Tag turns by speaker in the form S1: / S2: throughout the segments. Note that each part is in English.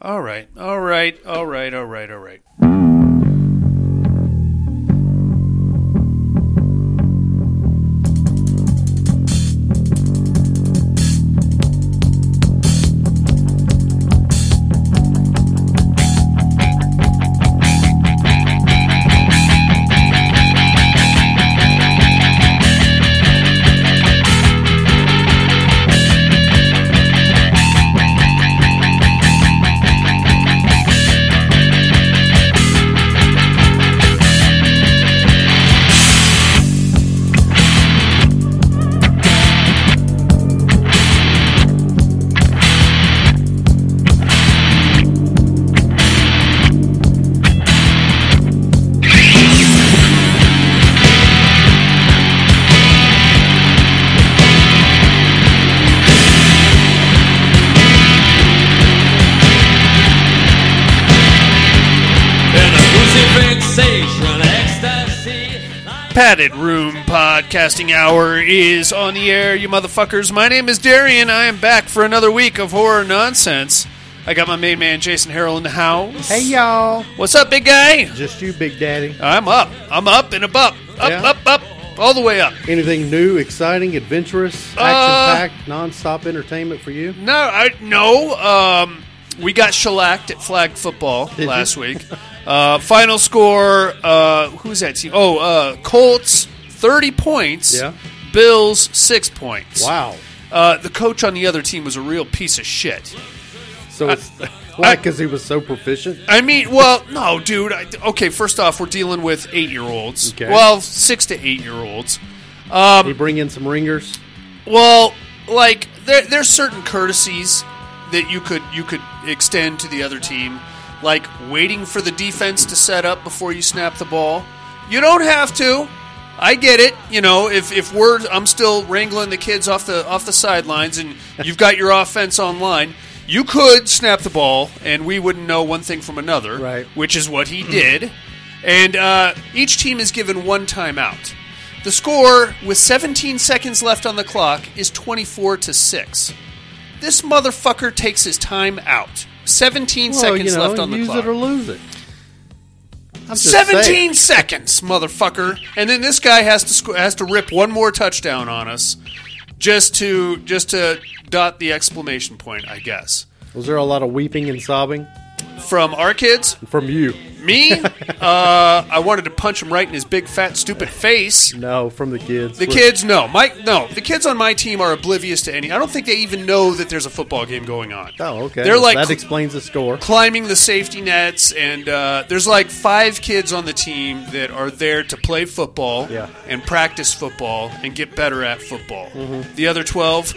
S1: All right, all right, all right, all right, all right. Padded Room Podcasting Hour is on the air, you motherfuckers. My name is Darian. I am back for another week of horror nonsense. I got my main man Jason Harrell in the house.
S2: Hey y'all,
S1: What's up, big guy?
S2: just you, Big Daddy.
S1: I'm up. I'm up and up, up, up,
S2: Yeah.
S1: up, up, all the way up.
S2: Anything new, exciting, adventurous,
S1: Uh.
S2: action-packed, non-stop entertainment for you?
S1: No, I no. Um, we got shellacked at flag football
S2: you?
S1: last week. Uh, final score. Uh, who's that team? Oh, uh, Colts thirty points.
S2: Yeah.
S1: Bills six points.
S2: Wow.
S1: Uh, the coach on the other team was a real piece of shit.
S2: So it's why? Because he was so proficient.
S1: I mean, well, no, dude. I, okay, first off, we're dealing with eight year olds.
S2: Okay.
S1: Well, six to eight year olds. Um,
S2: he bring in some ringers.
S1: Well, like there, there's certain courtesies that you could you could extend to the other team, like waiting for the defense to set up before you snap the ball. You don't have to. I get it. You know, if, if we're I'm still wrangling the kids off the off the sidelines, and you've got your offense online, you could snap the ball, and we wouldn't know one thing from another.
S2: Right.
S1: Which is what he did. And uh, each team is given one timeout. The score, with 17 seconds left on the clock, is 24 to 6. This motherfucker takes his time out. 17
S2: well,
S1: seconds
S2: you know,
S1: left on the
S2: use
S1: clock.
S2: it or lose it. I'm just
S1: 17
S2: saying.
S1: seconds, motherfucker. And then this guy has to sc- has to rip one more touchdown on us just to just to dot the exclamation point, I guess.
S2: Was there a lot of weeping and sobbing
S1: From our kids,
S2: from you?
S1: me, uh, I wanted to punch him right in his big fat stupid face.
S2: No, from the kids.
S1: The kids, no, my no. The kids on my team are oblivious to any. I don't think they even know that there's a football game going on.
S2: Oh, okay.
S1: They're like
S2: that
S1: cl-
S2: explains the score.
S1: climbing the safety nets, and uh, there's like five kids on the team that are there to play football
S2: Yeah.
S1: and practice football and get better at football.
S2: Mm-hmm.
S1: The other twelve,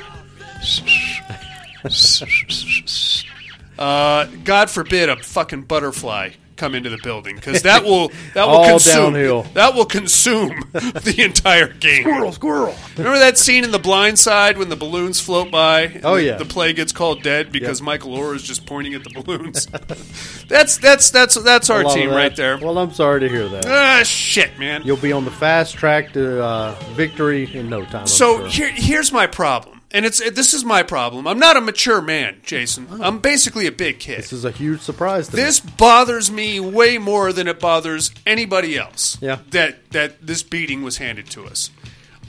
S1: uh, God forbid, a fucking butterfly come into the building because that will that will
S2: All
S1: consume
S2: downhill.
S1: that will consume the entire game.
S2: Squirrel, squirrel.
S1: Remember that scene in The Blind Side when the balloons float by? and
S2: Oh, yeah.
S1: the play gets called dead because Michael Orr is just pointing at the balloons. that's that's that's that's our
S2: A lot of
S1: team
S2: that.
S1: right there.
S2: Well, I'm sorry to hear that.
S1: ah, shit, man.
S2: You'll be on the fast track to uh, victory in no time. I'm
S1: so
S2: sure.
S1: here, here's my problem, and it's it, this is my problem. I'm not a mature man, Jason. I'm basically a big kid.
S2: Oh. this is a huge surprise. To
S1: This bothers me way more than it bothers anybody else.
S2: Yeah.
S1: That that this beating was handed to us.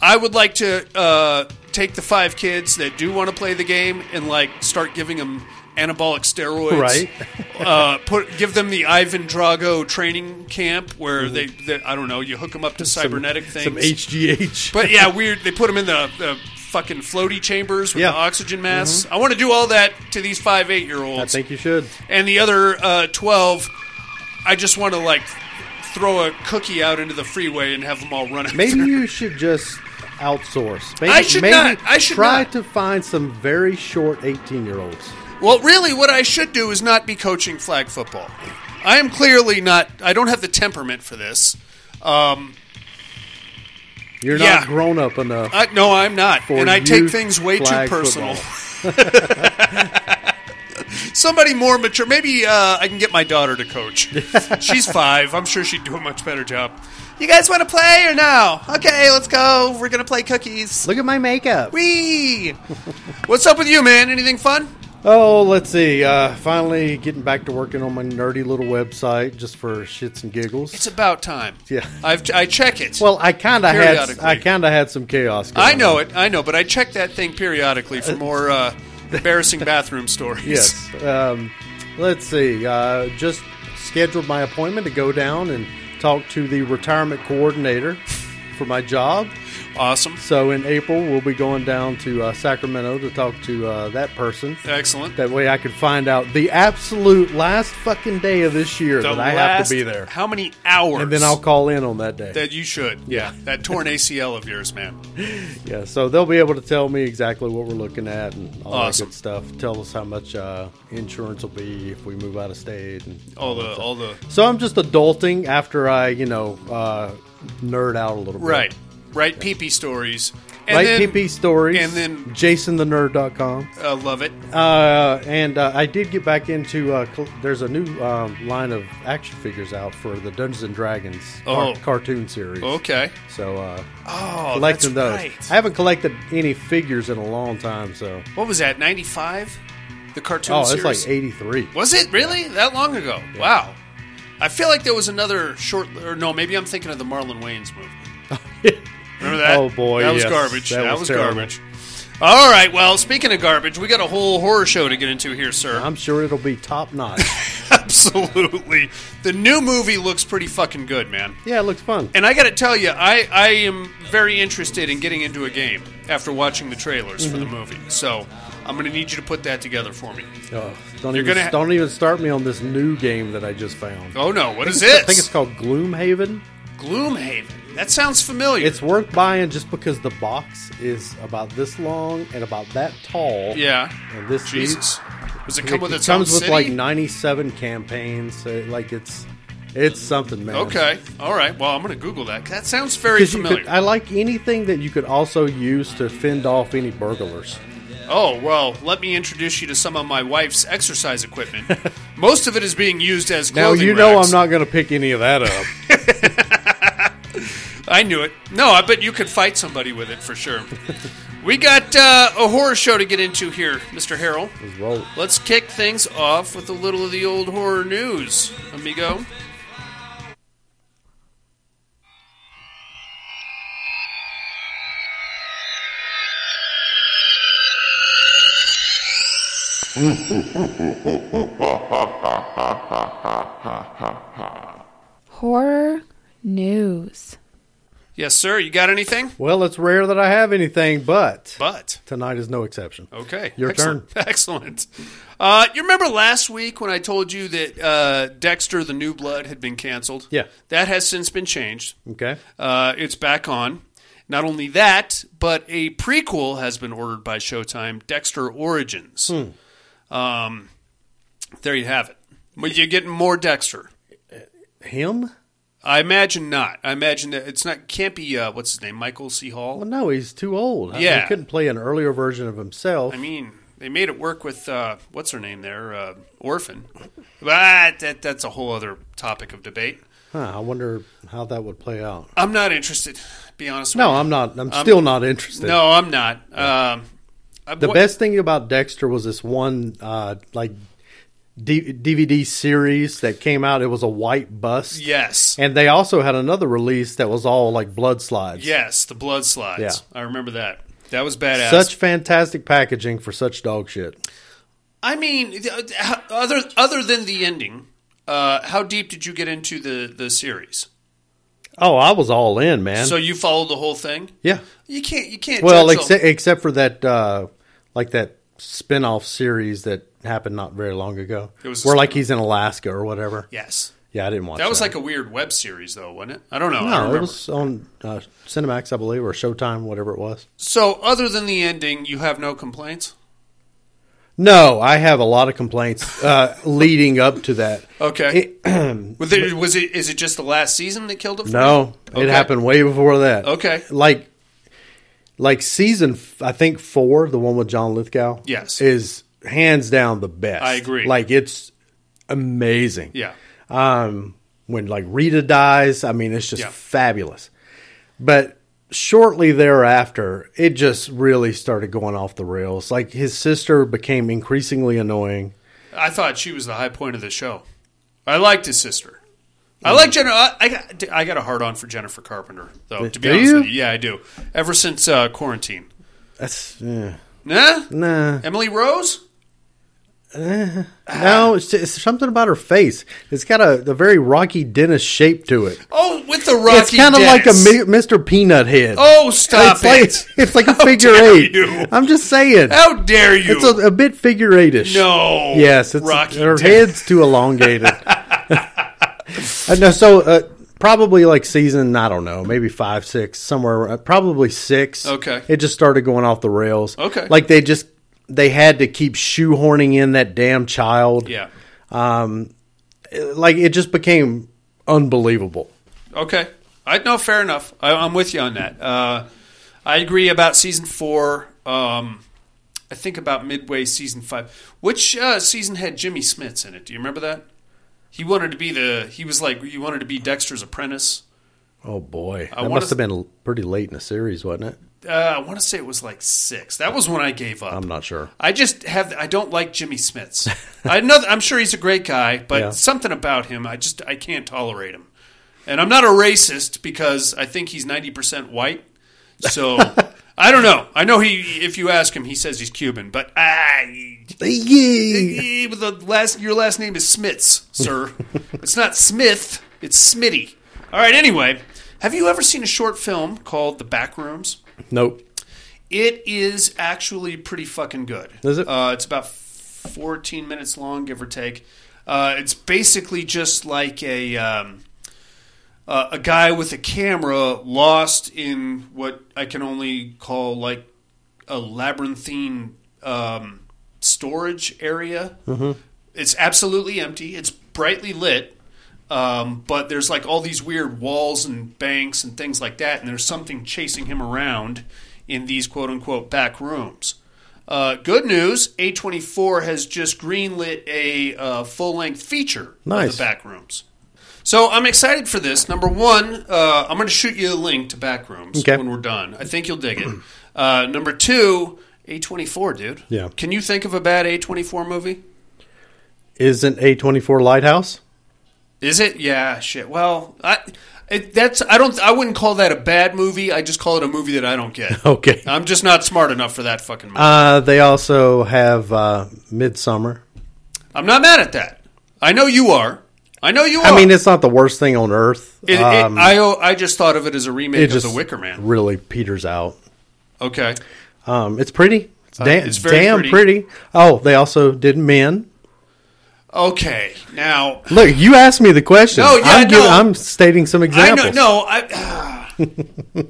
S1: I would like to uh, take the five kids that do want to play the game and like start giving them anabolic steroids.
S2: Right.
S1: uh, put give them the Ivan Drago training camp where they, they I don't know you hook them up to cybernetic
S2: me.
S1: things.
S2: Mm-hmm. some HGH.
S1: But yeah, weird. They put them in the, the fucking floaty chambers with
S2: Yeah. Mm-hmm.
S1: the oxygen masks. I want to do all that to these five eight year olds
S2: I think you should.
S1: and the other uh, 12 i just want to like throw a cookie out into the freeway and have them all run out
S2: Maybe
S1: there.
S2: you should just outsource. Maybe,
S1: I should
S2: maybe
S1: not. I should
S2: try
S1: not.
S2: to find some very short eighteen-year-olds.
S1: well really what i should do is not be coaching flag football i am clearly not i don't have the temperament for this um,
S2: You're
S1: Yeah. Uh,
S2: not grown up enough.
S1: I, no i'm not
S2: For
S1: and i take
S2: youth
S1: things way too
S2: flag
S1: personal somebody more mature maybe uh, i can get my daughter to coach she's five i'm sure she'd do a much better job you guys want to play or no okay let's go we're gonna play cookies
S2: Look at my makeup.
S1: Wee! What's up with you, man? Anything fun?
S2: Oh, let's see. Uh, finally, getting back to working on my nerdy little website just for shits and giggles.
S1: It's about time.
S2: Yeah.
S1: I've, I check it.
S2: well, I kind of had
S1: Periodically.
S2: I kind of had some chaos. Going
S1: I know
S2: on.
S1: it. I know, but I check that thing periodically for more uh, embarrassing bathroom stories.
S2: Yes. Um, let's see. Uh, just scheduled my appointment to go down and talk to the retirement coordinator for my job.
S1: Awesome.
S2: So in April, we'll be going down to uh, Sacramento to talk to uh, that person.
S1: Excellent.
S2: That way, I could find out the absolute last fucking day of this year that I have
S1: last-
S2: to be there,
S1: How many hours?
S2: and then I'll call in on that day.
S1: That you should.
S2: Yeah.
S1: That torn ACL of yours, man.
S2: Yeah, so they'll be able to tell me exactly what we're looking at and all
S1: Awesome.
S2: that good stuff. Tell us how much uh, insurance will be if we move out of state. And
S1: All the
S2: that stuff.
S1: all the
S2: So I'm just adulting after I, you know, uh, nerd out a little bit.
S1: right, right peepee stories. And
S2: Write
S1: then-
S2: PP stories.
S1: and then-
S2: JasonTheNerd.com.
S1: Uh, love it.
S2: Uh, and uh, I did get back into. Uh, col- there's a new um, line of action figures out for the Dungeons and Dragons
S1: Oh.
S2: cartoon series.
S1: Okay.
S2: So uh,
S1: Oh,
S2: collecting
S1: that's
S2: those.
S1: right.
S2: I haven't collected any figures in a long time, so.
S1: What was that? Ninety five. The cartoon.
S2: Oh,
S1: series?
S2: it's like 83.
S1: Was it really that long ago? Wow. I feel like there was another short. Or no, maybe I'm thinking of the Marlon Wayans movie. Remember that?
S2: Oh, boy,
S1: that was
S2: yes.
S1: garbage. That,
S2: That
S1: was,
S2: was terrible.
S1: garbage. All right. Well, speaking of garbage, we got a whole horror show to get into here, sir.
S2: I'm sure it'll be top notch.
S1: Absolutely. The new movie looks pretty fucking good, man.
S2: yeah, it looks fun.
S1: And I got to tell you, I, I am very interested in getting into a game after watching the trailers for the
S2: Mm-hmm.
S1: movie. So I'm going to need you to put that together for me.
S2: Oh, don't
S1: You're
S2: even
S1: gonna ha-
S2: don't even start me on this new game that I just found.
S1: Oh no, what is
S2: I think it's
S1: this?
S2: called Gloomhaven.
S1: Gloomhaven. That sounds familiar.
S2: It's worth buying just because the box is about this long and about that tall.
S1: yeah.
S2: And this
S1: Jesus. Does it
S2: deep.
S1: come with
S2: it
S1: its
S2: comes
S1: own
S2: with
S1: city?
S2: like 97 campaigns. So like it's it's something, man.
S1: Okay. All right. Well, I'm going to Google that. That sounds very
S2: 'Cause you
S1: familiar.
S2: could- I like anything that you could also use to fend off any burglars.
S1: Oh, well, let me introduce you to some of my wife's exercise equipment. Most of it is being used as
S2: Now
S1: clothing
S2: you know
S1: racks.
S2: I'm not going to pick any of that up.
S1: I knew it. No, I bet you could fight somebody with it for sure. we got uh, a horror show to get into here, Mr. Harrell.
S2: Let's roll.
S1: Let's kick things off with a little of the old horror news, amigo.
S3: Horror news.
S1: Yes, sir. You got anything?
S2: Well, it's rare that I have anything, but
S1: But Oh.
S2: tonight is no exception.
S1: okay,
S2: Your
S1: Excellent. Excellent. Uh, you remember last week when I told you that uh, Dexter: The New Blood had been canceled?
S2: Yeah.
S1: that has since been changed.
S2: Okay.
S1: Uh, it's back on. Not only that, but a prequel has been ordered by Showtime, Dexter Origins. Um,
S2: Hmm.
S1: there you have it. But you're getting more Dexter.
S2: Him?
S1: I imagine not. I imagine that it's not can't be uh, what's his name, Michael C. Hall.
S2: Well, no, he's too old. I-
S1: Yeah.
S2: He couldn't play an earlier version of himself.
S1: I mean, they made it work with uh, what's her name there, uh, Orphan. But that that's a whole other topic of debate.
S2: huh, I wonder how that would play out.
S1: I'm not interested. to Be honest.
S2: No,
S1: with
S2: I'm not. I'm still not interested.
S1: you. um, no, I'm not. Um, I-
S2: The
S1: what-
S2: best thing about Dexter was this one, uh, like, D- DVD series that came out. It was a white bust.
S1: Yes.
S2: And they also had another release that was all, like, blood slides.
S1: Yes, the blood slides.
S2: Yeah.
S1: I remember that. That was badass.
S2: Such fantastic packaging for such dog shit.
S1: I mean, th- th- other other than the ending, uh, how deep did you get into the the series?
S2: Oh, I was all in, man.
S1: So you followed the whole thing?
S2: yeah.
S1: You can't. You can't.
S2: Well,
S1: judge
S2: except
S1: the-
S2: except for that, uh, like that spin-off series that happened not very long ago,
S1: It was a
S2: where like he's in Alaska or whatever. Yeah,
S1: yes,
S2: I didn't watch that.
S1: that was like a weird web series, though, wasn't it? I don't know. I don't
S2: no, it
S1: remember.
S2: was on uh, Cinemax, I believe, or Showtime, whatever it was.
S1: So, other than the ending, you have no complaints.
S2: No, I have a lot of complaints uh, leading up to that.
S1: Okay.
S2: It-
S1: was, it, was it? Is it just the last season that killed it? For you?
S2: no,
S1: Okay.
S2: it happened way before that.
S1: Okay.
S2: like like season f- I think four, the one with John Lithgow,
S1: Yes.
S2: is hands down the best.
S1: I agree.
S2: Like it's amazing.
S1: Yeah.
S2: um, when like Rita dies. I mean, it's just
S1: Yeah.
S2: fabulous. But shortly thereafter, it just really started going off the rails. Like his sister became increasingly annoying.
S1: I thought she was the high point of the show. I liked his sister. I like Jennifer. I, I got I got a hard on for Jennifer Carpenter, though. To be
S2: Do
S1: honest
S2: you?
S1: with you, yeah, I do. Ever since uh, quarantine,
S2: That's yeah.
S1: nah.
S2: Nah,
S1: Emily Rose. Ah.
S2: no, it's, it's something about her face. It's got a, a very Rocky Dennis shape to it.
S1: Oh, with the Rocky.
S2: it's kind of like a
S1: Dennis.
S2: Mi- Mr. Peanut head.
S1: Oh, stop
S2: it's like,
S1: it!
S2: It's like a
S1: How
S2: figure
S1: dare
S2: eight.
S1: you.
S2: I'm just saying.
S1: How dare you?
S2: It's a, a bit figure eightish.
S1: no.
S2: Yes, it's,
S1: Rocky.
S2: her
S1: Dennis.
S2: head's too elongated. I know. So uh, probably like season, I don't know, maybe five, six, somewhere. uh, Probably six.
S1: Okay.
S2: It just started going off the rails.
S1: Okay.
S2: Like they just they had to keep shoehorning in that damn child. Uh,
S1: Yeah.
S2: Like it just became unbelievable.
S1: Okay. I no. Fair enough. I, I'm with you on that. Uh, I agree about season four. Um, I think about midway season five. Which uh, season had Jimmy Smits in it? Do you remember that? He wanted to be the. He was like he wanted to be Dexter's apprentice.
S2: Oh boy,
S1: I
S2: that
S1: wanna
S2: must have been pretty late in the series, wasn't it?
S1: Uh, I want to say it was like six. That was when I gave up.
S2: I'm not sure.
S1: I just have I don't like Jimmy Smits. I know I'm sure he's a great guy, but
S2: Yeah.
S1: something about him I just I can't tolerate him. And I'm not a racist because I think he's 90% white. So I don't know. I know he if you ask him he says he's Cuban, but ah,
S2: Yeah.
S1: eh, with the last your last name is Smits, sir. it's not Smith, it's Smitty. All right, anyway, have you ever seen a short film called The Back Rooms?
S2: Nope.
S1: It is actually pretty fucking good.
S2: Is it?
S1: Uh, it's about 14 minutes long, give or take. Uh, it's basically just like a um, uh, a guy with a camera lost in what I can only call like a labyrinthine um, storage area.
S2: Mm-hmm.
S1: It's absolutely empty. It's brightly lit, um, but there's like all these weird walls and banks and things like that, and there's something chasing him around in these quote unquote back rooms. Uh, good news, A24 has just greenlit a uh, full length feature of
S2: Nice.
S1: the back rooms. So I'm excited for this. Number one, uh, I'm going to shoot you a link to Backrooms
S2: Okay.
S1: when we're done. I think you'll dig it. Uh, number two, A24, dude.
S2: Yeah.
S1: Can you think of a bad A24 movie?
S2: Isn't A24 Lighthouse?
S1: Is it? Yeah. Shit. Well, I. It, that's I don't I wouldn't call that a bad movie. I just call it a movie that I don't get.
S2: Okay.
S1: I'm just not smart enough for that fucking movie.
S2: Uh, they also have uh, Midsummer.
S1: I'm not mad at that. I know you are. I know you are.
S2: I mean, it's not the worst thing on earth.
S1: Oh. It- it-
S2: Um,
S1: I I just thought of it as a remake
S2: it
S1: of
S2: just
S1: The Wicker Man.
S2: really peters out.
S1: Okay.
S2: Um, it's pretty. It's, da-
S1: it's very
S2: damn
S1: pretty.
S2: pretty. Oh, they also did Men.
S1: Okay. Now
S2: Look, you asked me the question.
S1: No, yeah,
S2: I'm,
S1: no.
S2: I'm stating some examples.
S1: I know. No. I.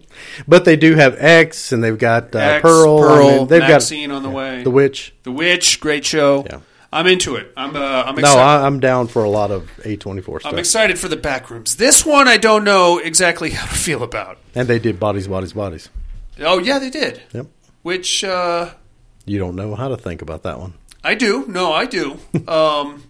S2: But they do have X, and they've got uh,
S1: X,
S2: Pearl. I mean, they've
S1: Maxine on the way.
S2: got The Witch.
S1: The Witch, great show.
S2: Yeah.
S1: I'm into it. I'm uh, I'm
S2: No,
S1: excited.
S2: I, I'm down for a lot of A24 stuff.
S1: I'm excited for the backrooms. This one I don't know exactly how to feel about.
S2: and they did Bodies, Bodies, Bodies.
S1: Oh yeah, they did.
S2: Yep.
S1: Which uh,
S2: You don't know how to think about that one.
S1: I do. No, I do. um,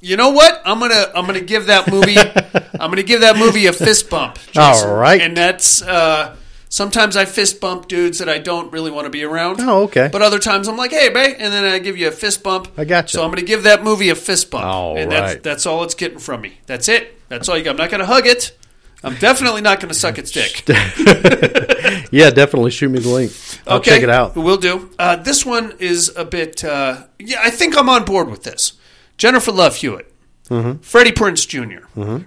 S1: you know what? I'm gonna I'm gonna give that movie I'm gonna give that movie a fist bump. Jason.
S2: All right.
S1: And that's uh, sometimes I fist bump dudes that I don't really want to be around.
S2: Oh, okay.
S1: But other times I'm like, hey, babe, and then I give you a fist bump.
S2: I gotcha.
S1: So I'm going to give that movie a fist bump.
S2: All
S1: and that's,
S2: right.
S1: that's all it's getting from me. That's it. That's all you got. I'm not going to hug it. I'm definitely not going to suck its dick. okay.
S2: Yeah, definitely shoot me the link. I'll check it out.
S1: We'll do. Uh, this one is a bit. Uh, yeah, I think I'm on board with this. Jennifer Love Hewitt,
S2: Mm-hmm.
S1: Freddie Prince junior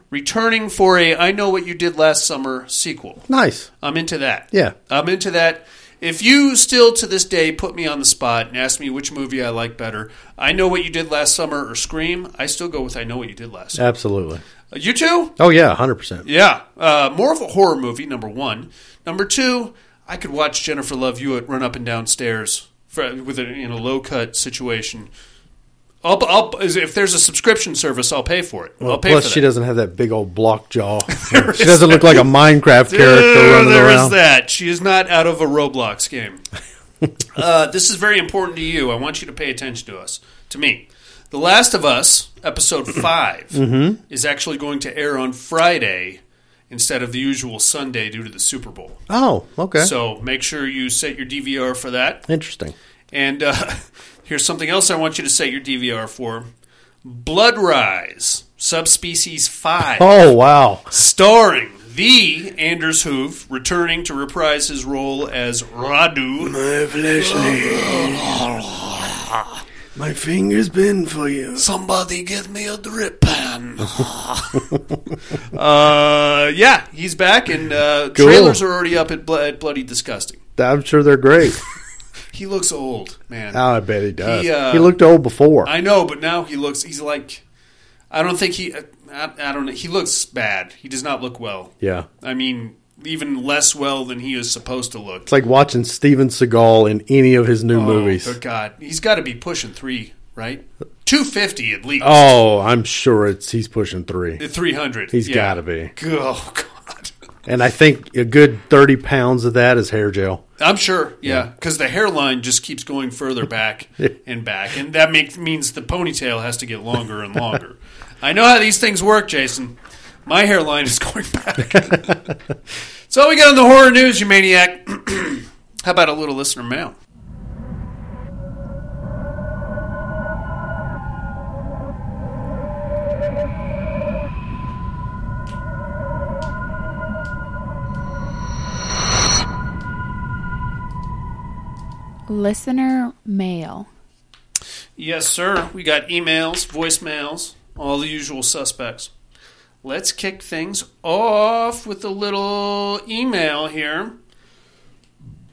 S1: returning for a "I Know What You Did Last Summer" sequel.
S2: Nice.
S1: I'm into that.
S2: Yeah.
S1: I'm into that. If you still to this day put me on the spot and ask me which movie I like better, I know what you did last summer or Scream, I still go with I know what you did last summer.
S2: Absolutely.
S1: You too?
S2: Oh yeah, hundred percent.
S1: Yeah. Uh, more of a horror movie, number one. Number two, I could watch Jennifer Love Hewitt run up and down stairs for, with a, in a low cut situation. I'll, I'll, if there's a subscription service, I'll pay for it. I'll pay for
S2: Plus,
S1: that.
S2: she doesn't have that big old block jaw. she doesn't look like a Minecraft character
S1: There-
S2: running
S1: there is
S2: around.
S1: that. She is not out of a Roblox game. uh, this is very important to you. I want you to pay attention to us, to me. The
S2: Mm-hmm.
S1: Last of Us, episode 5 is actually going to air on Friday, instead of the usual Sunday due to the Super Bowl.
S2: Oh, okay.
S1: So make sure you set your DVR for that.
S2: Interesting.
S1: And uh, here's something else I want you to set your DVR for: Blood Rise, subspecies five,
S2: Oh, wow.
S1: starring the Anders Hoof returning to reprise his role as Radu.
S4: My My finger's been for you.
S1: Somebody get me a drip pan. uh, yeah, he's back, and uh,
S2: Cool.
S1: trailers are already up at, Blo- at Bloody Disgusting.
S2: I'm sure they're great.
S1: He looks old, man.
S2: Oh, I bet he does. He,
S1: He, uh,
S2: looked old before.
S1: I know, but now he looks. He's like, I don't think he. I, I don't know. He looks bad. He does not look well.
S2: yeah.
S1: I mean, even less well than he is supposed to look.
S2: It's like watching Steven Seagal in any of his new
S1: Oh,
S2: movies.
S1: good God, he's got to be pushing three, right? Two fifty at least.
S2: Oh, I'm sure it's he's pushing three.
S1: three hundred.
S2: Oh. He's
S1: He's
S2: got to be.
S1: Oh God,
S2: And I think a good 30 pounds of that is hair gel.
S1: I'm sure. Yeah, because the hairline just keeps going further back and back, and that makes means the ponytail has to get longer and longer. I know how these things work, Jason. My hairline is going back. so we got on the horror news, you maniac. how about a little listener mail?
S3: Listener mail.
S1: Yes, sir. We got emails, voicemails, all the usual suspects. Let's kick things off with a little email here.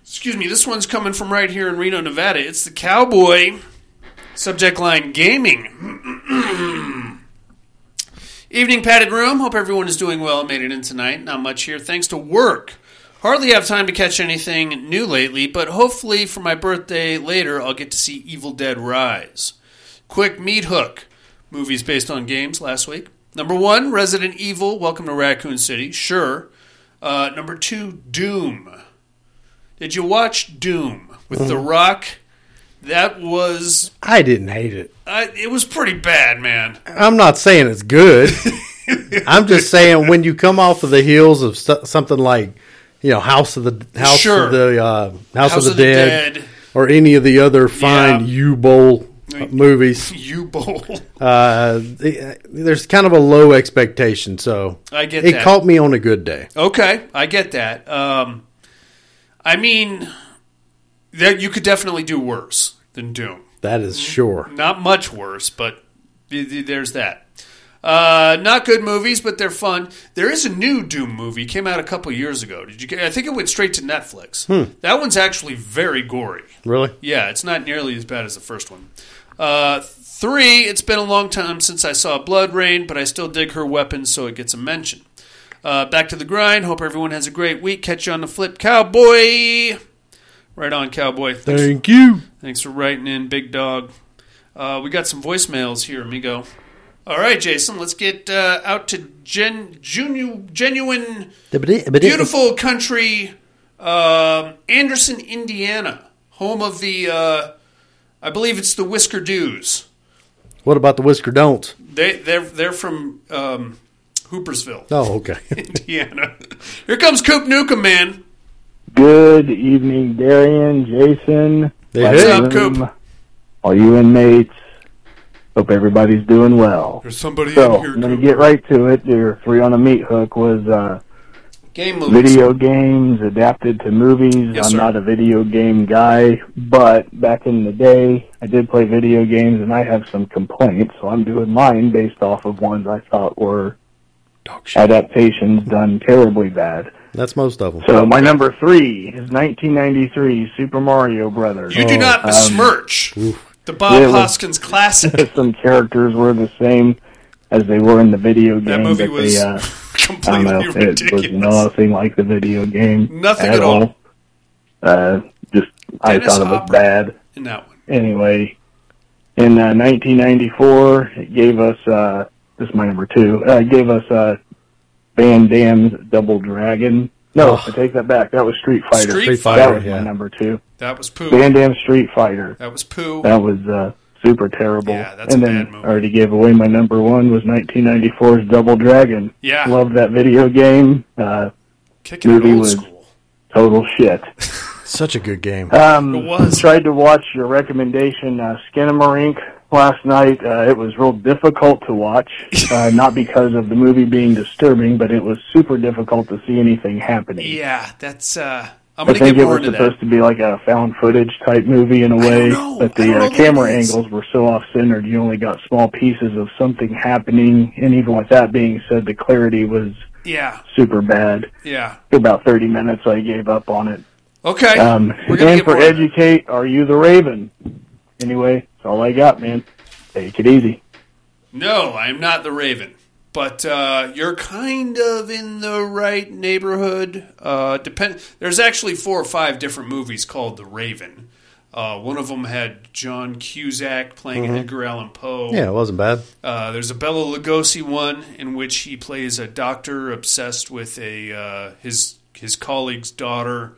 S1: Excuse me, this one's coming from right here in Reno, Nevada. It's the Cowboy. Subject line Gaming. Evening, padded room. Hope everyone is doing well. Made it in tonight. Not much here. Thanks to work. Hardly have time to catch anything new lately, but hopefully for my birthday later, I'll get to see Evil Dead Rise. Quick meat hook. Movies based on games last week. Number one, Resident Evil. Welcome to Raccoon City. Sure. Uh, number two, Doom. Did you watch Doom with
S2: Mm.
S1: The Rock? That was
S2: I didn't hate it.
S1: I, it was pretty bad, man.
S2: I'm not saying it's good. I'm just saying when you come off of the heels of so- something like, you know, House of the House
S1: Sure.
S2: of the uh, House,
S1: House
S2: of the, Dead, or any of the other fine
S1: Yeah.
S2: U Bowl movies,
S1: You bowl.
S2: uh, th- there's kind of a low expectation. So
S1: I get
S2: it
S1: that.
S2: caught me on a good day.
S1: okay, I get that. Um, I mean, that you could definitely do worse than Doom.
S2: That is
S1: Mm-hmm.
S2: sure.
S1: Not much worse, but th- th- there's that. Uh, not good movies, but they're fun. There is a new Doom movie came out a couple years ago. Did you? get- I think it went straight to Netflix. That one's actually very gory.
S2: Really?
S1: Yeah, it's not nearly as bad as the first one. Uh, three, it's been a long time since I saw Blood Rain, but I still dig her weapons, so it gets a mention. Uh, back to the grind. Hope everyone has a great week. Catch you on the flip, cowboy. Right on, cowboy. Thanks,
S2: Thank you.
S1: thanks for writing in, big dog. Uh, we got some voicemails here, amigo. All right, Jason, let's get uh, out to gen- genu- genuine, beautiful country, um, Anderson, Indiana, home of the, uh, I believe it's the Whisker Dews.
S2: What about the whisker don'ts?
S1: They they're they're from um, Hoopersville,
S2: Oh, okay.
S1: Indiana. Here comes Coop Nukem, man.
S5: Good evening, Darian, Jason.
S2: Hey,
S5: What's
S2: hey.
S1: What's up, Coop?
S5: All you inmates. Hope everybody's doing well.
S1: There's somebody
S5: So I'm gonna get right to it. Your three on a meat hook was uh,
S1: Game movies.
S5: video games adapted to movies.
S1: Yes,
S5: I'm
S1: sir.
S5: not a video game guy, but back in the day, I did play video games, and I have some complaints. So I'm doing mine based off of ones I thought were
S2: Dog shit.
S5: adaptations done terribly bad.
S2: That's most of them.
S5: So my number three is 1993 Super Mario Brothers.
S1: You do not besmirch the Bob
S5: yeah, it um, was-
S1: Hoskins classic.
S5: Some characters were the same as they were in the video game.
S1: That movie
S5: but
S1: was
S5: they, uh, I don't
S1: completely
S5: know, it was
S1: ridiculous.
S5: nothing like the video game.
S1: Nothing at all.
S5: Uh, just I
S1: Dennis
S5: thought it was
S1: Hopper.
S5: bad.
S1: In that one,
S5: Anyway, in uh, 1994, it gave us uh, this is my number two. Uh, it gave us uh, Van Damme's Double Dragon. No,
S2: Ugh.
S5: I take that back. That was Street Fighter.
S1: Street
S2: Street
S1: Fighter.
S5: that
S2: Fighter.
S5: was
S2: yeah.
S5: my number two.
S1: That was poo.
S5: Van Damme Street Fighter.
S1: That was poo.
S5: That was uh, super terrible.
S1: Yeah, that's
S5: and
S1: a
S5: then
S1: bad movie.
S5: I already gave away my number one was 1994's Double Dragon.
S1: Yeah.
S5: Loved that video game. Uh,
S1: Kicking it
S5: Movie
S1: old
S5: was-
S1: school.
S5: total shit.
S2: Such a good game.
S5: Um,
S1: It was.
S5: Tried to watch your recommendation, uh, Skinamarink, last night. Uh, it was real difficult to watch, uh, not because of the movie being disturbing, but it was super difficult to see anything happening.
S1: Yeah, that's. Uh, I'm
S5: I
S1: going to
S5: think
S1: get
S5: it
S1: more
S5: was
S1: into that.
S5: supposed to be like a found footage type movie in a way,
S1: know.
S5: but
S1: I
S5: the
S1: don't know
S5: uh,
S1: what
S5: camera
S1: it is.
S5: angles were so off centered. You only got small pieces of something happening, and even with that being said, the clarity was
S1: Yeah,
S5: super bad.
S1: yeah.
S5: For about 30 minutes, I gave up on it.
S1: Okay.
S5: Um,
S1: We're going
S5: and
S1: to get
S5: for
S1: more into that.
S5: educate, are you the Raven? Anyway, that's all I got, man. Take it easy.
S1: No, I am not the Raven. But uh, you're kind of in the right neighborhood. Uh, depend. There's actually four or five different movies called The Raven. Uh, one of them had John Cusack playing Edgar Allan Poe.
S2: Yeah, it wasn't bad.
S1: Uh, there's a Bela Lugosi one in which he plays a doctor obsessed with a uh, his his colleague's daughter.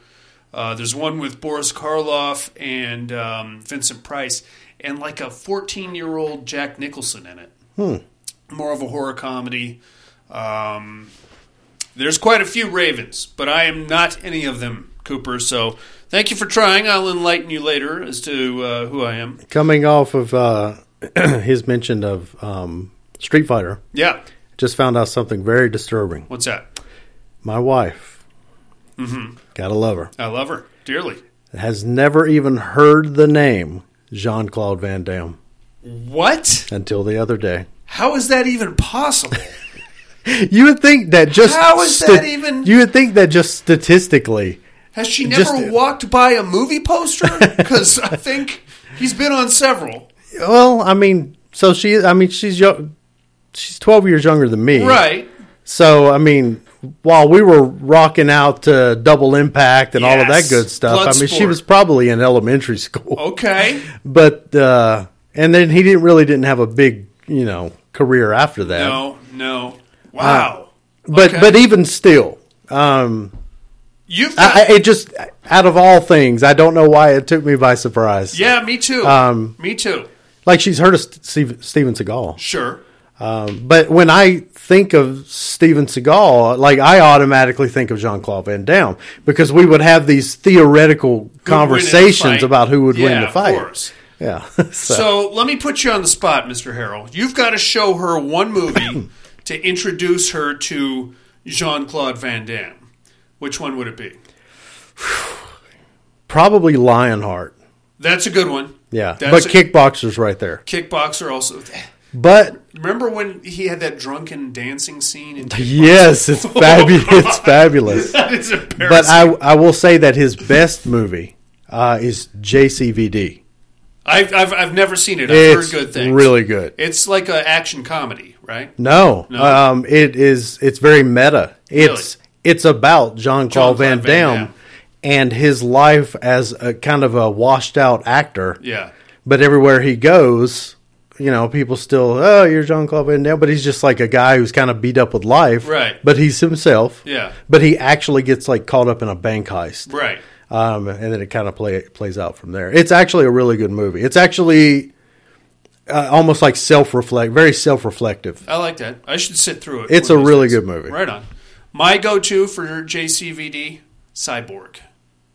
S1: Uh, there's one with Boris Karloff and um, Vincent Price, and like a 14 year old Jack Nicholson in it. More of a horror comedy. Um, there's quite a few Ravens, but I am not any of them, Cooper. So thank you for trying. I'll enlighten you later as to uh, who I am.
S2: Coming off of uh, his mention of um, Street Fighter,
S1: Yeah,
S2: just found out something very disturbing.
S1: what's that?
S2: My wife,
S1: Mm-hmm.
S2: gotta love her,
S1: I love her dearly.
S2: has never even heard the name Jean Claude Van Damme
S1: What?
S2: until the other day.
S1: How is that even possible?
S2: You would think that just
S1: How is that even-
S2: You would think that just statistically,
S1: Has she never
S2: Just-
S1: walked by a movie poster? Because I think he's been on several.
S2: well, I mean, so she, I mean, she's young, she's twelve years younger than me,
S1: Right.
S2: So I mean, while we were rocking out to Double Impact and all of
S1: Yes.
S2: that good stuff, I mean, she
S1: Bloodsport. Oh.
S2: was probably in elementary school.
S1: Okay.
S2: But uh, and then he didn't really didn't have a big you know career after that.
S1: No, no.
S2: Uh,
S1: Wow.
S2: but
S1: okay.
S2: but even still, um,
S1: You've got,
S2: I, I, it just out of all things, I don't know why it took me by surprise.
S1: Yeah, me too.
S2: Um,
S1: me too.
S2: Like she's heard of St- Steve, Steven Seagal,
S1: Sure.
S2: but when I think of Steven Seagal, like I automatically think of Jean Claude Van Damme because we would have these theoretical conversations
S1: fight?
S2: about who would
S1: Yeah,
S2: win the
S1: of
S2: fight.
S1: course.
S2: Yeah. so,
S1: So let me put you on the spot, Mr. Harrell. You've got to show her one movie to introduce her to Jean Claude Van Damme. Which one would it be?
S2: probably Lionheart.
S1: That's a good one.
S2: Yeah.
S1: That's
S2: but
S1: a-
S2: kickboxers right there.
S1: Kickboxer also.
S2: But
S1: Remember when he had that drunken dancing scene? In-
S2: yes, it's fabulous. it's fabulous.
S1: that is embarrassing.
S2: But I I will say that his best movie uh, is JCVD.
S1: I've, I've, I've never seen it. I've
S2: It's
S1: heard good things.
S2: really good.
S1: It's like an action comedy, right?
S2: No,
S1: No?
S2: Um, it is. It's very meta. It's it's about John Claude Van,
S1: Jean-Claude Van
S2: Damme
S1: Damme.
S2: and his life as a kind of a washed out actor.
S1: Yeah.
S2: But everywhere he goes, you know, people still oh you're John Claude Van Damme, but he's just like a guy who's kind of beat up with life.
S1: Right.
S2: But he's himself.
S1: Yeah.
S2: But he actually gets like caught up in a bank heist.
S1: Right.
S2: Um, and then it kind of play plays out from there. It's actually a really good movie. It's actually uh, almost like self reflect, very self reflective.
S1: I like that. I should sit through it.
S2: It's
S1: one of
S2: a
S1: these
S2: really
S1: days.
S2: good movie.
S1: Right on. My go to for JCVD Cyborg.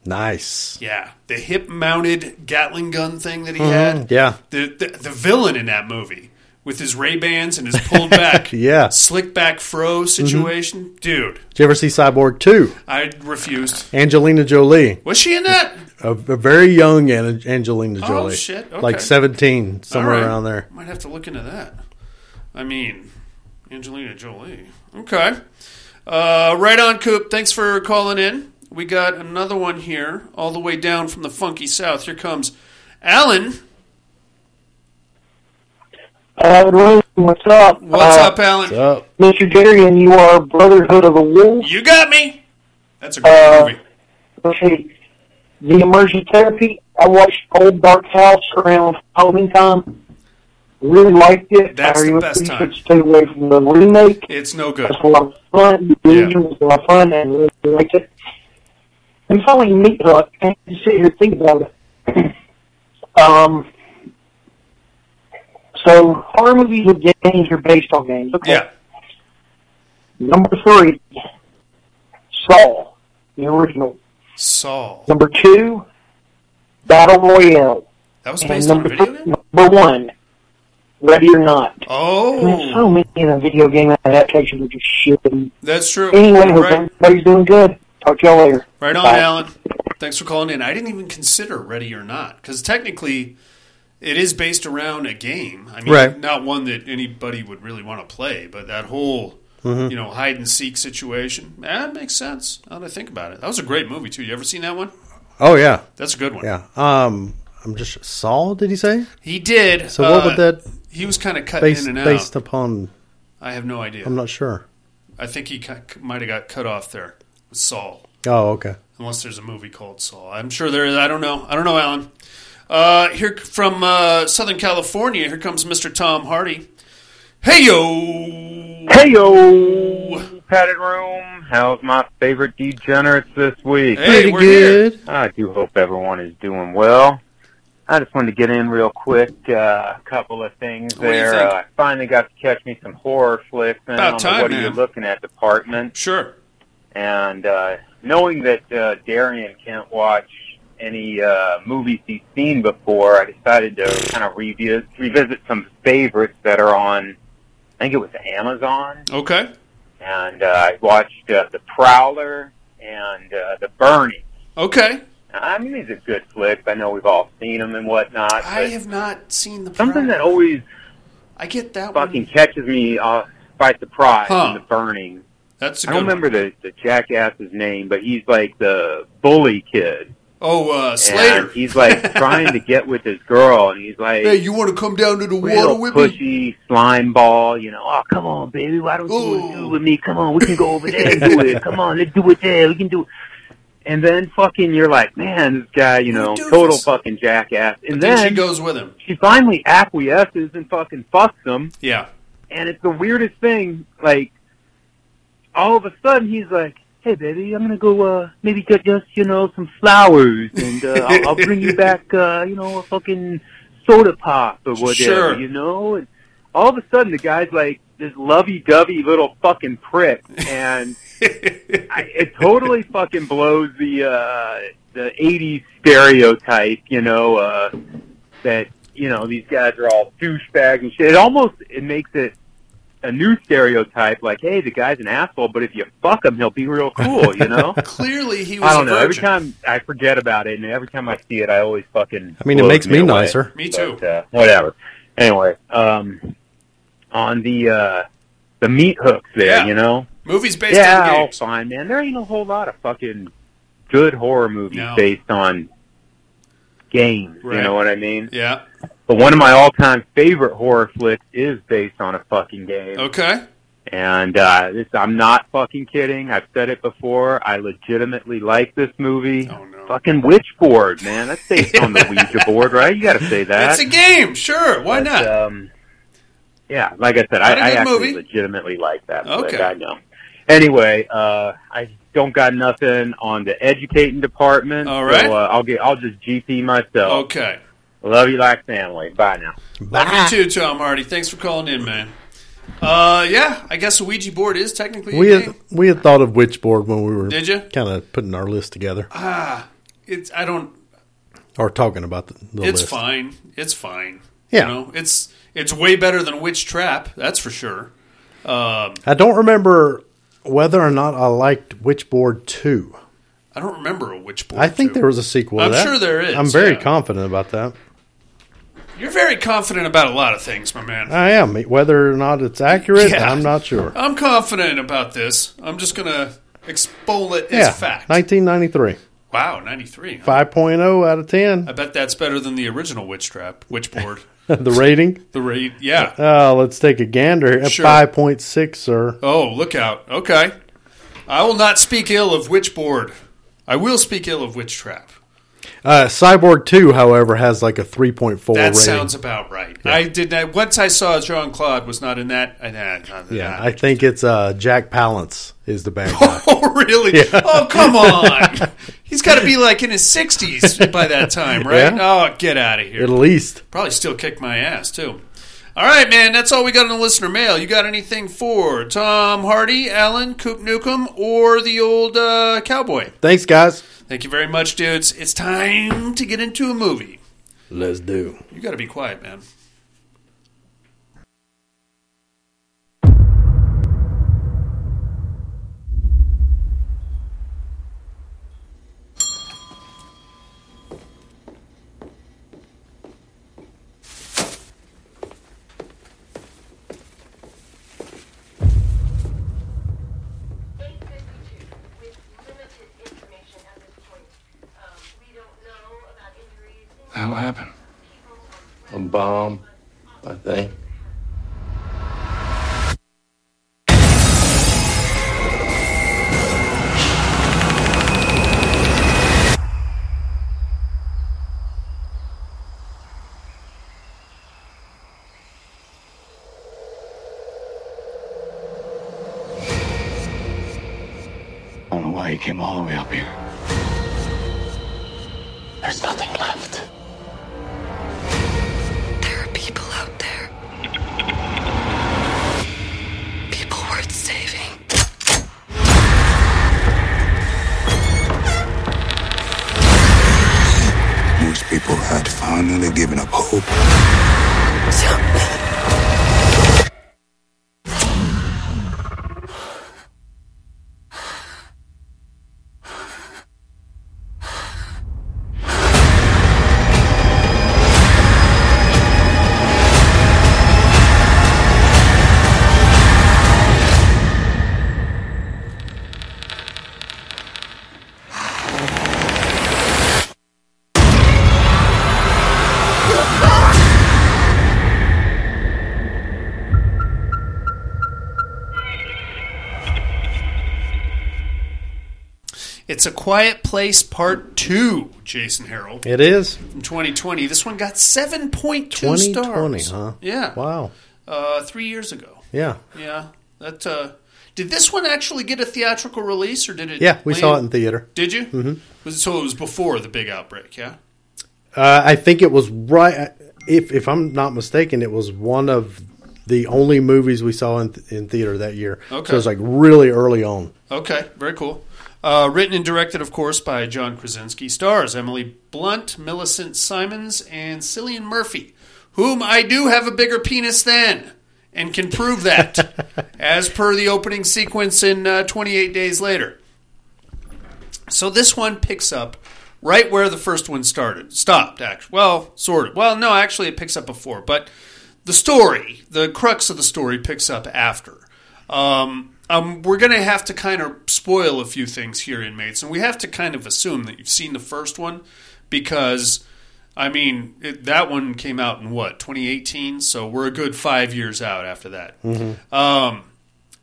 S2: Nice.
S1: Yeah. The hip mounted Gatling gun thing that he had.
S2: Mm-hmm. Yeah.
S1: The, the, the villain in that movie with his Ray Bans and his pulled back,
S2: Yeah. Mm-hmm.
S1: slick back fro situation. Dude,
S2: Did you ever see Cyborg 2?
S1: I refused.
S2: Angelina Jolie,
S1: Was she in that?
S2: a, a very young An- Angelina
S1: Oh,
S2: Jolie.
S1: shit. Okay.
S2: Like 17, somewhere
S1: All right.
S2: around there.
S1: Might have to look into that. I mean, Angelina Jolie. Okay. Uh, right on, Coop. Thanks for calling in. We got another one here, all the way down from the funky south. Here comes Alan.
S6: Uh, what's up?
S1: What's
S6: Uh,
S1: up, Alan?
S2: Up.
S6: Mr. Jerry, and you are Brotherhood of the Wolf.
S1: You got me. That's a great
S6: Uh,
S1: movie.
S6: Okay. The Immersion Therapy, I watched Old Dark House around Halloween time. Really liked it.
S1: That's
S6: I
S1: the
S6: really
S1: best time.
S6: should stay away from the remake.
S1: It's no good.
S6: It was a lot of fun. The
S1: Yeah.
S6: original was a lot of fun, and I really liked it. And finally, Meat Hook. And you sit here and think about it. um, So horror movies with games are based on games. Okay.
S1: Yeah.
S6: Number three, Saw, the original.
S1: Saw.
S6: Number two, Battle Royale.
S1: That was
S6: And
S1: based on a
S6: number,
S1: video
S6: th-
S1: game?
S6: number one, Ready or Not. I mean, so
S1: Oh,
S6: many of the video game adaptations are just shitty.
S1: that's true.
S6: Anyway, hope
S1: Right,
S6: everybody's doing good. Talk to y'all later.
S1: right on,
S6: Bye.
S1: Alan. Thanks for calling in. I didn't even consider Ready or Not because technically it is based around a game. I mean,
S2: Right.
S1: not one that anybody would really want to play, but that whole
S2: Mm-hmm.
S1: you know hide and seek situation that makes sense. Now that I think about it, that was a great movie too. You ever seen that one?
S2: Oh yeah,
S1: That's a good one.
S2: yeah. Um, I'm just Saul. Did he say?
S1: He did.
S2: So what would that
S1: He was kind of cut
S2: based
S1: in Uh, and
S2: based
S1: out.
S2: upon?
S1: I have no idea.
S2: I'm not sure.
S1: I think he cut, might have got cut off there with Saul.
S2: Oh okay.
S1: unless there's a movie called Saul. I'm sure there is. I don't know. I don't know, Alan. Uh, here from uh, Southern California, here comes Mr. Tom Hardy. Hey yo,
S7: Hey yo, padded room. How's my favorite degenerates this week?
S1: hey, we're here.
S7: I do hope everyone is doing well. I just wanted to get in real quick. Uh, a couple of things
S1: What do you
S7: there.
S1: think?
S7: Uh, I finally got to catch me some horror flicks in
S1: About
S7: on the
S1: time,
S7: What Are You
S1: man.
S7: Looking At department.
S1: Sure.
S7: And uh, knowing that uh, Darian can't watch any uh, movies he's seen before, I decided to kind of revisit, revisit some favorites that are on, I think it was Amazon
S1: Okay.
S7: and uh, I watched uh, The Prowler and uh, The Burning.
S1: Okay.
S7: I mean, these are good flicks. I know we've all seen them and whatnot. But
S1: I have not seen the
S7: something
S1: Prowler.
S7: that always
S1: I get that
S7: fucking
S1: one.
S7: catches me uh, by surprise
S1: Huh.
S7: is The Burning.
S1: That's a
S7: I
S1: good
S7: don't remember
S1: one.
S7: the, the jackass's name, but he's like the bully kid.
S1: Oh, uh, Slater.
S7: And he's like trying to get with this girl, and he's like.
S1: Hey, you want to come down to the water
S7: Real
S1: with me?
S7: pushy slime ball, you know. Oh, come on, baby, why don't you wanna do it with me? Come on, we can go over there and do it. Come on, let's do it there. We can do it. And then fucking, you're like, man, this guy, you know,
S1: Doofus.
S7: total fucking jackass. And
S1: And
S7: then
S1: she goes with him.
S7: she finally acquiesces and fucking fucks him
S1: Yeah.
S7: and it's the weirdest thing. Like, all of a sudden, he's like, "Hey, baby, I'm gonna go uh, maybe get just you know some flowers, and uh, I'll, I'll bring you back uh, you know a fucking soda pop or whatever,
S1: Sure.
S7: you know." And all of a sudden, the guy's like this lovey-dovey little fucking prick, and I, it totally fucking blows the uh, the '80s stereotype, you know, uh, that you know these guys are all douchebags and shit. It almost it makes it a new stereotype, like, hey, the guy's an asshole, but if you fuck him, he'll be real cool, you know.
S1: Clearly, he was
S7: I don't know.
S1: a
S7: Every
S1: virgin.
S7: time I forget about it, and every time I see it, I always fucking.
S2: I mean, it
S7: blows
S2: makes me
S7: away.
S2: nicer.
S1: Me too.
S7: But, uh, whatever. Anyway, um, on the uh, the meat hooks there,
S1: Yeah.
S7: you know,
S1: Movies based
S7: yeah,
S1: on
S7: all
S1: games.
S7: fine, man. There ain't a whole lot of fucking good horror movies
S1: No.
S7: based on games.
S1: Right.
S7: You know what I mean?
S1: Yeah.
S7: But one of my all-time favorite horror flicks is based on a fucking game,
S1: Okay.
S7: and uh, this, I'm not fucking kidding. I've said it before. I legitimately like this movie.
S1: Oh no.
S7: Fucking Witchboard, man. That's based on the Ouija board, right? You got to say that.
S1: It's a game, sure. Why
S7: But,
S1: not?
S7: Um, yeah, like I said, I,
S1: Not a
S7: I
S1: good
S7: actually
S1: movie.
S7: legitimately like that.
S1: Okay.
S7: Flick, I know. Anyway, uh, I don't got nothing on the educating department.
S1: All right. Oh.
S7: So, uh, I'll get. I'll just GP myself.
S1: okay.
S7: Love you like family. Bye now.
S1: Love you too, Tom Hardy. Thanks for calling in, man. Uh, yeah, I guess a Ouija board is technically
S2: We
S1: a
S2: had
S1: game.
S2: we had thought of Witchboard when we were
S1: Did you?
S2: kind of putting our list together
S1: Ah, it's I don't.
S2: or talking about the, the
S1: It's
S2: list.
S1: fine. It's fine.
S2: Yeah.
S1: you know, it's it's way better than Witch Trap. That's for sure. Um,
S2: I don't remember whether or not I liked Witchboard two.
S1: I don't remember a Witch board.
S2: I think
S1: too.
S2: there was a sequel. to
S1: I'm
S2: that.
S1: sure there is,
S2: I'm very
S1: yeah.
S2: confident about that.
S1: You're very confident about a lot of things, my man.
S2: I am. Whether or not it's accurate,
S1: Yeah.
S2: I'm not sure.
S1: I'm confident about this. I'm just gonna expol it
S2: yeah,
S1: as fact.
S2: 1993,
S1: wow, 93. huh?
S2: 5.0 out of 10.
S1: I bet that's better than the original Witch Trap, Witch Board.
S2: the rating.
S1: the rate, yeah.
S2: Uh, let's take a gander at
S1: Sure.
S2: 5.6, sir.
S1: Oh, look out. Okay. I will not speak ill of Witch Board. I will speak ill of Witch Trap.
S2: Uh, Cyborg 2, however, has like a 3.4
S1: That
S2: rating.
S1: sounds about right. I did not. Once I saw Jean Claude was not in that. I, nah, not in
S2: yeah,
S1: that.
S2: I think it's uh, Jack Palance is the bad guy.
S1: Oh, really? Oh, come on. He's got to be like in his 60s by that time, right? Oh, get out of here.
S2: At least
S1: Probably still kick my ass, too. All right, man. That's all we got in the listener mail. You got anything for Tom Hardy, Alan, Coop Newcomb, or the old uh, cowboy?
S2: Thanks, guys.
S1: Thank you very much, dudes. It's time to get into a movie.
S2: Let's do.
S1: You got to be quiet, man.
S8: What happened? A bomb, I think. I don't know why he came all the way up here. There's nothing left.
S9: There are people out there. People worth saving.
S10: Most people had finally given up hope.
S1: It's a Quiet Place Part Two, Jason Harold,
S2: It is
S1: from 2020. This one got 7.2
S2: 2020,
S1: stars.
S2: huh?
S1: Yeah,
S2: Wow.
S1: uh, three years ago.
S2: Yeah.
S1: Yeah, that. Uh, did this one actually get a theatrical release, or did it?
S2: Yeah, we saw it in
S1: land-
S2: theater.
S1: Did you? Mm-hmm. Was, so it was before the big outbreak. Yeah.
S2: Uh, I think it was right. If if I'm not mistaken, it was one of the only movies we saw in, in theater that year.
S1: Okay.
S2: So it was like really early on.
S1: Okay, very cool. Uh, written and directed, of course, by John Krasinski. Stars Emily Blunt, Millicent Simons, and Cillian Murphy, whom I do have a bigger penis than, and can prove that, as per the opening sequence in uh, 28 Days Later. So this one picks up right where the first one started, stopped. Actually, well, sort of. Well, no, actually, it picks up before, but the story, the crux of the story, picks up after. Um, um, we're going to have to kind of spoil a few things here, inmates, and we have to kind of assume that you've seen the first one because, I mean, it, that one came out in what 2018, so we're a good five years out after that. Um,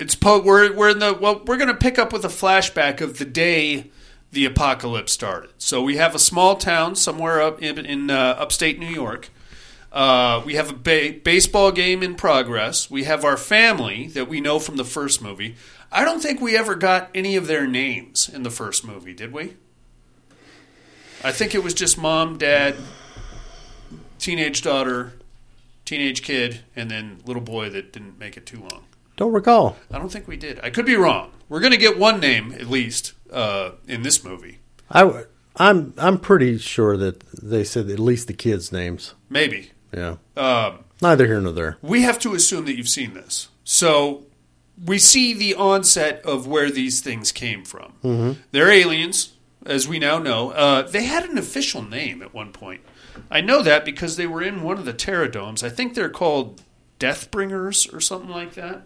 S1: it's po- we're we're in the well, we're going to pick up with a flashback of the day the apocalypse started. So we have a small town somewhere up in, in uh, upstate New York. Uh, we have a ba- baseball game in progress. We have our family that we know from the first movie. I don't think we ever got any of their names in the first movie, did we? I think it was just mom, dad, teenage daughter, teenage kid, and then little boy that didn't make it too long.
S2: Don't recall.
S1: I don't think we did. I could be wrong. We're going to get one name at least uh, in this movie.
S2: I w- I'm I'm pretty sure that they said at least the kids' names.
S1: Maybe.
S2: Yeah.
S1: Um,
S2: Neither here nor there.
S1: we have to assume that you've seen this. So we see the onset of where these things came from. They're aliens, as we now know. Uh, they had an official name at one point. I know that because they were in one of the pterodomes. I think they're called Deathbringers or something like that.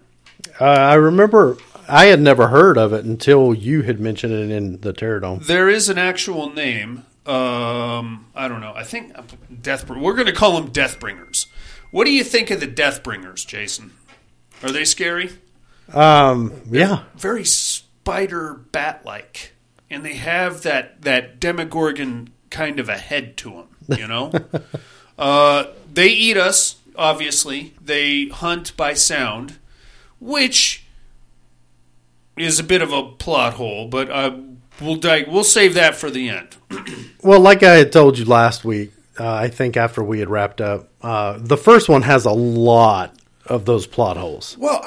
S2: Uh, I remember I had never heard of it until you had mentioned it in the Pterodome.
S1: There is an actual name. Um, I don't know. I think Death. We're going to call them Deathbringers. What do you think of the Deathbringers, Jason? Are they scary?
S2: Um, yeah.
S1: Very spider bat-like, and they have that that Demogorgon kind of a head to them. You know, uh, they eat us. Obviously, they hunt by sound, which is a bit of a plot hole. But uh, we'll dig- we'll save that for the end.
S2: Well, like I had told you last week, uh, I think after we had wrapped up. Uh, the first one has a lot of those plot holes.
S1: Well,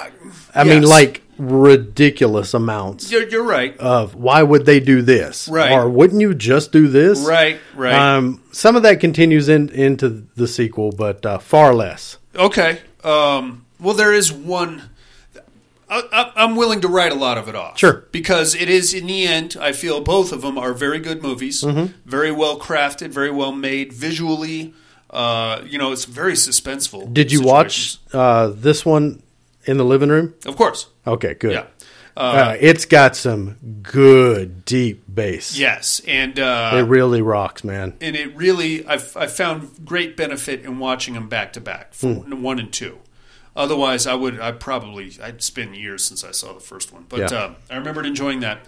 S2: I mean, like ridiculous amounts
S1: You're, you're right.
S2: of why would they do this,
S1: Right.
S2: Or wouldn't you just do this,
S1: Right, right.
S2: Um, some of that continues in into the sequel, but uh, far less.
S1: Okay. Um, well, there is one. I, I, I'm willing to write a lot of it off.
S2: Sure.
S1: Because it is, in the end, I feel both of them are very good movies,
S2: Mhm.
S1: very well crafted, very well made visually. Uh, you know, it's very suspenseful.
S2: Did you watch uh, this one in the living room?
S1: Of course.
S2: Okay, good.
S1: Yeah.
S2: Uh,
S1: Uh,
S2: it's got some good deep bass.
S1: Yes, and uh,
S2: it really rocks, man.
S1: and it really I've, i found great benefit in watching them back to back for one and two otherwise i would i probably i'd been years since i saw the first one but
S2: Yeah.
S1: uh, i remembered enjoying that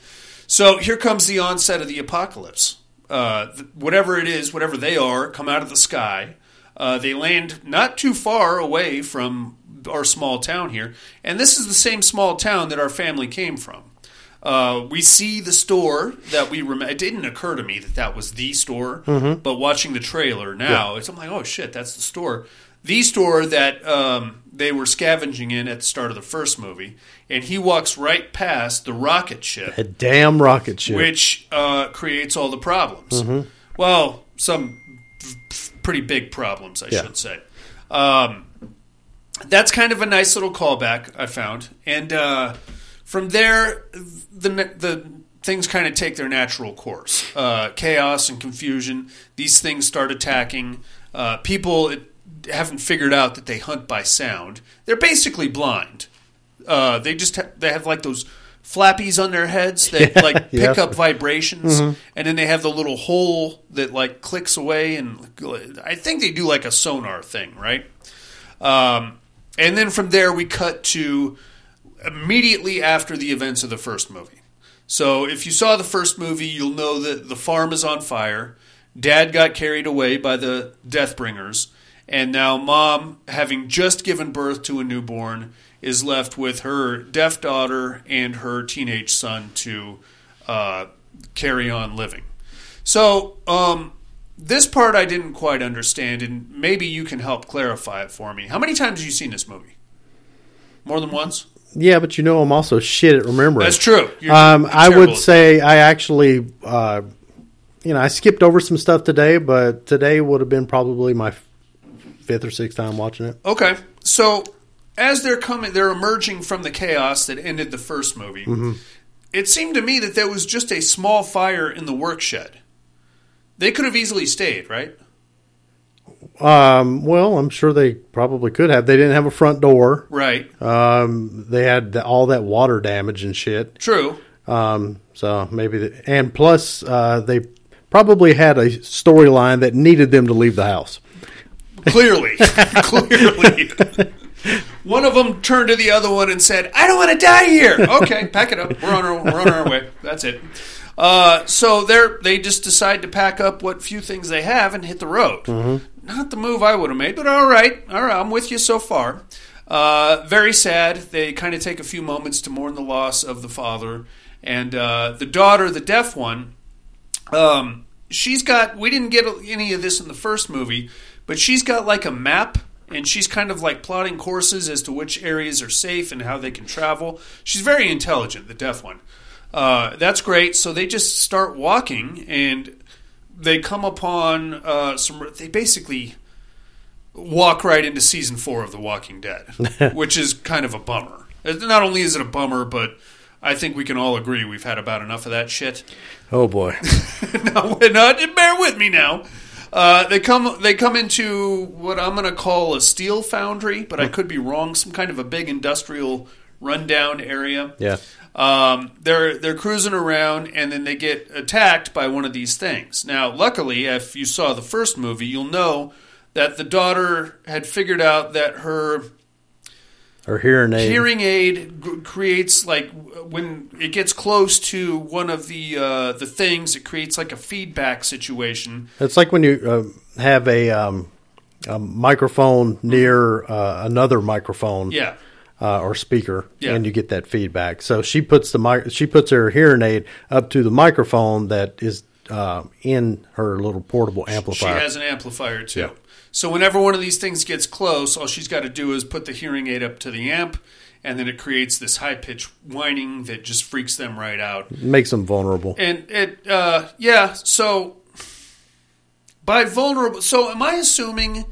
S1: so here comes the onset of the apocalypse uh, th- whatever it is whatever they are come out of the sky uh, they land not too far away from our small town here and this is the same small town that our family came from uh, we see the store that we remember. It didn't occur to me that that was the store,
S2: Mhm.
S1: but watching the trailer now, it's I'm like, oh shit, that's the store. The store that um, they were scavenging in at the start of the first movie, and he walks right past the rocket ship,
S2: A damn rocket ship.
S1: which uh, creates all the problems.
S2: Mhm.
S1: Well, some f- pretty big problems, I
S2: Yeah.
S1: should say. Um, that's kind of a nice little callback I found, and uh, from there, the the things kind of take their natural course. Uh, chaos and confusion. These things start attacking uh, people. It, haven't figured out that they hunt by sound. They're basically blind. Uh, they just ha- they have like those flappies on their heads that
S2: Yeah,
S1: like
S2: yeah.
S1: pick up vibrations,
S2: Mhm.
S1: and then they have the little hole that like clicks away, and I think they do like a sonar thing, right? Um, and then from there we cut to immediately after the events of the first movie. So if you saw the first movie, you'll know that the farm is on fire. Dad got carried away by the Deathbringers, and now mom, having just given birth to a newborn, is left with her deaf daughter and her teenage son to uh, carry on living. So um, this part I didn't quite understand, and maybe you can help clarify it for me. How many times have you seen this movie? More than once.
S2: Yeah, but you know I'm also shit at remembering.
S1: That's true. You're-
S2: Um,
S1: you're
S2: I
S1: terrible
S2: would
S1: at-
S2: say I actually, uh, you know, I skipped over some stuff today, but today would have been probably my f- fifth or sixth time watching it.
S1: Okay, so as they're coming, they're emerging from the chaos that ended the first movie.
S2: hmm
S1: It seemed to me that there was just a small fire in the work shed. They could have easily stayed, right?
S2: Um, well, I'm sure they probably could have. They didn't have a front door,
S1: Right.
S2: Um, they had the, all that water damage and shit.
S1: True.
S2: Um, so maybe, the, and plus, uh, they probably had a storyline that needed them to leave the house.
S1: Clearly, clearly. One of them turned to the other one and said, "I don't want to die here." Okay, pack it up. We're on our we're on our way. That's it. Uh, so they are they just decide to pack up what few things they have and hit the road.
S11: Mm-hmm.
S1: Not the move I would have made, but all right, all right, I'm with you so far. Uh, very sad. They kind of take a few moments to mourn the loss of the father and uh, the daughter, the deaf one. Um, she's got. We didn't get any of this in the first movie, but she's got like a map, and she's kind of like plotting courses as to which areas are safe and how they can travel. She's very intelligent, the deaf one. Uh, that's great. So they just start walking, and they come upon uh, some. They basically walk right into season four of The Walking Dead, which is kind of a bummer. Uh, Not only is it a bummer, but I think we can all agree we've had about enough of that shit.
S2: Oh boy.
S1: no, we're not. uh, Bear with me now. Uh, they come. They come into what I'm going to call a steel foundry, but
S2: Hmm.
S1: I could be wrong. Some kind of a big industrial rundown area.
S2: Yeah.
S1: Um, they're they're cruising around, and then they get attacked by one of these things. Now, luckily, if you saw the first movie, you'll know that the daughter had figured out that her
S2: Or hearing aid.
S1: Hearing aid g- creates like w- when it gets close to one of the uh, the things, it creates like a feedback situation.
S2: It's like when you uh, have a, um, a microphone near uh, another microphone,
S1: Yeah.
S2: uh, or speaker,
S1: Yeah.
S2: and you get that feedback. So she puts the mic- she puts her hearing aid up to the microphone that is uh, in her little portable amplifier.
S1: She has an amplifier too.
S2: Yeah.
S1: So whenever one of these things gets close, all she's got to do is put the hearing aid up to the amp, and then it creates this high pitched whining that just freaks them right out.
S2: Makes them vulnerable.
S1: And it, uh, yeah. So by vulnerable, so am I assuming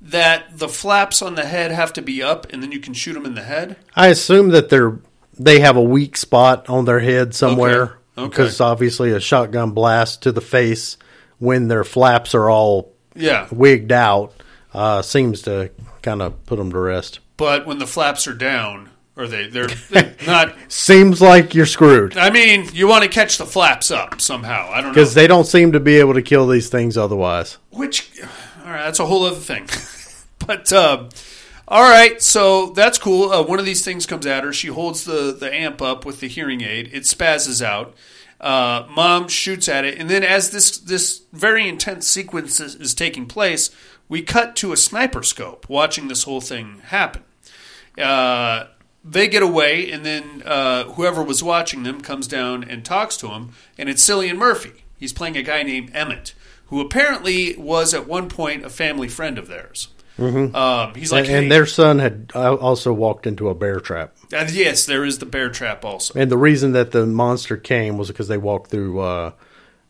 S1: that the flaps on the head have to be up, and then you can shoot them in the head?
S2: I assume that they're they have a weak spot on their head somewhere
S1: Okay, okay.
S2: because obviously a shotgun blast to the face when their flaps are all
S1: Yeah.
S2: wigged out uh, seems to kind of put them to rest.
S1: But when the flaps are down, or they they're, they're not.
S2: Seems like you're screwed
S1: I mean, you want to catch the flaps up somehow. I don't know.
S2: because they don't seem to be able to kill these things otherwise.
S1: Which, all right, that's a whole other thing. but um, all right, so that's cool. Uh, one of these things comes at her. She holds the the amp up with the hearing aid. It spazzes out. Uh, Mom shoots at it, and then as this this very intense sequence is, is taking place, we cut to a sniper scope watching this whole thing happen. Uh, they get away, and then uh, whoever was watching them comes down and talks to him, and it's Cillian Murphy. He's playing a guy named Emmett, who apparently was at one point a family friend of theirs.
S2: Mhm.
S1: Um, he's like,
S2: and, and
S1: "Hey."
S2: their son had uh, also walked into a bear trap.
S1: Uh, yes, there is the bear trap also.
S2: And the reason that the monster came was because they walked through uh,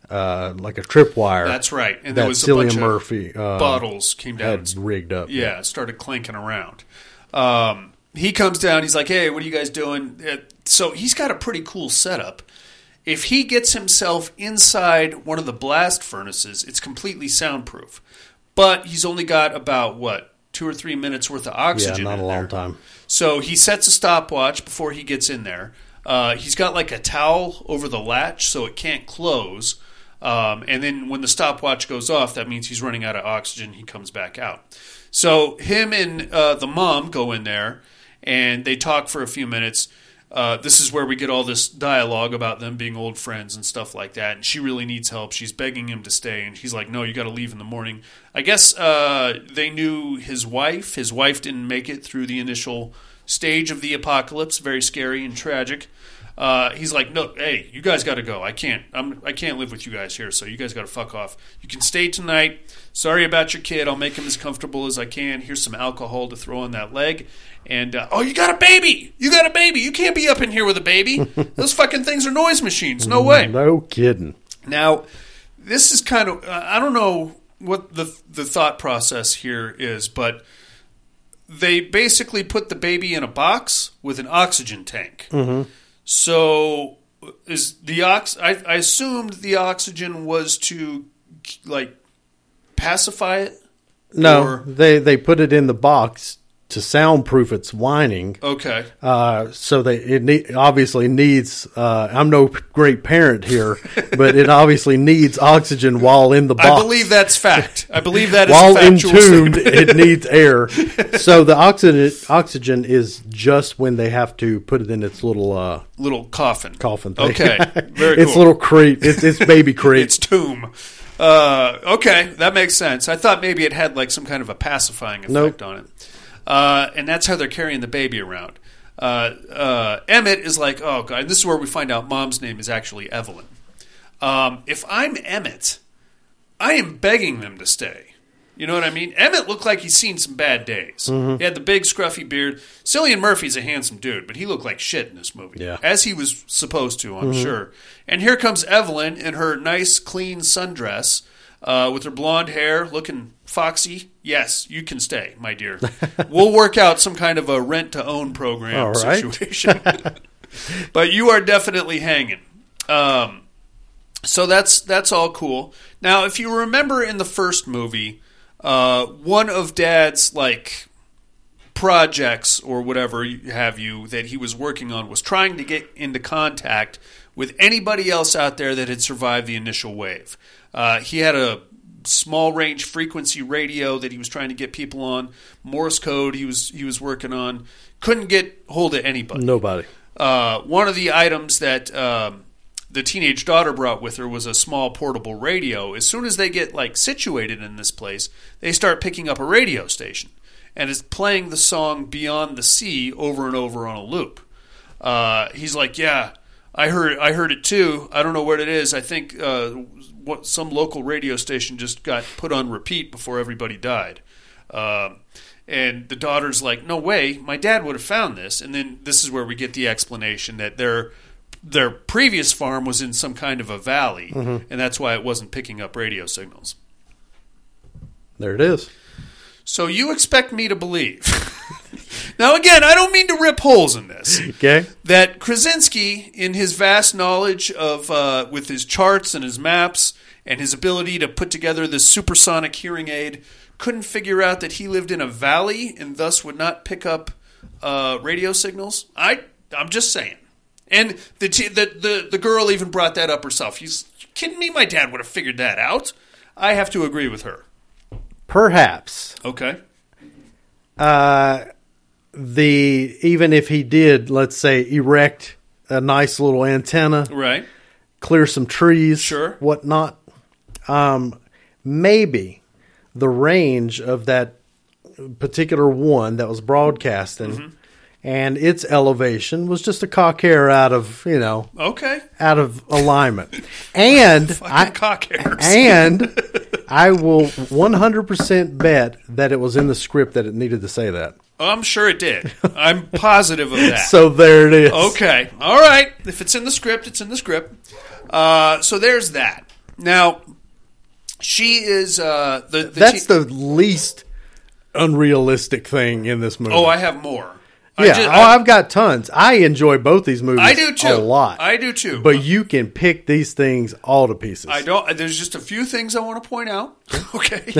S2: uh, like a tripwire.
S1: That's right. And
S2: And
S1: there
S2: that
S1: was a
S2: Cillian
S1: bunch of
S2: Murphy uh,
S1: bottles came down and
S2: had rigged up.
S1: Yeah, it started clanking around. Um, he comes down. He's like, "Hey, what are you guys doing?" Uh, So he's got a pretty cool setup. If he gets himself inside one of the blast furnaces, it's completely soundproof. But he's only got about what two or three minutes worth of oxygen.
S2: yeah, not
S1: in
S2: a long
S1: there.
S2: time.
S1: So he sets a stopwatch before he gets in there. Uh, he's got like a towel over the latch so it can't close. Um, and then when the stopwatch goes off, that means he's running out of oxygen. He comes back out. So him and uh, the mom go in there and they talk for a few minutes. Uh, this is where we get all this dialogue about them being old friends and stuff like that. And she really needs help. She's begging him to stay, and he's like, "No, you got to leave in the morning." I guess uh, they knew his wife. His wife didn't make it through the initial stage of the apocalypse. Very scary and tragic. Uh, he's like, "No, hey, you guys got to go. I can't. I'm. I can't live with you guys here. So you guys got to fuck off. You can stay tonight. Sorry about your kid. I'll make him as comfortable as I can. Here's some alcohol to throw on that leg. And uh, oh, you got a baby. You got a baby. You can't be up in here with a baby. Those fucking things are noise machines. No way.
S2: No kidding.
S1: Now, this is kind of uh, I I don't know what the the thought process here is, but they basically put the baby in a box with an oxygen tank.
S2: Mm-hmm.
S1: So is the ox? I, I assumed the oxygen was to like pacify it.
S2: No,
S1: Or-
S2: they they put it in the box to soundproof its whining.
S1: Okay.
S2: Uh, so they it need, obviously needs. Uh, I'm no great parent here, but it obviously needs oxygen while in the box.
S1: I believe that's fact. I believe that is
S2: while
S1: a factual
S2: entombed,
S1: statement.
S2: it needs air. So the oxygen oxygen is just when they have to put it in its little uh,
S1: little coffin.
S2: coffin thing.
S1: Okay, very
S2: its
S1: cool.
S2: little crate. It's its baby crate.
S1: its tomb. Uh, okay, that makes sense. I thought maybe it had like some kind of a pacifying effect
S2: Nope.
S1: on it, uh, and that's how they're carrying the baby around. Uh, uh, Emmett is like, oh god, and this is where we find out mom's name is actually Evelyn. Um, if I'm Emmett, I am begging them to stay. You know what I mean? Emmett looked like he's seen some bad days.
S2: Mhm.
S1: He had the big scruffy beard. Cillian Murphy's a handsome dude, but he looked like shit in this movie.
S2: Yeah.
S1: As he was supposed to, I'm
S2: Mhm.
S1: sure. And here comes Evelyn in her nice, clean sundress uh, with her blonde hair, looking foxy. Yes, you can stay, my dear. we'll work out some kind of a rent to own program
S2: All right.
S1: situation. but you are definitely hanging. Um, so that's that's all cool. Now, if you remember in the first movie, uh, one of Dad's like projects or whatever you- have you that he was working on was trying to get into contact with anybody else out there that had survived the initial wave. Uh, he had a small range frequency radio that he was trying to get people on. Morse code he was he was working on. Couldn't get hold of anybody.
S2: Nobody.
S1: Uh, one of the items that um, the teenage daughter brought with her was a small portable radio. As soon as they get like situated in this place, they start picking up a radio station and it's playing the song "Beyond the Sea" over and over on a loop. Uh, he's like, "Yeah, I heard I heard it too. I don't know what it is. I think uh, what some local radio station just got put on repeat before everybody died. Um, and the daughter's like, "No way, my dad would have found this." And then this is where we get the explanation that their their previous farm was in some kind of a valley,
S2: Mhm.
S1: and that's why it wasn't picking up radio signals.
S2: There it is.
S1: So you expect me to believe? now again, I don't mean to rip holes in this.
S2: Okay.
S1: that Krasinski, in his vast knowledge of uh, with his charts and his maps and his ability to put together this supersonic hearing aid, couldn't figure out that he lived in a valley and thus would not pick up uh, radio signals. I I'm just saying. And the, t- the the the girl even brought that up herself. He's you kidding me. My dad would have figured that out. I have to agree with her.
S2: Perhaps
S1: Okay.
S2: uh, the even if he did, let's say, erect a nice little antenna,
S1: Right.
S2: clear some trees,
S1: Sure.
S2: whatnot. Um, maybe the range of that particular one that was broadcasting
S1: Mm-hmm.
S2: and its elevation was just a cock hair out of you know
S1: Okay.
S2: out of alignment, and I
S1: cock hairs.
S2: and I will one hundred percent bet that it was in the script that it needed to say that.
S1: I'm sure it did. I'm positive of that.
S2: So there it is.
S1: Okay. All right. If it's in the script, it's in the script. Uh, so there's that. Now, she is uh, the, the
S2: That's
S1: te-
S2: the least unrealistic thing in this movie.
S1: Oh, I have more. I
S2: yeah.
S1: ju-
S2: oh,
S1: I-
S2: I've got tons. I enjoy both these movies.
S1: I do too.
S2: A lot.
S1: I do too.
S2: But you can pick these things all to pieces.
S1: I don't. There's just a few things I want to point out. Okay,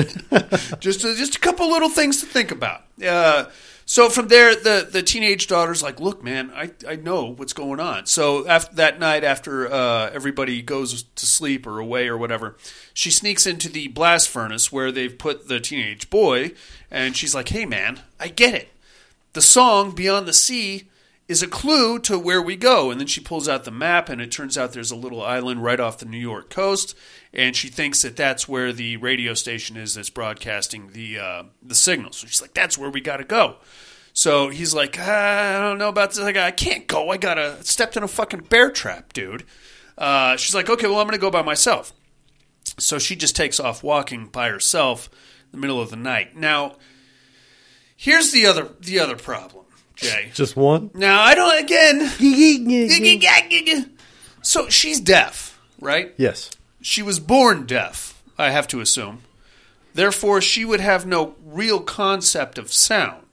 S1: just a, just a couple little things to think about. Uh, so from there, the the teenage daughter's like, "Look, man, I, I know what's going on." So after that night, after uh, everybody goes to sleep or away or whatever, she sneaks into the blast furnace where they've put the teenage boy, and she's like, "Hey, man, I get it. The song Beyond the Sea is a clue to where we go. And then she pulls out the map, and it turns out there's a little island right off the New York coast, and she thinks that that's where the radio station is that's broadcasting the uh, the signal. So she's like, "That's where we got to go." So he's like, "Ah, "I don't know about this. Like, I can't go. I got to stepped in a fucking bear trap, dude." Uh, she's like, "Okay, well, I'm going to go by myself." So she just takes off walking by herself in the middle of the night. Now, here's the other the other problem, Jay.
S2: Just one.
S1: Now I don't again. so she's deaf, right?
S2: Yes.
S1: She was born deaf, I have to assume. Therefore, she would have no real concept of sound.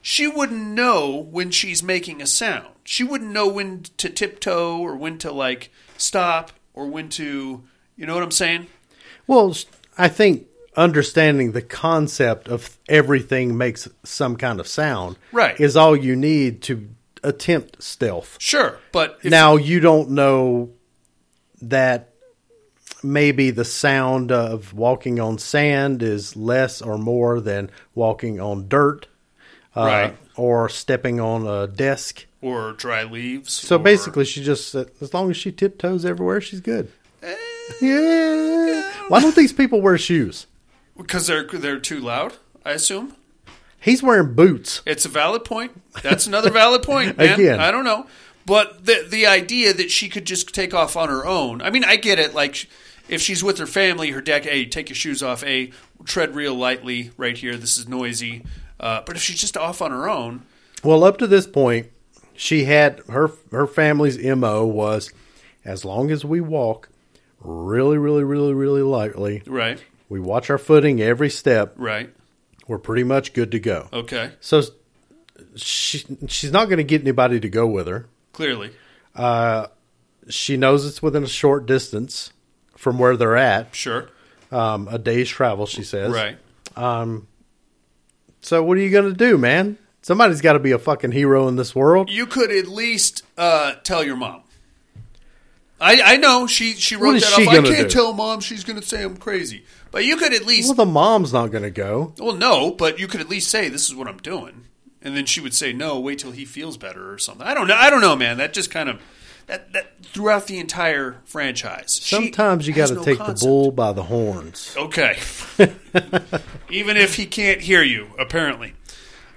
S1: She wouldn't know when she's making a sound. She wouldn't know when to tiptoe or when to like stop or when to, you know what I'm saying?
S2: Well, s- I think understanding the concept of everything makes some kind of sound
S1: Right.
S2: is all you need to attempt stealth.
S1: Sure, but if,
S2: now you don't know that maybe the sound of walking on sand is less or more than walking on dirt uh,
S1: Right.
S2: or stepping on a desk.
S1: or dry leaves.
S2: So
S1: or-
S2: basically, she just said, as long as she tiptoes everywhere, she's good. Eh, yeah. Why don't these people wear shoes?
S1: because they're they're too loud, I assume.
S2: He's wearing boots.
S1: It's a valid point. That's another valid point, man.
S2: Again.
S1: I don't know, but the the idea that she could just take off on her own. I mean, I get it. Like sh- if she's with her family, her deck. Hey, take your shoes off. Hey, tread real lightly right here. This is noisy. Uh, but if she's just off on her own,
S2: Well, up to this point, she had her her family's mo was as long as we walk really, really, really, really lightly,
S1: right,
S2: we watch our footing every step,
S1: right,
S2: we're pretty much good to go.
S1: okay,
S2: So she she's not going to get anybody to go with her.
S1: clearly,
S2: Uh, she knows it's within a short distance from where they're at,
S1: sure,
S2: um, a day's travel. She says,
S1: right.
S2: Um, so what are you going to do, man? Somebody's got to be a fucking hero in this world.
S1: You could at least uh, tell your mom. I, I know she she wrote
S2: What is
S1: that
S2: she
S1: off. I
S2: gonna
S1: can't
S2: do?
S1: tell mom. She's gonna say I'm crazy. But you could at least
S2: Well, the mom's not going to go.
S1: Well, no, but you could at least say this is what I'm doing, and then she would say, "No, wait till he feels better or something." I don't know. I don't know, man. That just kind of that that throughout the entire franchise. she
S2: Sometimes you got
S1: has
S2: to
S1: no
S2: take the
S1: concept.
S2: bull by the horns.
S1: Okay, even if he can't hear you, apparently.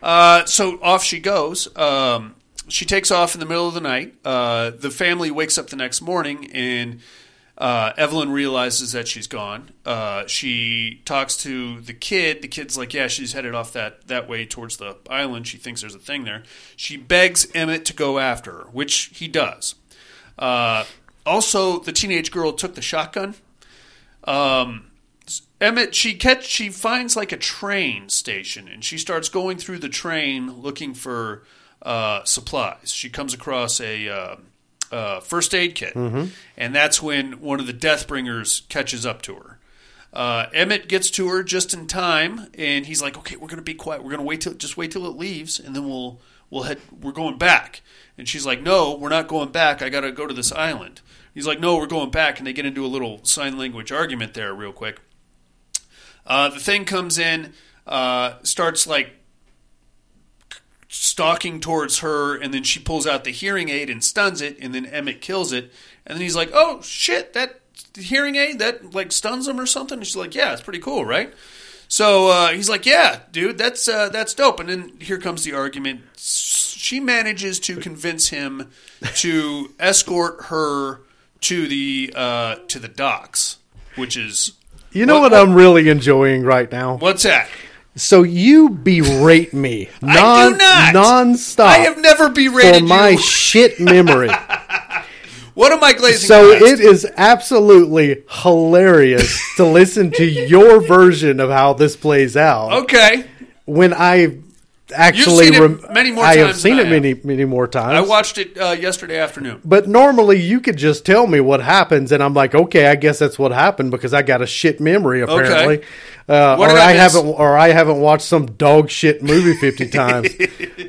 S1: Uh, so off she goes. Um, she takes off in the middle of the night. Uh, the family wakes up the next morning, and uh, Evelyn realizes that she's gone. Uh, she talks to the kid. The kid's like, "Yeah, she's headed off that that way towards the island. She thinks there's a thing there." She begs Emmett to go after her, which he does. Uh, also, the teenage girl took the shotgun. Um, Emmett, she catch she finds like a train station, and she starts going through the train looking for uh, supplies. She comes across a uh, uh, first aid kit,
S2: Mhm.
S1: and that's when one of the Deathbringers catches up to her. Uh, Emmett gets to her just in time, and he's like, "Okay, we're gonna be quiet. We're gonna wait till just wait till it leaves, and then we'll we'll head. We're going back." And she's like, "No, we're not going back. I gotta go to this island." He's like, "No, we're going back," and they get into a little sign language argument there, real quick. Uh, the thing comes in, uh, starts like stalking towards her, and then she pulls out the hearing aid and stuns it, and then Emmett kills it, and then he's like, "Oh shit, that hearing aid that like stuns him or something." And she's like, "Yeah, it's pretty cool, right?" So uh, he's like, "Yeah, dude, that's uh, that's dope." And then here comes the argument. She manages to convince him to escort her to the uh, to the docks, which is
S2: You know what, I'm really enjoying right now?
S1: what's that?
S2: So you berate me non
S1: I do not.
S2: nonstop
S1: I have never
S2: for
S1: berated
S2: my
S1: you.
S2: shit memory.
S1: What am I glazing?
S2: so
S1: past?
S2: it is absolutely hilarious to listen to your version of how this plays out.
S1: okay.
S2: When I actually
S1: You've seen it
S2: rem-
S1: many more
S2: I have
S1: times
S2: seen
S1: than
S2: it
S1: I have.
S2: many many more times.
S1: I watched it uh, yesterday afternoon.
S2: But normally you could just tell me what happens, and I'm like, okay, I guess that's what happened because I got a shit memory apparently, uh,
S1: What
S2: or
S1: did I
S2: I,
S1: miss?
S2: haven't, or I haven't watched some dog shit movie fifty times.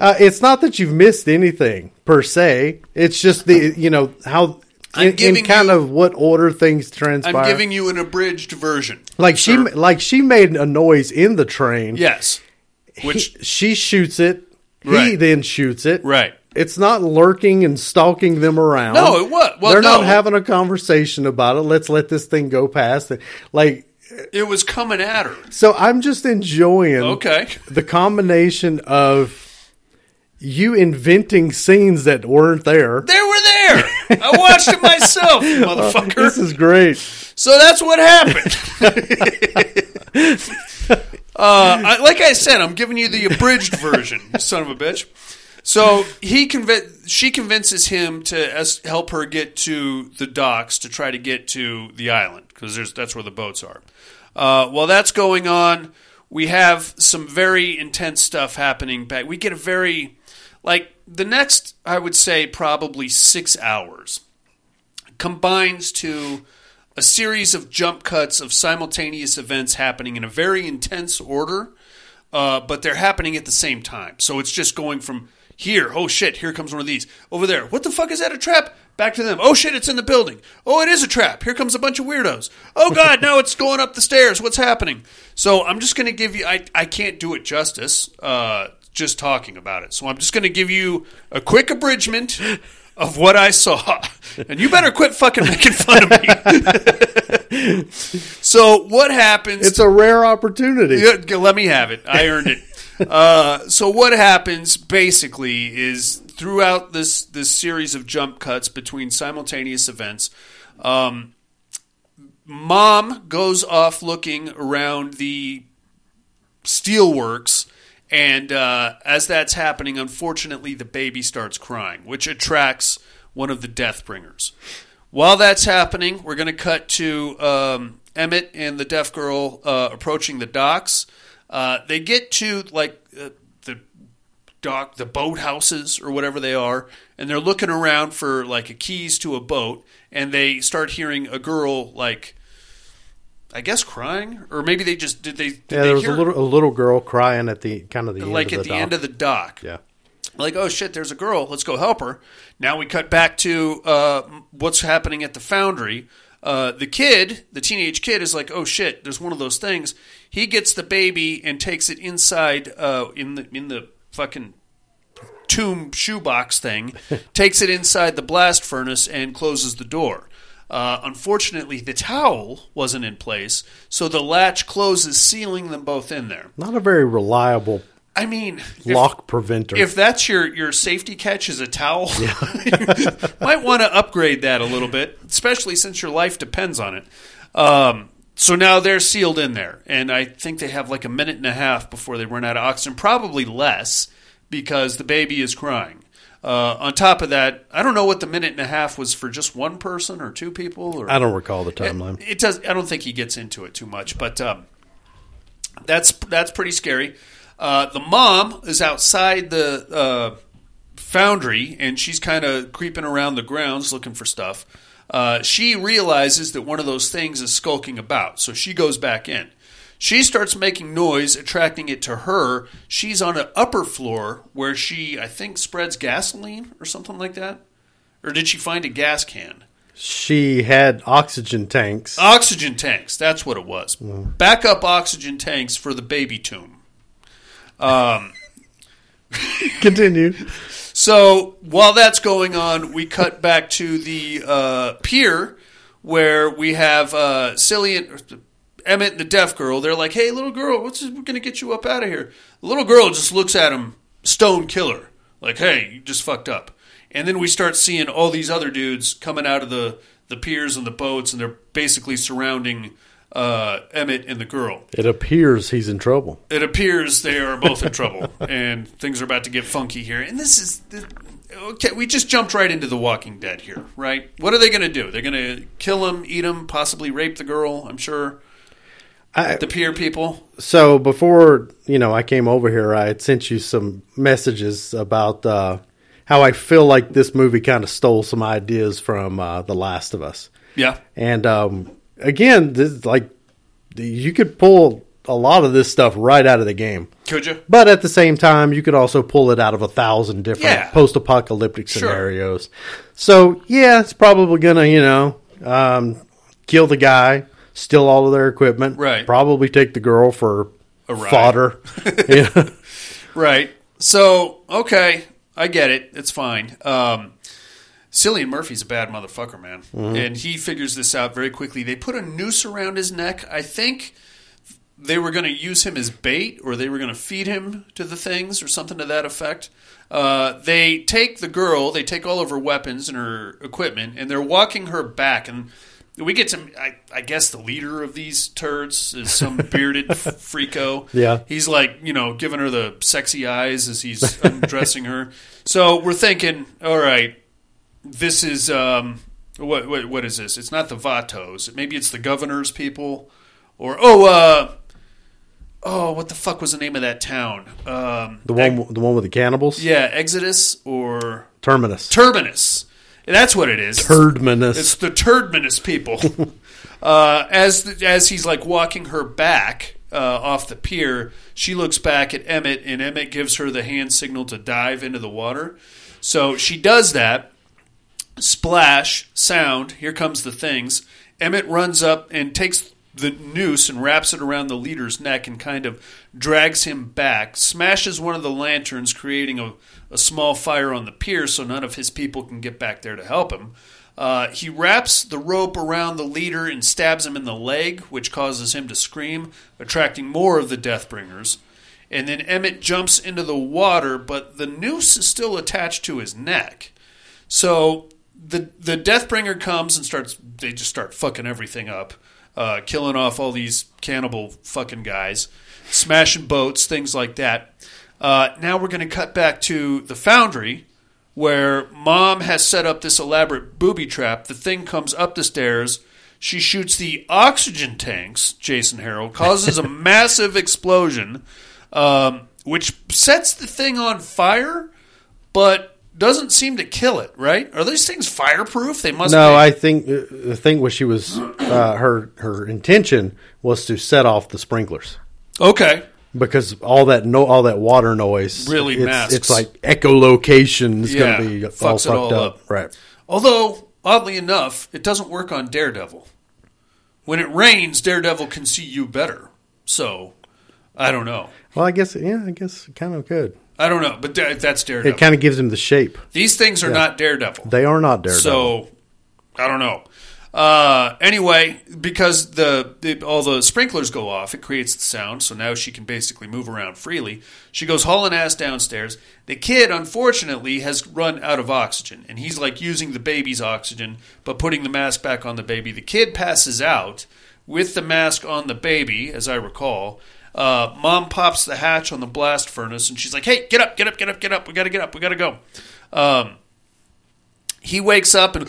S2: uh, it's not that you've missed anything per se. It's just the you know how
S1: I'm
S2: in, in
S1: giving
S2: kind
S1: you-
S2: of what order things transpire.
S1: I'm giving you an abridged version.
S2: like she ma- like she made a noise in the train.
S1: Yes. Which
S2: He- she shoots it. He
S1: Right.
S2: then shoots it.
S1: Right.
S2: It's not lurking and stalking them around.
S1: No, it was- well,
S2: They're
S1: no.
S2: not having a conversation about it. Let's let this thing go past. it. Like
S1: it was coming at her.
S2: so, I'm just enjoying
S1: Okay.
S2: the combination of you inventing scenes that weren't there.
S1: They were there. I watched it myself, you
S2: This
S1: motherfucker.
S2: is great.
S1: So that's what happened. uh, I, like I said, I'm giving you the abridged version, you son of a bitch. So he conv- she convinces him to es- help her get to the docks to try to get to the island because that's where the boats are. Uh, while that's going on, we have some very intense stuff happening. Back we get a very like the next, I would say, probably six hours combines to a series of jump cuts of simultaneous events happening in a very intense order, uh, but they're happening at the same time. So it's just going from here, oh shit, here comes one of these. Over there, what the fuck is that, a trap? Back to them. Oh shit, it's in the building. Oh, it is a trap. Here comes a bunch of weirdos. Oh god, now it's going up the stairs. What's happening? So I'm just going to give you, I, I can't do it justice uh, just talking about it. So I'm just going to give you a quick abridgment of what I saw. And you better quit fucking making fun of me. So what happens?
S2: It's a rare opportunity.
S1: Yeah, let me have it. I earned it. uh, so what happens basically is throughout this this series of jump cuts between simultaneous events, um, mom goes off looking around the steelworks. And uh, as that's happening, unfortunately, the baby starts crying, which attracts one of the Deathbringers. While that's happening, we're going to cut to um, Emmett and the deaf girl uh, approaching the docks. Uh, they get to like uh, the dock, the boat houses or whatever they are, and they're looking around for like a keys to a boat, and they start hearing a girl like, I guess crying, or maybe they just did they? Did
S2: Yeah,
S1: they
S2: there was a
S1: hear-
S2: little a little girl crying at the kind of the
S1: like
S2: end
S1: at
S2: of
S1: the
S2: the dock.
S1: end of the dock.
S2: Yeah.
S1: Like, oh shit, there's a girl. Let's go help her. Now we cut back to uh, what's happening at the foundry. Uh, the kid, the teenage kid, is like, oh shit, there's one of those things. He gets the baby and takes it inside uh, in the in the fucking tomb shoebox thing, takes it inside the blast furnace and closes the door. Uh, unfortunately, the towel wasn't in place, so the latch closes, sealing them both in there.
S2: Not a very reliable
S1: I mean, if-
S2: Lock preventer.
S1: If that's your your safety catch is a towel, you might want to upgrade that a little bit, especially since your life depends on it. Um, so now they're sealed in there, and I think they have like a minute and a half before they run out of oxygen, probably less because the baby is crying. Uh, on top of that, I don't know what the minute and a half was for just one person or two people. Or
S2: I don't recall the
S1: Eh,
S2: timeline.
S1: It, it does. I don't think he gets into it too much, but um, that's that's pretty scary. Uh, the mom is outside the uh, foundry and she's kind of creeping around the grounds looking for stuff. Uh, she realizes that one of those things is skulking about, so she goes back in. She starts making noise, attracting it to her. She's on an upper floor where she, I think, spreads gasoline or something like that. Or did she find a gas can?
S2: She had oxygen tanks.
S1: Oxygen tanks. That's what it was. Backup oxygen tanks for the baby tomb. Um,
S2: Continue.
S1: so while that's going on, we cut back to the uh, pier where we have uh, Cillian, Emmett, and the deaf girl. They're like, "Hey, little girl, what's this, we're gonna get you up out of here." The little girl just looks at him, stone killer, like, "Hey, you just fucked up." And then we start seeing all these other dudes coming out of the the piers and the boats, and they're basically surrounding uh, Emmett and the girl
S2: It appears he's in trouble.
S1: it appears they are both in trouble and things are about to get funky here and this is th- okay we just jumped right into the walking dead here right what are they going to do they're going to kill him eat him possibly rape the girl i'm sure
S2: I-
S1: the peer people
S2: So before you know, I came over here. I had sent you some messages about uh, how I feel like this movie kind of stole some ideas from uh, The Last of Us.
S1: yeah
S2: And um, again, this is like you could pull a lot of this stuff right out of the game.
S1: could you
S2: But at the same time, you could also pull it out of a thousand different
S1: Yeah.
S2: post-apocalyptic
S1: Sure.
S2: scenarios. So yeah, it's probably gonna you know um, kill the guy, steal all of their equipment,
S1: Right.
S2: Probably take the girl for
S1: ride.
S2: fodder. Yeah.
S1: right so okay i get it it's fine um Cillian Murphy's a bad motherfucker, man, and he figures this out very quickly. They put a noose around his neck. I think they were going to use him as bait or they were going to feed him to the things or something to that effect. Uh, they take the girl, they take all of her weapons and her equipment, and they're walking her back. And we get to, I, I guess, the leader of these turds is some bearded freako.
S2: Yeah.
S1: He's like, you know, giving her the sexy eyes as he's undressing her. So we're thinking, all right, this is um, what, what what is this? It's not the Vatos. Maybe it's the governor's people, or oh, uh, oh, what the fuck was the name of that town? Um,
S2: The one, the one with the cannibals,
S1: yeah, Exodus or
S2: terminus,
S1: Terminus. That's what it is. It's
S2: turdminus.
S1: the Turdminus people. uh, as the, as he's like walking her back uh, off the pier, she looks back at Emmett, and Emmett gives her the hand signal to dive into the water. So she does that. Splash sound. Here comes the things. Emmett runs up and takes the noose and wraps it around the leader's neck and kind of drags him back. Smashes one of the lanterns, creating a, a small fire on the pier so none of his people can get back there to help him. Uh, he wraps the rope around the leader and stabs him in the leg, which causes him to scream, attracting more of the Deathbringers. And then Emmett jumps into the water, but the noose is still attached to his neck. So the the Deathbringer comes and starts. They just start fucking everything up, uh, killing off all these cannibal fucking guys, smashing boats, things like that. Uh, now we're going to cut back to the foundry, where Mom has set up this elaborate booby trap. The thing comes up the stairs. She shoots the oxygen tanks. Jason Harold causes a massive explosion, um, which sets the thing on fire but doesn't seem to kill it, right? Are these things fireproof? They must
S2: No,
S1: be.
S2: I think uh, the thing was she was uh, her her intention was to set off the sprinklers.
S1: Okay.
S2: because all that no all that water noise
S1: Really
S2: it's,
S1: masks.
S2: it's like echolocation is
S1: Yeah,
S2: going to be all
S1: fucks
S2: fucked
S1: it all
S2: up.
S1: up.
S2: right
S1: Although, oddly enough, it doesn't work on Daredevil. When it rains, Daredevil can see you better. So, I don't know.
S2: well i guess yeah i guess it kind of could
S1: I don't know, but da- that's Daredevil.
S2: it kind of gives him the shape
S1: These things are
S2: yeah.
S1: not Daredevil.
S2: they are not daredevil
S1: So, I don't know. Uh, anyway, because the, the all the sprinklers go off, it creates the sound. So now she can basically move around freely. She goes hauling ass downstairs. The kid, unfortunately, has run out of oxygen, and he's like using the baby's oxygen, but putting the mask back on the baby. The kid passes out with the mask on the baby, as I recall. Uh, Mom pops the hatch on the blast furnace, and she's like, "Hey, get up, get up, get up, get up. We gotta get up. We gotta go." Um, he wakes up and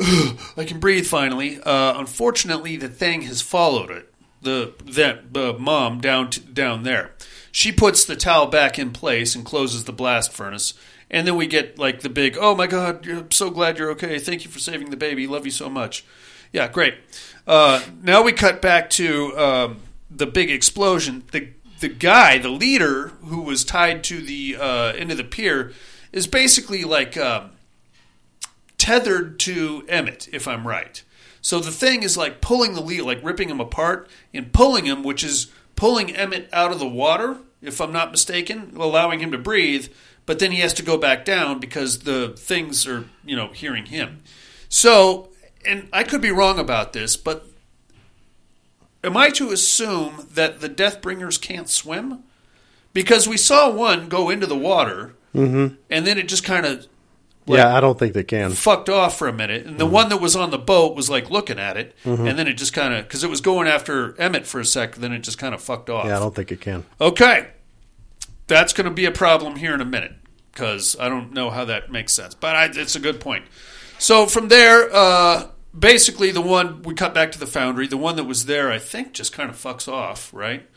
S1: I can breathe finally. Uh, unfortunately, the thing has followed it. The that uh, mom down to, down there. She puts the towel back in place and closes the blast furnace. And then we get like the big, "Oh my God, you're- I'm so glad you're okay. Thank you for saving the baby. Love you so much." Yeah, great. Uh, now we cut back to um, the big explosion. The the guy, the leader who was tied to the uh, end of the pier, is basically like. Um, tethered to Emmett, if I'm right. So the thing is like pulling the lead, like ripping him apart and pulling him, which is pulling Emmett out of the water, if I'm not mistaken, allowing him to breathe. But then he has to go back down because the things are, you know, hearing him. So, and I could be wrong about this, but am I to assume that the Deathbringers can't swim? Because we saw one go into the water
S2: Mm-hmm.
S1: and then it just kind of
S2: yeah, I don't think they can.
S1: fucked off for a minute,
S2: Mm-hmm.
S1: and the one that was on the boat was like looking at it,
S2: Mhm.
S1: and then it just kind of because it was going after Emmett for a sec, then it just kind of fucked off.
S2: Yeah, I don't think it can.
S1: Okay, that's going to be a problem here in a minute because I don't know how that makes sense, but I, it's a good point. So from there, uh, basically the one we cut back to the foundry, the one that was there, I think, just kind of fucks off, right?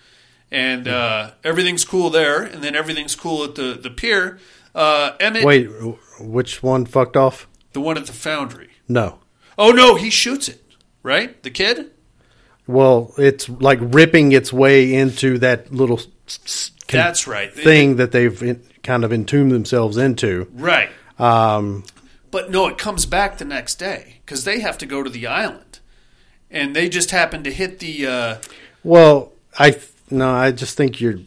S1: And uh, everything's cool there, and then everything's cool at the the pier. Uh, Emmett,
S2: Wait, wh- which one fucked off?
S1: the one at the foundry.
S2: No.
S1: Oh no, he shoots it, right? The kid?
S2: Well, it's like ripping its way into that little s- s- con-
S1: That's right. They-
S2: thing that they've in, kind of entombed themselves into.
S1: Right.
S2: Um,
S1: But no, it comes back the next day cuz they have to go to the island. And they just happen to hit the uh
S2: well, I th- no, I just think you're.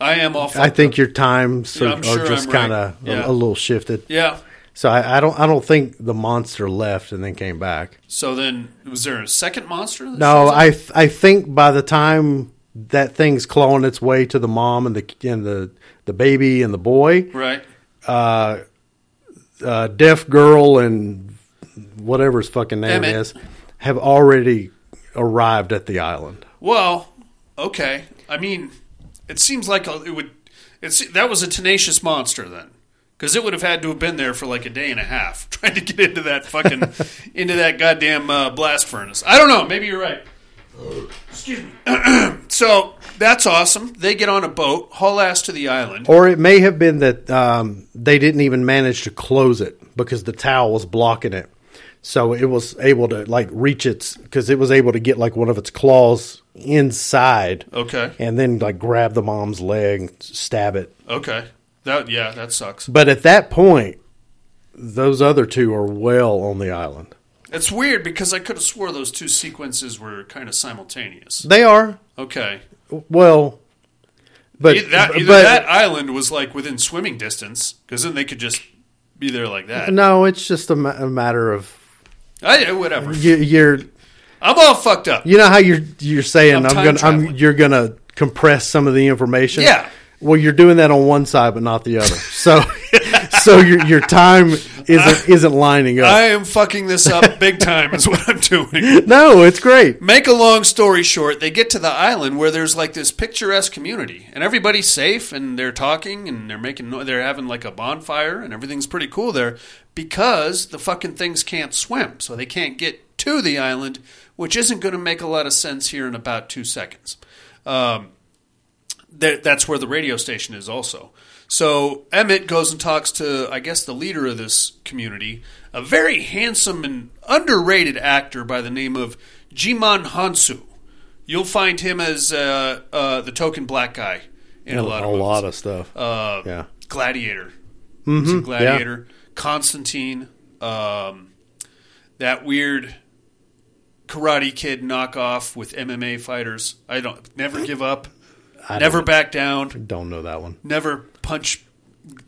S1: I am off.
S2: I think your times
S1: Yeah,
S2: are,
S1: I'm sure
S2: are just
S1: I'm right.
S2: kind of
S1: Yeah.
S2: a, a little shifted.
S1: Yeah.
S2: So I, I don't. I don't think the monster left and then came back.
S1: So then was there a second monster? that
S2: No,
S1: shows up?
S2: I th- I think by the time that thing's clawing its way to the mom and the and the the baby and the boy,
S1: Right.
S2: uh, uh, deaf girl and whatever his fucking name
S1: Emmett.
S2: is have already arrived at the island.
S1: Well, okay. I mean, it seems like a, it would it's that was a tenacious monster then. Cuz it would have had to have been there for like a day and a half trying to get into that fucking into that goddamn uh, blast furnace. I don't know, maybe you're right. Excuse me. so that's awesome. They get on a boat, haul ass to the island.
S2: Or it may have been that um, they didn't even manage to close it because the towel was blocking it. So it was able to like reach its because it was able to get like one of its claws inside
S1: Okay.
S2: and then like grab the mom's leg, and stab it.
S1: Okay. That yeah, that sucks.
S2: But at that point, those other two are well on the island.
S1: It's weird because I could have swore those two sequences were kind of simultaneous.
S2: They are
S1: Okay.
S2: well, but
S1: either that, either
S2: but
S1: that island was like within swimming distance, because then they could just be there like that.
S2: no, it's just a, ma- a matter of
S1: I, eh, whatever.
S2: you, you're.
S1: I'm all fucked up.
S2: You know how you're you're saying
S1: I'm time
S2: I'm, gonna I'm, you're gonna compress some of the information.
S1: Yeah.
S2: Well, you're doing that on one side, but not the other. So, so your your time isn't isn't lining up.
S1: I am fucking this up big time, is what I'm doing.
S2: no, it's great.
S1: Make a long story short, they get to the island where there's like this picturesque community, and everybody's safe, and they're talking, and they're making, no- they're having like a bonfire, and everything's pretty cool there because the fucking things can't swim, so they can't get to the island, which isn't going to make a lot of sense here in about two seconds. Um, that that's where the radio station is also. So Emmett goes and talks to, I guess, the leader of this community, a very handsome and underrated actor by the name of Jimon Hansu. You'll find him as uh, uh, the token black guy in a lot of movies.
S2: stuff.
S1: Uh,
S2: yeah.
S1: Gladiator.
S2: Mhm,
S1: He's in
S2: yeah.
S1: Gladiator. Constantine. Um, that weird Karate Kid knockoff with MMA fighters. I don't never give up.
S2: I
S1: never
S2: don't-
S1: back down.
S2: Don't know that one.
S1: Never punch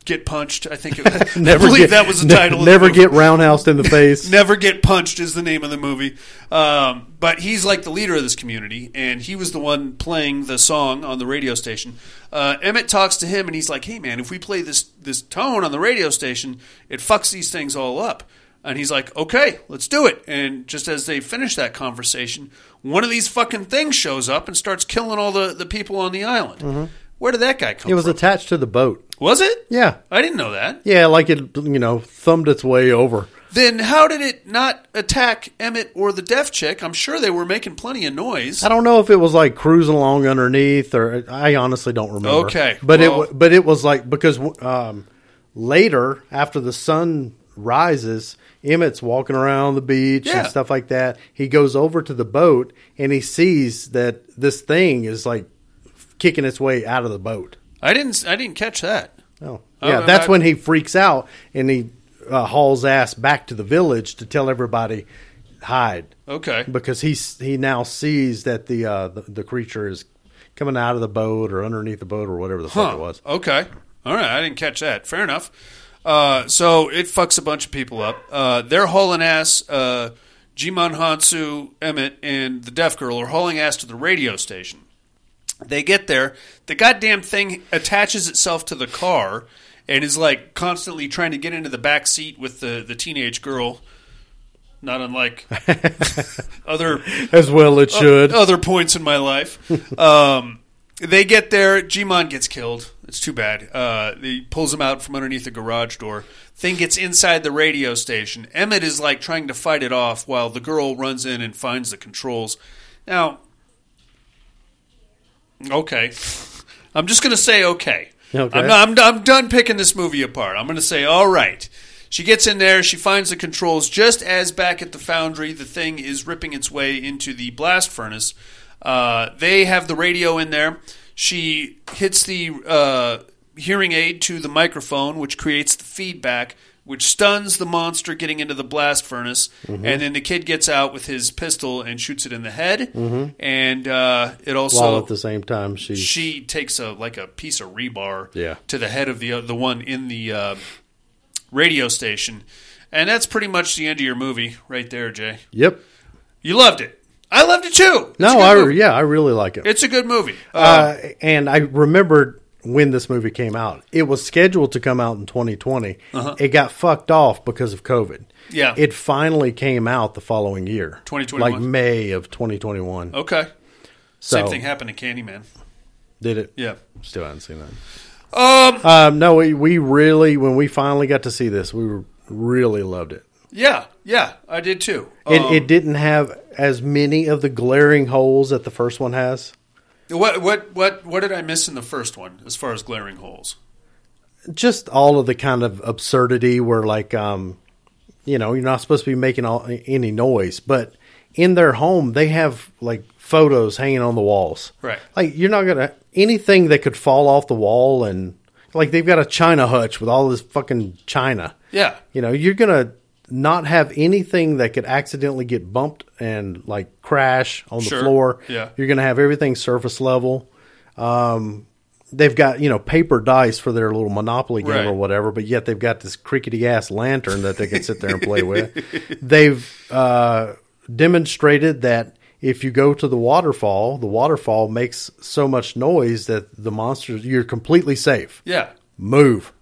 S1: Get punched. I think it was.
S2: Never
S1: I believe
S2: get,
S1: that was the
S2: ne-
S1: title. of the
S2: Never
S1: movie.
S2: get roundhoused in the face.
S1: Never Get Punched is the name of the movie. Um, but he's like the leader of this community, and he was the one playing the song on the radio station. Uh, Emmett talks to him, and he's like, hey, man, if we play this, this tone on the radio station, it fucks these things all up. And he's like, okay, let's do it. And just as they finish that conversation, one of these fucking things shows up and starts killing all the, the people on the island. Where did that guy come
S2: Mm-hmm. It was
S1: from?
S2: attached to the boat.
S1: was it?
S2: Yeah.
S1: I didn't know that.
S2: Yeah, like it, you know, thumbed its way over.
S1: Then how did it not attack Emmett or the deaf chick? I'm sure they were making plenty of noise.
S2: I don't know if it was like cruising along underneath, or I honestly don't remember.
S1: Okay,
S2: but it
S1: well-
S2: wa- but it was like because um, later after the sun rises, Emmett's walking around the beach
S1: Yeah.
S2: and stuff like that. He goes over to the boat and he sees that this thing is like kicking its way out of the boat.
S1: I didn't. I didn't catch that.
S2: Oh,
S1: Oh,
S2: yeah,
S1: and
S2: that's
S1: I-
S2: when he freaks out and he uh, hauls ass back to the village to tell everybody hide
S1: Okay.
S2: because he's he now sees that the uh, the, the creature is coming out of the boat or underneath the boat or whatever the fuck
S1: Huh.
S2: it was.
S1: Okay. All right. I didn't catch that. Fair enough. Uh, so it fucks a bunch of people up. Uh, they're hauling ass. Uh, Jimon Hansu, Emmett, and the deaf girl are hauling ass to the radio station. They get there. The goddamn thing attaches itself to the car and is like constantly trying to get into the back seat with the, the teenage girl. Not unlike other
S2: As well,
S1: Uh,
S2: it should.
S1: other points in my life. um, they get there. Gmon gets killed. It's too bad. Uh, he pulls him out from underneath the garage door. Thing gets inside the radio station. Emmett is like trying to fight it off while the girl runs in and finds the controls. Now, okay, I'm just gonna say okay.
S2: Okay.
S1: I'm, not- I'm, I'm done picking this movie apart. I'm gonna say all right. She gets in there. She finds the controls. Just as back at the foundry, the thing is ripping its way into the blast furnace. Uh, they have the radio in there. She hits the uh, hearing aid to the microphone, which creates the feedback, which stuns the monster getting into the blast furnace.
S2: Mm-hmm.
S1: And then the kid gets out with his pistol and shoots it in the head. And uh, it also
S2: Mm-hmm. While at the same time, she,
S1: she takes a like a piece of rebar
S2: Mm-hmm. Yeah.
S1: to the head of the the one in the uh, radio station, and that's pretty much the end of your movie right there, Jay.
S2: yep.
S1: You loved it. I loved it too. It's a
S2: No,
S1: good
S2: I
S1: movie.
S2: yeah, I really like it.
S1: It's a good movie. Uh,
S2: uh, and I remembered when this movie came out. It was scheduled to come out in 2020. It got fucked off because of COVID.
S1: Uh-huh. Yeah.
S2: It finally came out the following year,
S1: 2021.
S2: like May of 2021.
S1: okay.
S2: so,
S1: Oh, Same thing happened to Candyman.
S2: Did it?
S1: Yeah.
S2: Still haven't seen that. Um, no, we, we really when we finally got to see this, we were, really loved it.
S1: Yeah. Yeah. I did too. Uh,
S2: It, it didn't have as many of the glaring holes that the first one has.
S1: What what what what did I miss in the first one as far as glaring holes?
S2: Just all of the kind of absurdity where like um, you know, you're not supposed to be making all, any noise, but in their home they have like photos hanging on the walls.
S1: Right.
S2: Like you're not gonna anything that could fall off the wall and like they've got a china hutch with all this fucking china.
S1: Yeah.
S2: you know you're gonna not have anything that could accidentally get bumped and like crash on
S1: Sure.
S2: the floor
S1: Yeah.
S2: you're gonna have everything surface level um they've got you know paper dice for their little monopoly game
S1: Right.
S2: or whatever but yet they've got this crickety ass lantern that they can sit there and play with they've uh demonstrated that if you go to the waterfall the waterfall makes so much noise that the monsters you're completely safe
S1: Yeah.
S2: move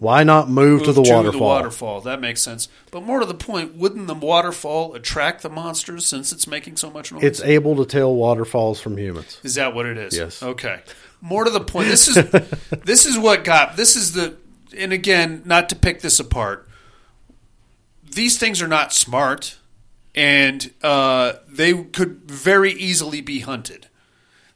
S2: why not move, to the
S1: To the
S2: waterfall
S1: waterfall. That makes sense. But more to the point, wouldn't the waterfall attract the monsters since it's making so much noise?
S2: It's able to tell waterfalls from humans.
S1: is that what it is?
S2: Yes.
S1: Okay. More to the point, this is this is what got this is the and again, not to pick this apart. These things are not smart, and uh, they could very easily be hunted.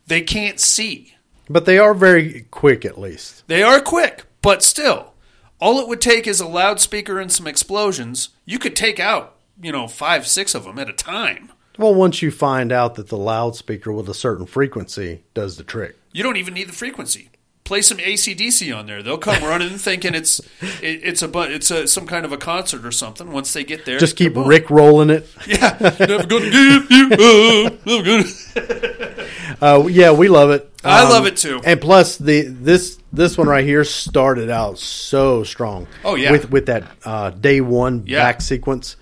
S1: They can't see.
S2: But they are very quick, at least.
S1: They are quick, but still, all it would take is a loudspeaker and some explosions. You could take out, you know, five, six of them at a time.
S2: Well, once you find out that the loudspeaker with a certain frequency does the trick.
S1: You don't even need the frequency. Play some ACDC on there. They'll come running thinking it's it, it's a bu- it's a, some kind of a concert or something. Once they get there,
S2: Just keep
S1: they're
S2: Rick rolling it.
S1: uh, booked. Yeah, never gonna give you up. Never gonna-
S2: Uh, yeah, we love it. Um,
S1: I love it too.
S2: And plus the this this one right here started out so strong.
S1: Oh, yeah.
S2: with with that uh, day one
S1: Yeah.
S2: back sequence,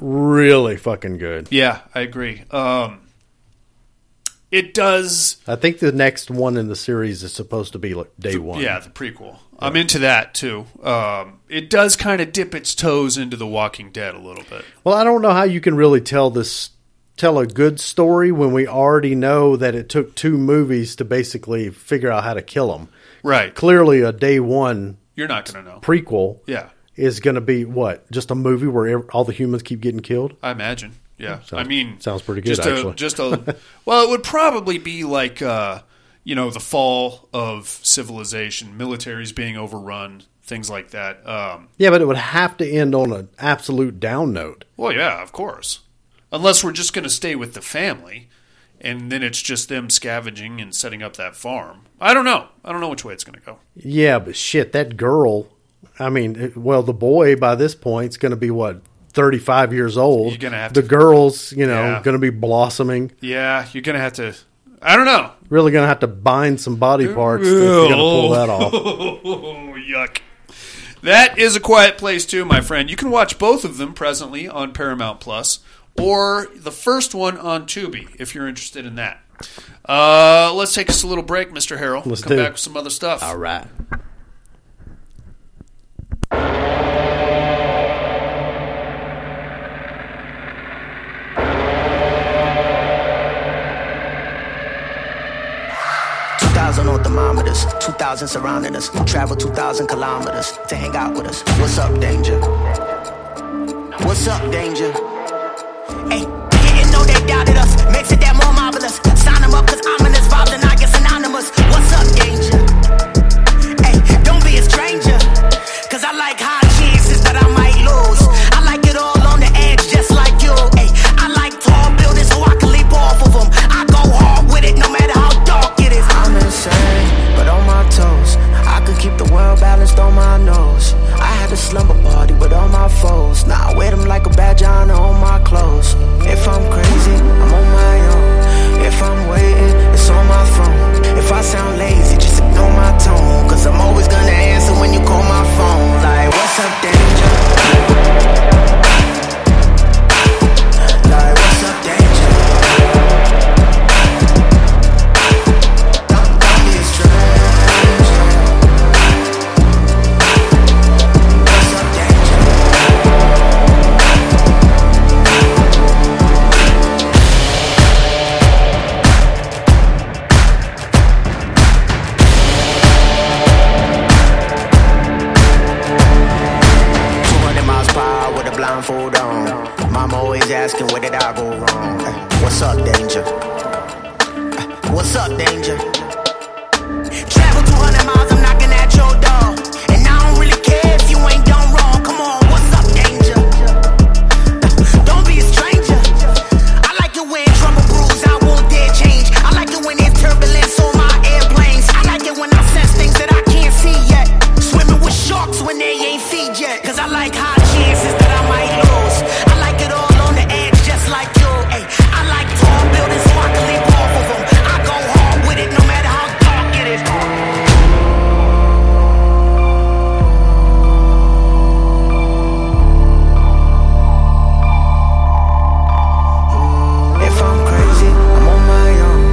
S2: really fucking good.
S1: Yeah, I agree. Um, it does.
S2: I think the next one in the series is supposed to be like day one.
S1: Yeah, the prequel. I'm into that too. Um, it does kind of dip its toes into The Walking Dead a little bit.
S2: Well, I don't know how you can really tell this tell a good story when we already know that it took two movies to basically figure out how to kill them.
S1: Right.
S2: Clearly, a day one
S1: You're not going to know.
S2: prequel
S1: Yeah,
S2: is going to be what? Just a movie where ev- all the humans keep getting killed?
S1: I imagine. Yeah.
S2: Sounds-
S1: I mean,
S2: sounds pretty good,
S1: just a,
S2: actually.
S1: Just a. well, it would probably be like, uh, you know, the fall of civilization, militaries being overrun, things like that. Um,
S2: Yeah, but it would have to end on an absolute down note.
S1: well, yeah, of course. Unless we're just going to stay with the family, and then it's just them scavenging and setting up that farm. I don't know. I don't know which way it's going to go.
S2: Yeah, but shit, that girl. I mean, it- well, the boy by this point is going to be what thirty five years old.
S1: You're gonna have
S2: the
S1: to-
S2: girls, you know,
S1: Yeah.
S2: going to be blossoming.
S1: Yeah, you're going to have to. I don't know.
S2: Really going to have to bind some body parts if you're going to pull that off.
S1: Yuck. That is a quiet place too, my friend. You can watch both of them presently on Paramount Plus or the first one on Tubi if you're interested in that. Uh, let's take us a little break, Mr. Harrell.
S2: Let's
S1: Come
S2: do.
S1: back with some other stuff.
S2: All right.
S11: Two thousand on thermometers, two thousand surrounding us. You travel two thousand kilometers to hang out with us. What's up, danger? What's up, danger? Hey, they didn't know they doubted us. Makes it that more marvelous. Sign them up, cause ominous vibes and I get synonymous. What's up, danger? Hey, don't be a stranger. Cause I like high chances that I might lose. I like it all on the edge, just like you. Hey, I like tall buildings so I can leap off of them. I go hard with it no matter how dark it is. I'm insane, but on my toes. I could keep the world balanced on my nose. I had a slumber party with all my foes. Now I wear them like a badge of honor on my clothes. If I'm crazy, I'm on my own. If I'm waiting, it's on my phone. If I sound lazy, just ignore my tone. Cause I'm always gonna answer when you call my phone. Like, what's up, danger? Like, what's up, danger? Don't, don't be a stranger. What's up, danger? Two hundred miles per hour with a blindfold on. Mama always asking, where did I go wrong? Eh, What's up, danger? Eh, What's up, danger? Travel 200 miles, I'm knocking at your door. And I don't really care if you ain't done wrong. Come on, what's up, danger? Eh, Don't be a stranger. I like it when trouble brews, I won't dare change. I like it when there's turbulence on my airplanes. I like it when I sense things that I can't see yet. Swimming with sharks when they ain't feed yet. Cause I like high chances that I might lose. I like it all on the edge, just like you. Ay, I like tall buildings, so I can leap off of them. I go hard with it, no matter how dark it is. If I'm crazy, I'm on my own.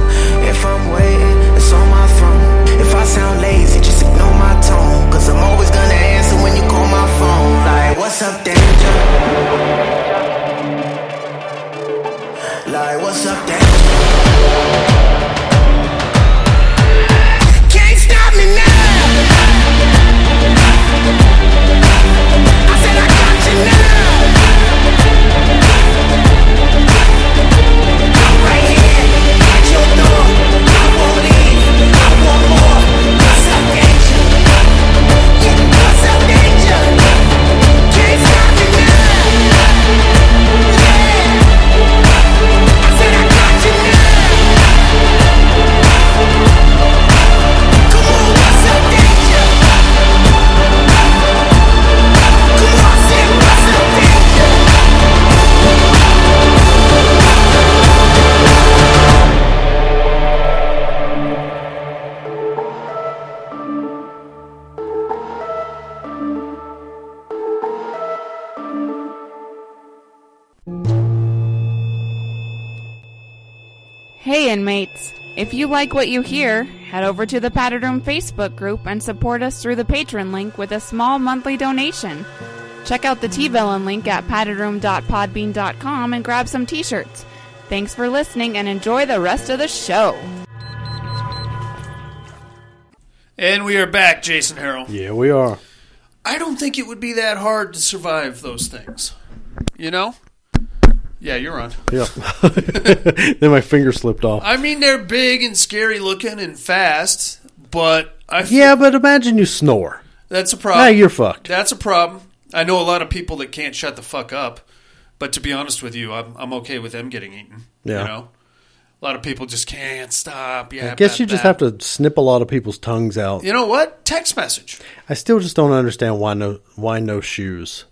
S11: If I'm waiting, it's on my phone. If I sound lazy, just ignore my tone. Cause I'm always gonna answer when you call my phone. Like, what's up, danger? Like, what's up, danger? Can't stop me now. I said I got you now. Can't stop
S3: Hey, inmates. If you like what you hear, head over to the Padded Room Facebook group and support us through the patron link with a small monthly donation. Check out the T-Villain link at paddedroom.podbean.com and grab some t-shirts. Thanks for listening and enjoy the rest of the show.
S1: And we are back, Jason Harrell.
S2: Yeah, we are.
S1: I don't think it would be that hard to survive those things. You know? Yeah, you're on.
S2: Yeah. then my finger slipped off.
S1: I mean, they're big and scary looking and fast, but I f-
S2: Yeah, but imagine you snore.
S1: that's a problem.
S2: Now you're fucked.
S1: That's a problem. I know a lot of people that can't shut the fuck up, but to be honest with you, I'm, I'm okay with them getting eaten.
S2: Yeah.
S1: You know? A lot of people just can't stop. Yeah,
S2: I guess you just have to snip a lot of people's tongues out.
S1: You know what? Text message.
S2: I still just don't understand why no why no shoes.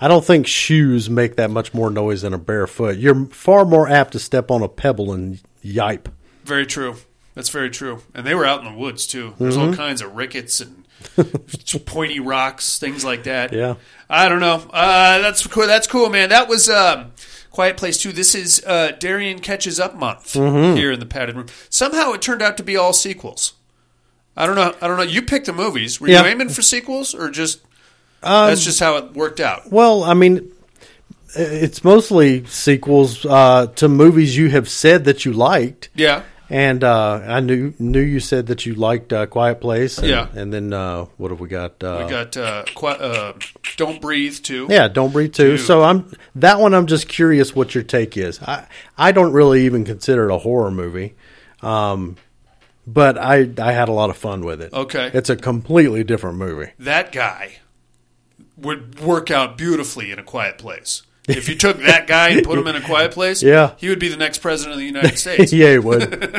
S2: I don't think shoes make that much more noise than a bare foot. You're far more apt to step on a pebble and yipe.
S1: Very true. That's very true. And they were out in the woods too. There's all
S2: Mhm.
S1: kinds of rickets and pointy rocks, things like that.
S2: Yeah.
S1: I don't know. Uh, that's cool. That's cool, man. That was um, Quiet Place too. This is uh, Darian catches up month
S2: Mhm.
S1: here in the padded room. Somehow it turned out to be all sequels. I don't know. I don't know. You picked the movies. Were
S2: Yeah.
S1: you aiming for sequels or just?
S2: Um,
S1: that's just how it worked out.
S2: Well, I mean, it's mostly sequels uh, to movies you have said that you liked.
S1: Yeah.
S2: And uh, I knew knew you said that you liked uh, Quiet Place. And,
S1: Yeah.
S2: And then uh, what have we got? Uh,
S1: We got uh, Qui- uh, Don't Breathe too.
S2: Yeah, Don't Breathe too. So I'm that one. I'm just curious what your take is. I I don't really even consider it a horror movie, um, but I I had a lot of fun with it.
S1: Okay.
S2: it's a completely different movie.
S1: that guy would work out beautifully in a quiet place. If you took that guy and put him in a quiet place,
S2: Yeah.
S1: he would be the next president of the United States.
S2: Yeah, he would.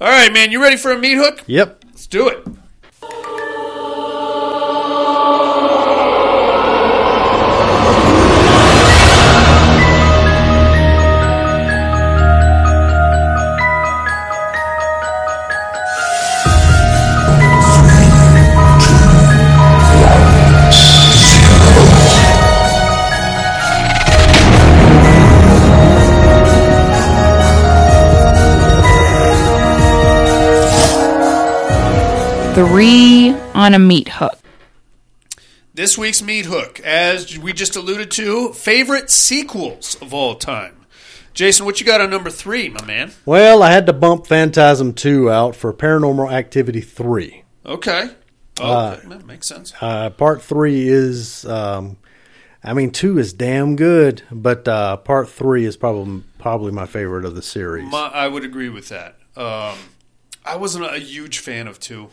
S1: All right, man, you ready for a meat hook?
S2: Yep.
S1: Let's do it.
S3: Three on a meat hook.
S1: This week's meat hook, as we just alluded to, favorite sequels of all time. Jason, what you got on number three, my man?
S2: Well, I had to bump Phantasm two out for Paranormal Activity three.
S1: Okay. Oh,
S2: Uh,
S1: that makes sense.
S2: Uh, part three is, um, I mean, two is damn good, but uh, part three is probably probably my favorite of the series.
S1: My, I would agree with that. Um, I wasn't a huge fan of two.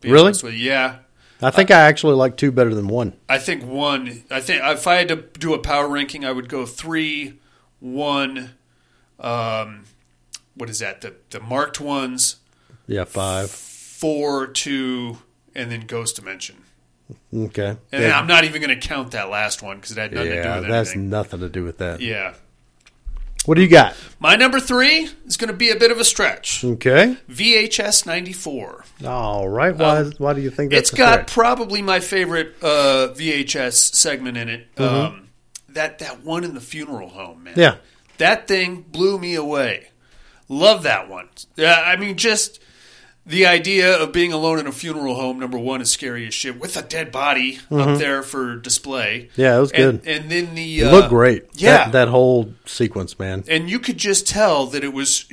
S1: be
S2: Really?
S1: honest with you. Yeah.
S2: I
S1: uh,
S2: think I actually like two better than one.
S1: I think one. I think if I had to do a power ranking, I would go three, one. Um, what is that? The the marked ones,
S2: Yeah, five.
S1: four, two, and then Ghost Dimension.
S2: Okay.
S1: And then I'm not even going to count that last one because it had nothing to do
S2: yeah,
S1: with
S2: that's
S1: anything.
S2: nothing to do with that.
S1: Yeah,
S2: What do you got?
S1: my number three is going to be a bit of a stretch.
S2: Okay.
S1: VHS ninety four.
S2: All right. Why? is- why do you think that's
S1: Um, It's got
S2: correct?
S1: probably my favorite uh, VHS segment in it.
S2: Mhm.
S1: Um, that that one in the funeral home, man.
S2: Yeah.
S1: That thing blew me away. Love that one. Yeah, I mean, just the idea of being alone in a funeral home, number one, is scary as shit with a dead body
S2: Mhm.
S1: up there for display.
S2: Yeah, it was
S1: And-
S2: good.
S1: And then the.
S2: It
S1: uh,
S2: looked great.
S1: Yeah.
S2: That, that whole sequence, man.
S1: and you could just tell that it was.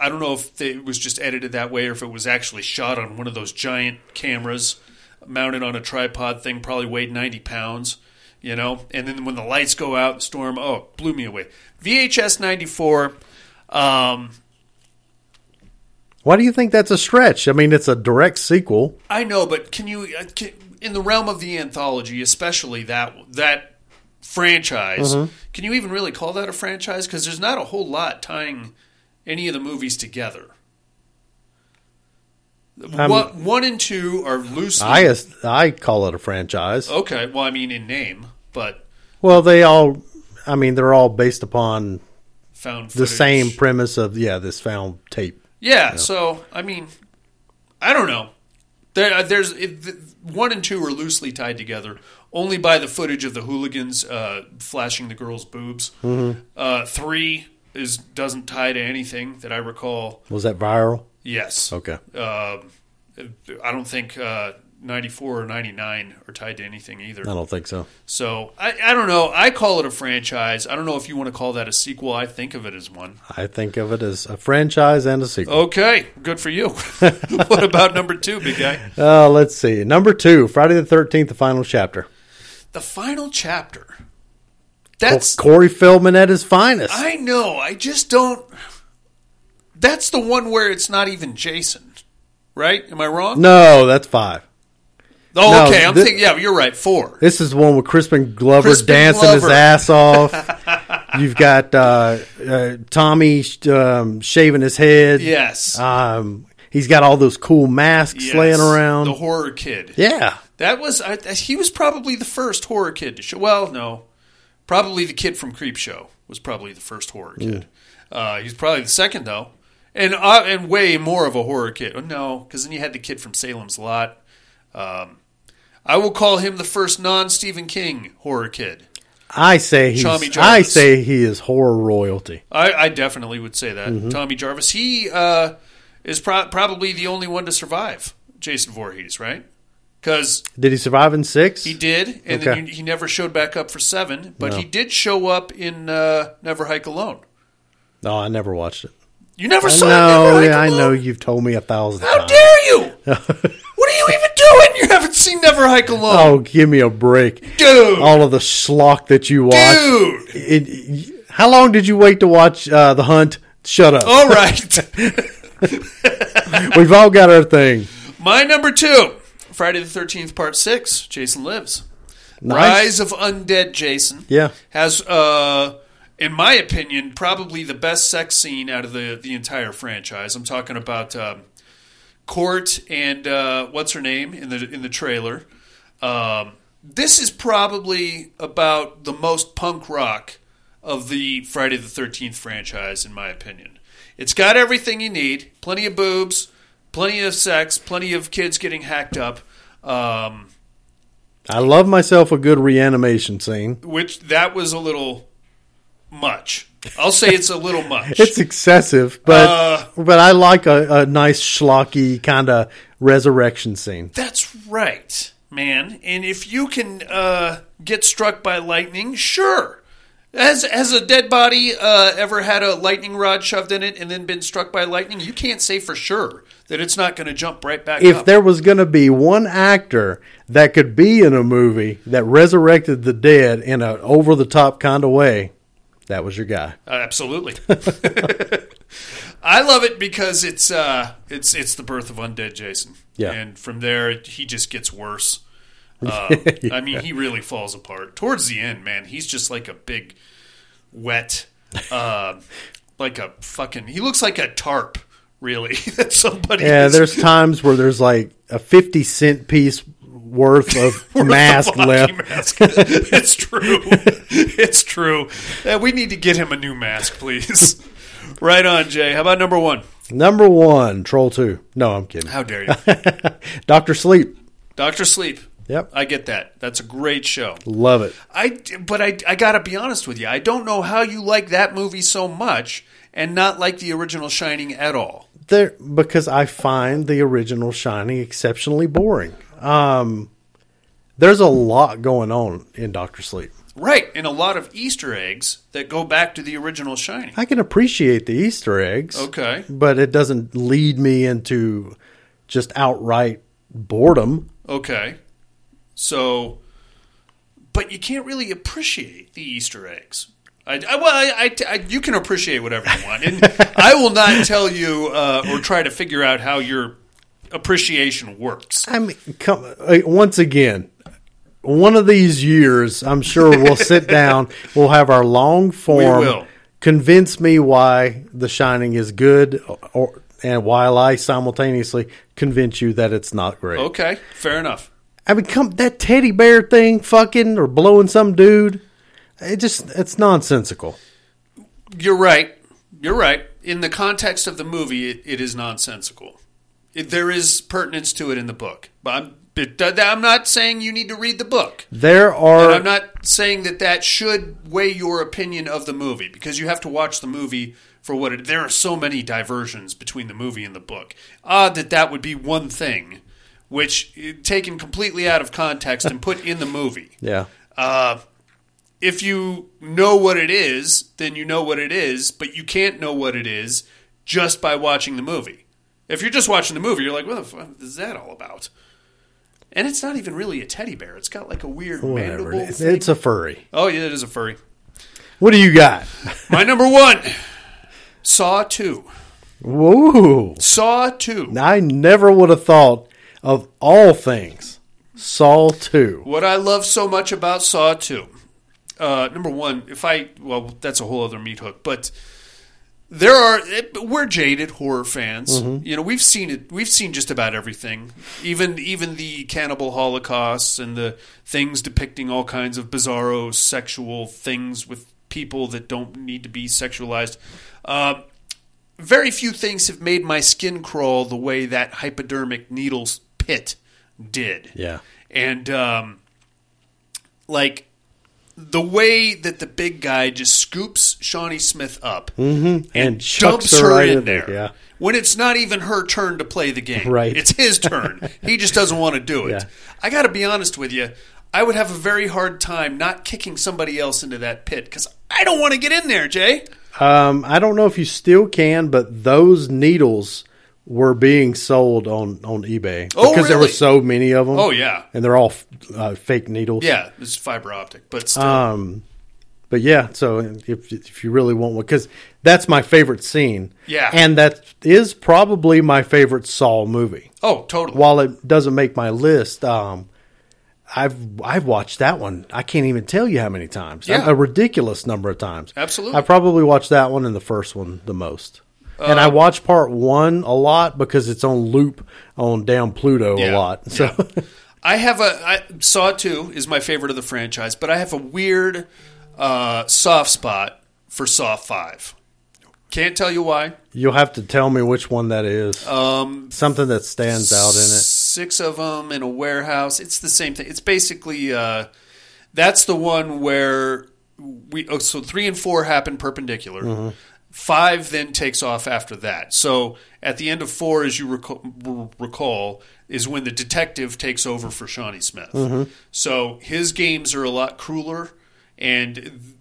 S1: I don't know if they, it was just edited that way or if it was actually shot on one of those giant cameras mounted on a tripod thing, probably weighed 90 pounds, you know? And then when the lights go out, the storm, oh, blew me away. VHS 94. Um,
S2: Why do you think that's a stretch? I mean, it's a direct sequel.
S1: I know, but can you uh, can, in the realm of the anthology, especially that that franchise?
S2: Mhm.
S1: Can you even really call that a franchise? Because there's not a whole lot tying any of the movies together.
S2: I'm-
S1: one, one and two are loosely
S2: Um, I as- I call it a franchise.
S1: okay. Well, I mean in name, but
S2: Well, they all, I mean, they're all based upon
S1: Found
S2: the
S1: footage.
S2: same premise of yeah, this found tape.
S1: yeah. So I mean, I don't know. There, uh, there's it, th- one and two are loosely tied together only by the footage of the hooligans uh, flashing the girls' boobs.
S2: Mhm.
S1: Uh, three is doesn't tie to anything that I recall.
S2: Was that viral?
S1: Yes.
S2: Okay.
S1: Um, I don't think uh, 94 or 99 are tied to anything either.
S2: I don't think so.
S1: So I, I don't know. I call it a franchise. I don't know if you want to call that a sequel. I think of it as one.
S2: I think of it as a franchise and a sequel.
S1: Okay, good for you. what about number two, big guy?
S2: Uh, let's see. Number two, Friday the 13th, the final chapter.
S1: The final chapter. That's
S2: Corey Feldman at his finest.
S1: I know. I just don't. That's the one where it's not even Jason, right? Am I wrong?
S2: No, that's five.
S1: Oh,
S2: No,
S1: okay. I'm
S2: thi-
S1: thinking. Yeah, you're right. Four.
S2: This is the one with Crispin Glover
S1: Crispin
S2: dancing his
S1: Glover.
S2: ass off. You've got uh, uh, Tommy sh- um, shaving his head.
S1: Yes.
S2: Um, he's got all those cool masks
S1: Yes,
S2: laying around.
S1: The horror kid.
S2: Yeah.
S1: That was. I, I- he was probably the first horror kid to show. Well, no, probably the kid from Creep Show was probably the first horror kid. Uh, he's probably the second though, and uh, and way more of a horror kid. Oh, No, because then you had the kid from Salem's Lot. Um, I will call him the first non Stephen King horror kid.
S2: I say he's,
S1: Tommy
S2: I
S1: Jarvis.
S2: say he is horror royalty.
S1: I, I definitely would say that
S2: Mhm.
S1: Tommy Jarvis. He uh, is pro- probably the only one to survive Jason Voorhees, right? Because
S2: Did he survive in six?
S1: He did, and
S2: Okay.
S1: then you, he never showed back up for seven. But
S2: No.
S1: he did show up in uh, Never Hike Alone.
S2: No, I never watched it.
S1: You never
S2: I
S1: saw
S2: know,
S1: Never Hike
S2: yeah, I
S1: Alone?
S2: know you've told me a thousand
S1: How
S2: times.
S1: dare you? what are you even doing? You haven't seen Never Hike Alone.
S2: Oh, give me a break,
S1: Dude.
S2: All of the schlock that you watch,
S1: Dude.
S2: It- y- how long did you wait to watch uh, The Hunt? Shut up.
S1: All right.
S2: We've all got our thing.
S1: My number two, Friday the Thirteenth Part Six: Jason Lives.
S2: Nice.
S1: Rise of Undead Jason.
S2: Yeah.
S1: has, uh, in my opinion, probably the best sex scene out of the the entire franchise. I'm talking about um, Court and uh, what's her name in the in the trailer. Um, this is probably about the most punk rock of the Friday the Thirteenth franchise, in my opinion. It's got everything you need: plenty of boobs, plenty of sex, plenty of kids getting hacked up. Um,
S2: I love myself a good reanimation scene.
S1: which that was a little much. I'll say it's a little much.
S2: It's excessive, but
S1: Uh,
S2: but I like a, a nice schlocky kind of resurrection scene.
S1: That's right, man. And if you can uh, get struck by lightning, sure. Has has a dead body uh, ever had a lightning rod shoved in it and then been struck by lightning? You can't say for sure that it's not going to jump right back
S2: If
S1: up.
S2: there was going to be one actor that could be in a movie that resurrected the dead in an over the top kind of way, that was your guy.
S1: Uh, absolutely. I love it because it's uh, it's it's the birth of undead Jason.
S2: Yeah.
S1: and from there he just gets worse. Um, I mean, he really falls apart towards the end. Man, he's just like a big wet, uh, like a fucking. He looks like a tarp, really. that somebody.
S2: Yeah,
S1: has-
S2: there's times where there's like a 50 cent piece worth of
S1: Worth of
S2: mask
S1: hockey
S2: left.
S1: mask. it's true. it's true. Uh, we need to get him a new mask, please. right on, Jay. How about number one?
S2: Number one, Troll 2. No, I'm kidding.
S1: How dare you.
S2: Dr. Sleep.
S1: Doctor Sleep.
S2: Yep.
S1: I get that. That's a great show.
S2: Love it.
S1: I but I I got to be honest with you. I don't know how you like that movie so much and not like the original Shining at all.
S2: There, because I find the original Shining exceptionally boring. Um, there's a lot going on in Doctor Sleep.
S1: Right, and a lot of Easter eggs that go back to the original Shining.
S2: I can appreciate the Easter eggs.
S1: Okay.
S2: But it doesn't lead me into just outright boredom.
S1: Okay. So but you can't really appreciate the Easter eggs. I, I- well, I, I- I- you can appreciate whatever you want, and I will not tell you uh, or try to figure out how your appreciation works.
S2: I mean, come uh, once again. One of these years, I'm sure we'll sit down. We'll have our long form.
S1: will.
S2: Convince me why The Shining is good, or and while I simultaneously convince you that it's not great.
S1: Okay, fair enough.
S2: I mean, come that teddy bear thing, fucking or blowing some dude. It just it's nonsensical.
S1: You're right. You're right. In the context of the movie, it, it is nonsensical. It, there is pertinence to it in the book, but I'm It, do- I'm not saying you need to read the book.
S2: There
S1: and
S2: are
S1: I'm not saying that that should weigh your opinion of the movie because you have to watch the movie for what it. There are so many diversions between the movie and the book. Odd that that would be one thing, which eh, taken completely out of context and put in the movie.
S2: yeah.
S1: Uh, if you know what it is, then you know what it is, but you can't know what it is just by watching the movie. If you're just watching the movie, you're like, what the fuck is that all about? And it's not even really a teddy bear. It's got like a weird
S2: Whatever.
S1: mandible.
S2: It is.
S1: thing.
S2: It's a furry.
S1: Oh, yeah, it is a furry.
S2: What do you got?
S1: My number one Saw 2.
S2: Whoa.
S1: Saw 2.
S2: I never would have thought of all things. Saw 2.
S1: What I love so much about Saw 2. Uh, number one, if I, well, that's a whole other meat hook, but there are, it- we're jaded horror fans.
S2: Mhm.
S1: You know, we've seen it, we've seen just about everything, even, even the cannibal holocausts and the things depicting all kinds of bizarro sexual things with people that don't need to be sexualized. Uh, very few things have made my skin crawl the way that hypodermic needle's pit did
S2: Yeah.
S1: and um, like the way that the big guy just scoops Shawnee Smith up
S2: Mm-hmm. And chucks
S1: jumps her
S2: right
S1: in
S2: in there. Yeah.
S1: when it's not even her turn to play the game.
S2: Right.
S1: It's his turn. he just doesn't want to do it.
S2: Yeah.
S1: I got to be honest with you. I would have a very hard time not kicking somebody else into that pit because I don't want to get in there, Jay.
S2: Um, I don't know if you still can, but those needles were being sold on on eBay
S1: Oh,
S2: because there were
S1: really?
S2: so many of them.
S1: Oh, yeah.
S2: and they're all f- uh, fake needles.
S1: Yeah, it's fiber optic, but still.
S2: Um, but yeah, so if if you really want one, because that's my favorite scene.
S1: Yeah.
S2: and that is probably my favorite Saw movie.
S1: oh, totally.
S2: While it doesn't make my list, um, I've I've watched that one. I can't even tell you how many times.
S1: Yeah.
S2: A ridiculous number of times.
S1: Absolutely.
S2: I probably watched that one and the first one the most. and I
S1: Uh,
S2: watch part one a lot because it's on loop on down Pluto a lot. So
S1: I have a I, Saw Two is my favorite of the franchise, but I have a weird uh, soft spot for Saw Five. Can't tell you why.
S2: you'll have to tell me which one that is.
S1: Um,
S2: Something that stands out in it.
S1: Six of them in a warehouse. It's the same thing. It's basically uh, that's the one where we. Oh, so three and four happen perpendicular.
S2: Mhm.
S1: Five then takes off after that. So at the end of four, as you recall, recall is when the detective takes over for Shawnee Smith.
S2: Mhm.
S1: So his games are a lot crueler, and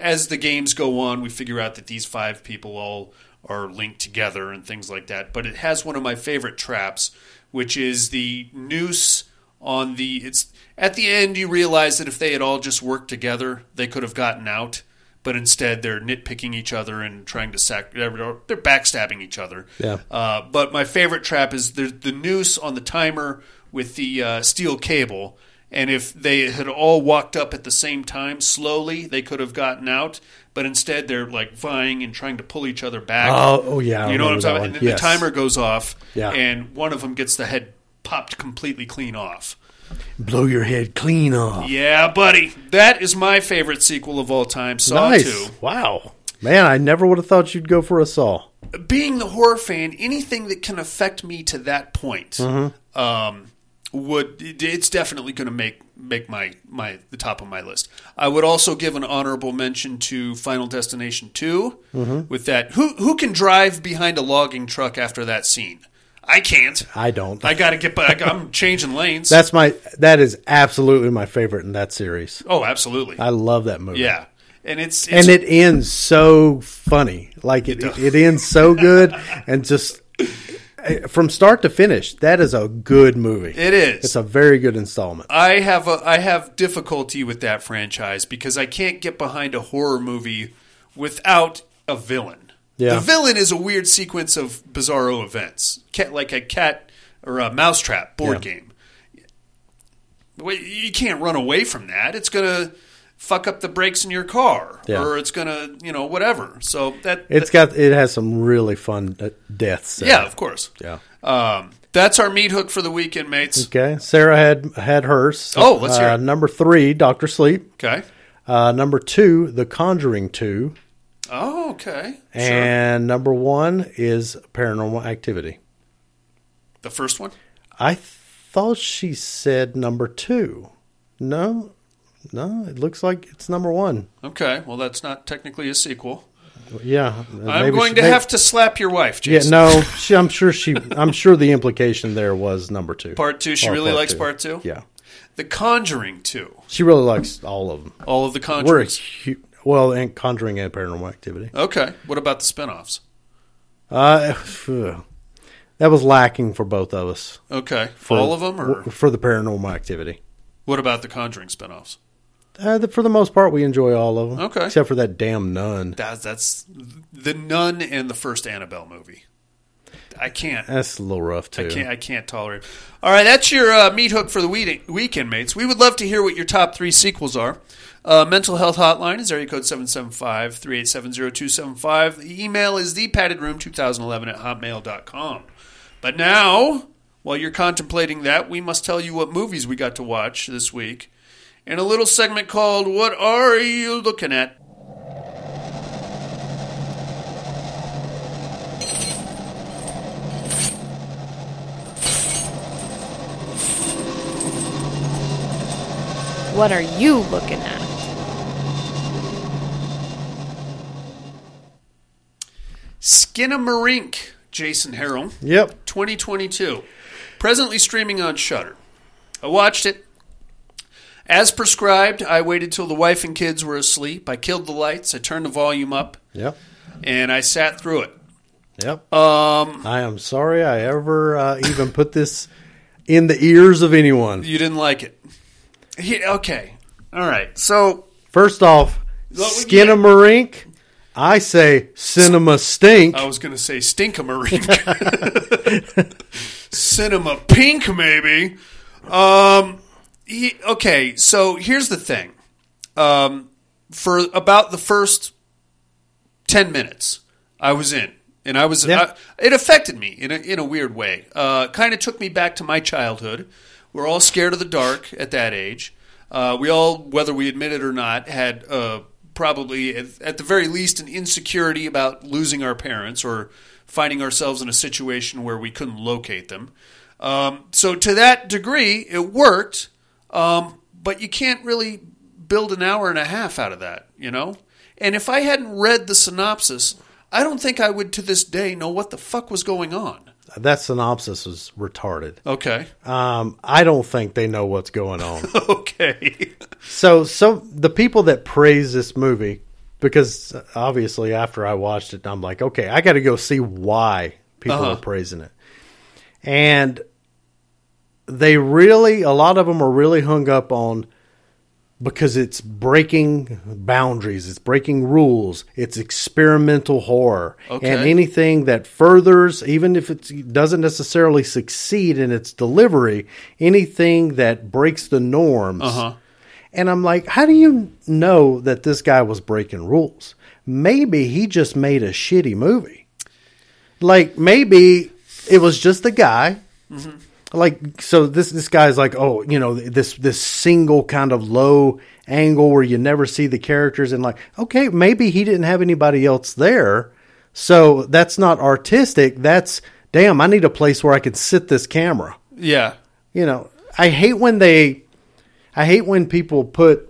S1: as the games go on, we figure out that these five people all are linked together and things like that. But it has one of my favorite traps, which is the noose on the. It's at the end you realize that if they had all just worked together, they could have gotten out. But instead, they're nitpicking each other and trying to sack. They're backstabbing each other.
S2: Yeah.
S1: Uh, but my favorite trap is the, the noose on the timer with the uh, steel cable. And if they had all walked up at the same time slowly, they could have gotten out. But instead, they're like vying and trying to pull each other back.
S2: Oh, oh, yeah, I
S1: you know what I'm talking
S2: remember that
S1: about. And
S2: one.
S1: then
S2: Yes.
S1: the timer goes off,
S2: Yeah.
S1: and one of them gets the head popped completely clean off.
S2: Blow your head clean off.
S1: Yeah, buddy, that is my favorite sequel of all time, Saw
S2: nice.
S1: Two.
S2: Wow. Man, I never would have thought you'd go for a Saw.
S1: Being the horror fan, anything that can affect me to that point
S2: Mhm.
S1: um, would it- it's definitely going to make make my my the top of my list. I would also give an honorable mention to Final Destination 2
S2: Mhm.
S1: with that. Who who can drive behind a logging truck after that scene? I can't.
S2: I don't.
S1: I got to get back. I'm changing lanes.
S2: That's my. That is absolutely my favorite in that series.
S1: oh, absolutely.
S2: I love that movie.
S1: yeah, and it's, it's
S2: and it ends so funny. Like it, it, ends so good, and just eh, from start to finish, that is a good movie.
S1: It is.
S2: It's a very good installment.
S1: I have a I have difficulty with that franchise because I can't get behind a horror movie without a villain.
S2: Yeah.
S1: The villain is a weird sequence of bizarro events, cat, like a cat or a mousetrap board
S2: Yeah.
S1: game. Well, You can't run away from that. It's gonna fuck up the brakes in your car,
S2: Yeah.
S1: or it's gonna you know whatever. So that
S2: It's got. It has some really fun eh, deaths. in
S1: yeah,
S2: it.
S1: of course.
S2: Yeah. Mm.
S1: Um, that's our meat hook for the weekend, mates.
S2: Okay. Sarah had had hers.
S1: Oh, let's hear
S2: Uh,
S1: it.
S2: Number three, Doctor Sleep.
S1: Okay.
S2: Uh, number two, The Conjuring Two,
S1: Oh, okay.
S2: and number one is Paranormal Activity.
S1: The first one.
S2: I thought she said number two. No, no, it looks like it's number one.
S1: Okay, well, that's not technically a sequel.
S2: Yeah, uh,
S1: I'm going to have to slap your wife, Jason.
S2: Yeah, no, she, I'm sure she. I'm sure the implication there was number two.
S1: Part two. She
S2: Or
S1: really
S2: Oh, part
S1: likes part two.
S2: Yeah,
S1: The Conjuring two.
S2: she really likes all of them.
S1: All of the
S2: We're a
S1: Conjurings.
S2: hu- well, and Conjuring and Paranormal Activity.
S1: Okay. What about the spinoffs?
S2: Uh, phew. that was lacking for both of us.
S1: Okay. All of 'em, or-
S2: for the Paranormal Activity?
S1: What about the Conjuring spinoffs?
S2: Uh, the, for the most part, we enjoy all of them.
S1: Okay.
S2: except for that damn nun.
S1: That, that's the Nun and the first Annabelle movie. I can't.
S2: That's a little rough too.
S1: I can't. I can't tolerate. it. All right, that's your uh, meat hook for the weed- weekend, mates. We would love to hear what your top three sequels are. Uh, mental health hotline is area code 775-387-0275. The email is thepaddedroom2011 at hotmail.com. But now, while you're contemplating that, we must tell you what movies we got to watch this week in a little segment called What Are You Looking At?
S3: What are you looking at?
S1: Skinamarink, Jason Harrell.
S2: Yep.
S1: 2022. Presently streaming on Shudder. I watched it. As prescribed, I waited till the wife and kids were asleep. I killed the lights. I turned the volume up.
S2: Yep.
S1: And I sat through it.
S2: Yep.
S1: Um,
S2: I am sorry I ever uh, even put this in the ears of anyone.
S1: You didn't like it. He- okay. All right. So
S2: First off, Skinamarink, I say cinema stink.
S1: I was going to say stinkamarink. Cinema pink, maybe. Um, he- okay, so here's the thing. Um, for about the first 10 minutes, I was in. And I was, I- it affected me in a, in a weird way. Uh, kind of took me back to my childhood. We're all scared of the dark at that age. Uh, we all, whether we admit it or not, had uh, probably, at, at the very least, an insecurity about losing our parents or finding ourselves in a situation where we couldn't locate them. Um, so, to that degree, it worked, um, but you can't really build an hour and a half out of that, you know? And if I hadn't read the synopsis, I don't think I would to this day know what the fuck was going on.
S2: That synopsis was retarded.
S1: Okay.
S2: Um, I don't think they know what's going on.
S1: Okay.
S2: so, so the people that praise this movie, because uh, obviously after I watched it, I'm like, okay, I got to go see why people
S1: Uh-huh.
S2: are praising it, and they really, a lot of them are really hung up on because it's breaking boundaries, it's breaking rules, it's experimental horror,
S1: Okay.
S2: and anything that furthers, even if it doesn't necessarily succeed in its delivery, anything that breaks the norms.
S1: Uh-huh.
S2: And I'm like, how do you know that this guy was breaking rules? Maybe he just made a shitty movie. Like maybe it was just the guy like so this this guy's like oh you know this this single kind of low angle where you never see the characters and like okay maybe he didn't have anybody else there so that's not artistic that's damn i need a place where i can sit this camera
S1: Yeah.
S2: you know i hate when they i hate when people put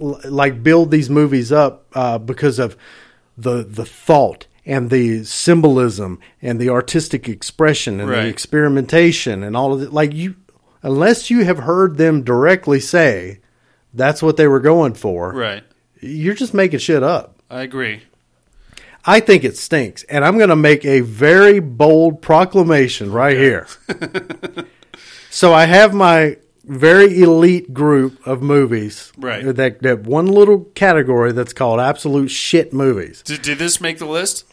S2: l- like build these movies up uh, because of the the thought and the symbolism and the artistic expression and
S1: Right.
S2: the experimentation and all of it like you unless you have heard them directly say that's what they were going for
S1: Right.
S2: you're just making shit up
S1: I agree.
S2: I think it stinks. And I'm going to make a very bold proclamation right here. so I have my very elite group of movies.
S1: Right.
S2: That, that one little category that's called absolute shit movies.
S1: Did, did this make the list?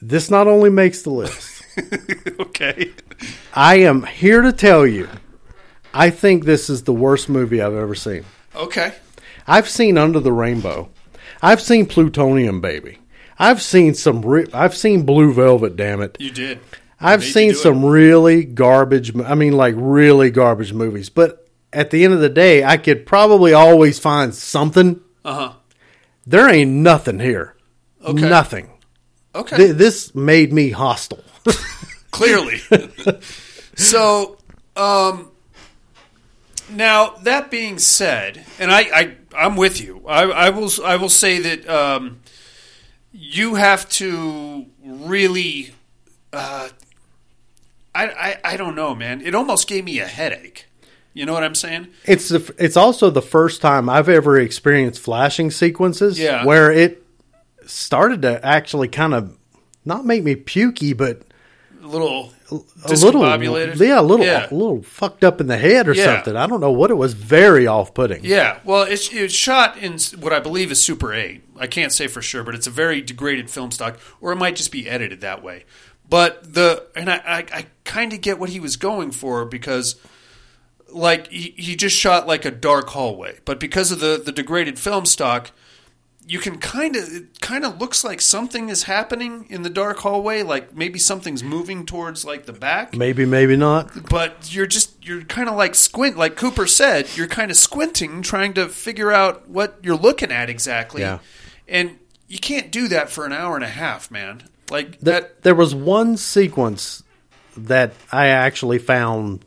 S2: This not only makes the list,
S1: okay.
S2: I am here to tell you, I think this is the worst movie I've ever seen.
S1: Okay.
S2: I've seen Under the Rainbow. I've seen Plutonium Baby. I've seen some. Re- I've seen Blue Velvet. Damn it!
S1: You did.
S2: I've
S1: Made you
S2: seen
S1: do it.
S2: some really garbage. mo- I mean, like really garbage movies. But at the end of the day, I could probably always find something.
S1: Uh huh.
S2: There ain't nothing here.
S1: Okay.
S2: Nothing.
S1: Okay.
S2: Th- this made me hostile.
S1: Clearly. so Um, now that being said, and I, I I'm with you. I, I will I will say that um, you have to really. Uh, I, I I don't know, man. It almost gave me a headache. You know what I'm saying?
S2: It's the, f- it's also the first time I've ever experienced flashing sequences
S1: Yeah.
S2: where it started to actually kind of not make me pukey, but
S1: A little.
S2: a little,
S1: discombobulated.
S2: yeah, a little,
S1: Yeah.
S2: a little fucked up in the head or
S1: Yeah.
S2: something. I don't know what it was. Very off-putting.
S1: Yeah, well, it's it's shot in s- what I believe is Super Eight. I can't say for sure, but it's a very degraded film stock, or it might just be edited that way. But the and I I, I kind of get what he was going for because like he, he just shot like a dark hallway, but because of the the degraded film stock, you can kind of it kind of looks like something is happening in the dark hallway, like maybe something's moving towards like the back
S2: Maybe, maybe not.
S1: but you're just you're kind of like squint like cooper said you're kind of squinting trying to figure out what you're looking at exactly
S2: Yeah.
S1: and you can't do that for an hour and a half man like
S2: Th- there was one sequence that I actually found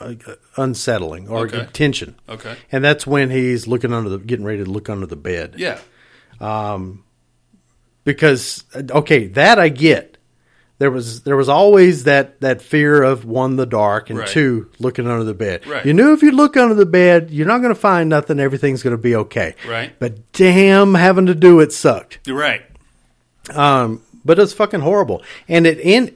S2: uh, unsettling or
S1: Okay.
S2: tension.
S1: Okay.
S2: and that's when he's looking under the, getting ready to look under the bed.
S1: yeah
S2: um, because uh, okay, that I get. There was there was always that that fear of one the dark and
S1: Right.
S2: two looking under the bed.
S1: Right.
S2: You knew if you look under the bed, you're not going to find nothing. Everything's going to be okay.
S1: Right.
S2: But damn, having to do it sucked.
S1: you're right
S2: Um, but it's fucking horrible. And it in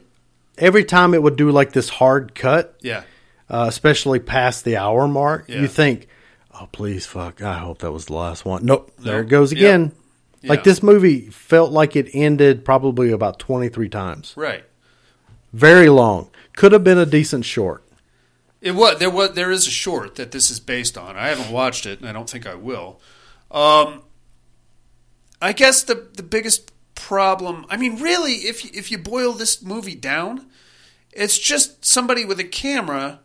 S2: every time it would do like this hard cut.
S1: Yeah.
S2: Uh, especially past the hour mark,
S1: Yeah.
S2: you think, "Oh, please, fuck! I hope that was the last one." Nope, there
S1: Nope.
S2: it goes
S1: Yep.
S2: again.
S1: Yeah.
S2: Like this movie felt like it ended probably about twenty three times.
S1: right
S2: Very long. Could have been a decent short.
S1: it was there was there is a short that this is based on i haven't watched it and i don't think i will um i guess the the biggest problem i mean really if you- if you boil this movie down it's just somebody with a camera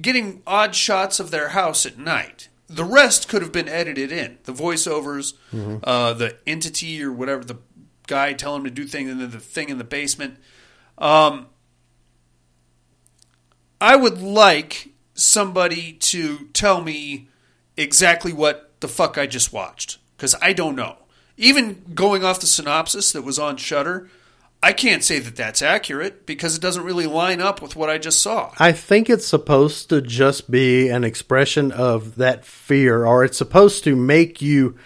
S1: getting odd shots of their house at night. The rest could have been edited in the voiceovers,
S12: Mhm.
S1: uh, the entity or whatever the guy tell him to do thing, and then the thing in the basement. Um, I would like somebody to tell me exactly what the fuck I just watched because I don't know. Even going off the synopsis that was on Shutter, I can't say that that's accurate because it doesn't really line up with what I just saw.
S2: I think it's supposed to just be an expression of that fear, or it's supposed to make you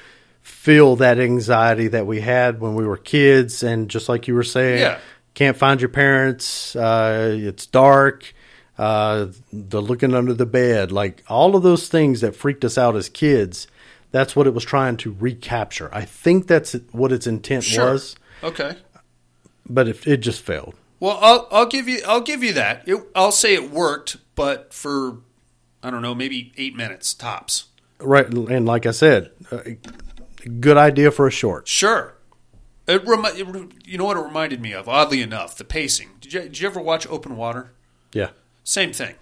S2: feel that anxiety that we had when we were kids. And just like you were saying,
S1: Yeah.
S2: can't find your parents, uh, it's dark, uh, the looking under the bed, like all of those things that freaked us out as kids. That's what it was trying to recapture. I think that's what its intent
S1: Sure.
S2: was,
S1: Okay.
S2: but it, it just failed.
S1: Well, I'll I'll give you I'll give you that. It, I'll say it worked, but for I don't know, maybe eight minutes tops.
S2: Right. And like I said, uh, good idea for a short.
S1: Sure. It, remi- it re- you know what it reminded me of? Oddly enough, the pacing. Did you, did you ever watch Open Water?
S2: Yeah.
S1: Same thing.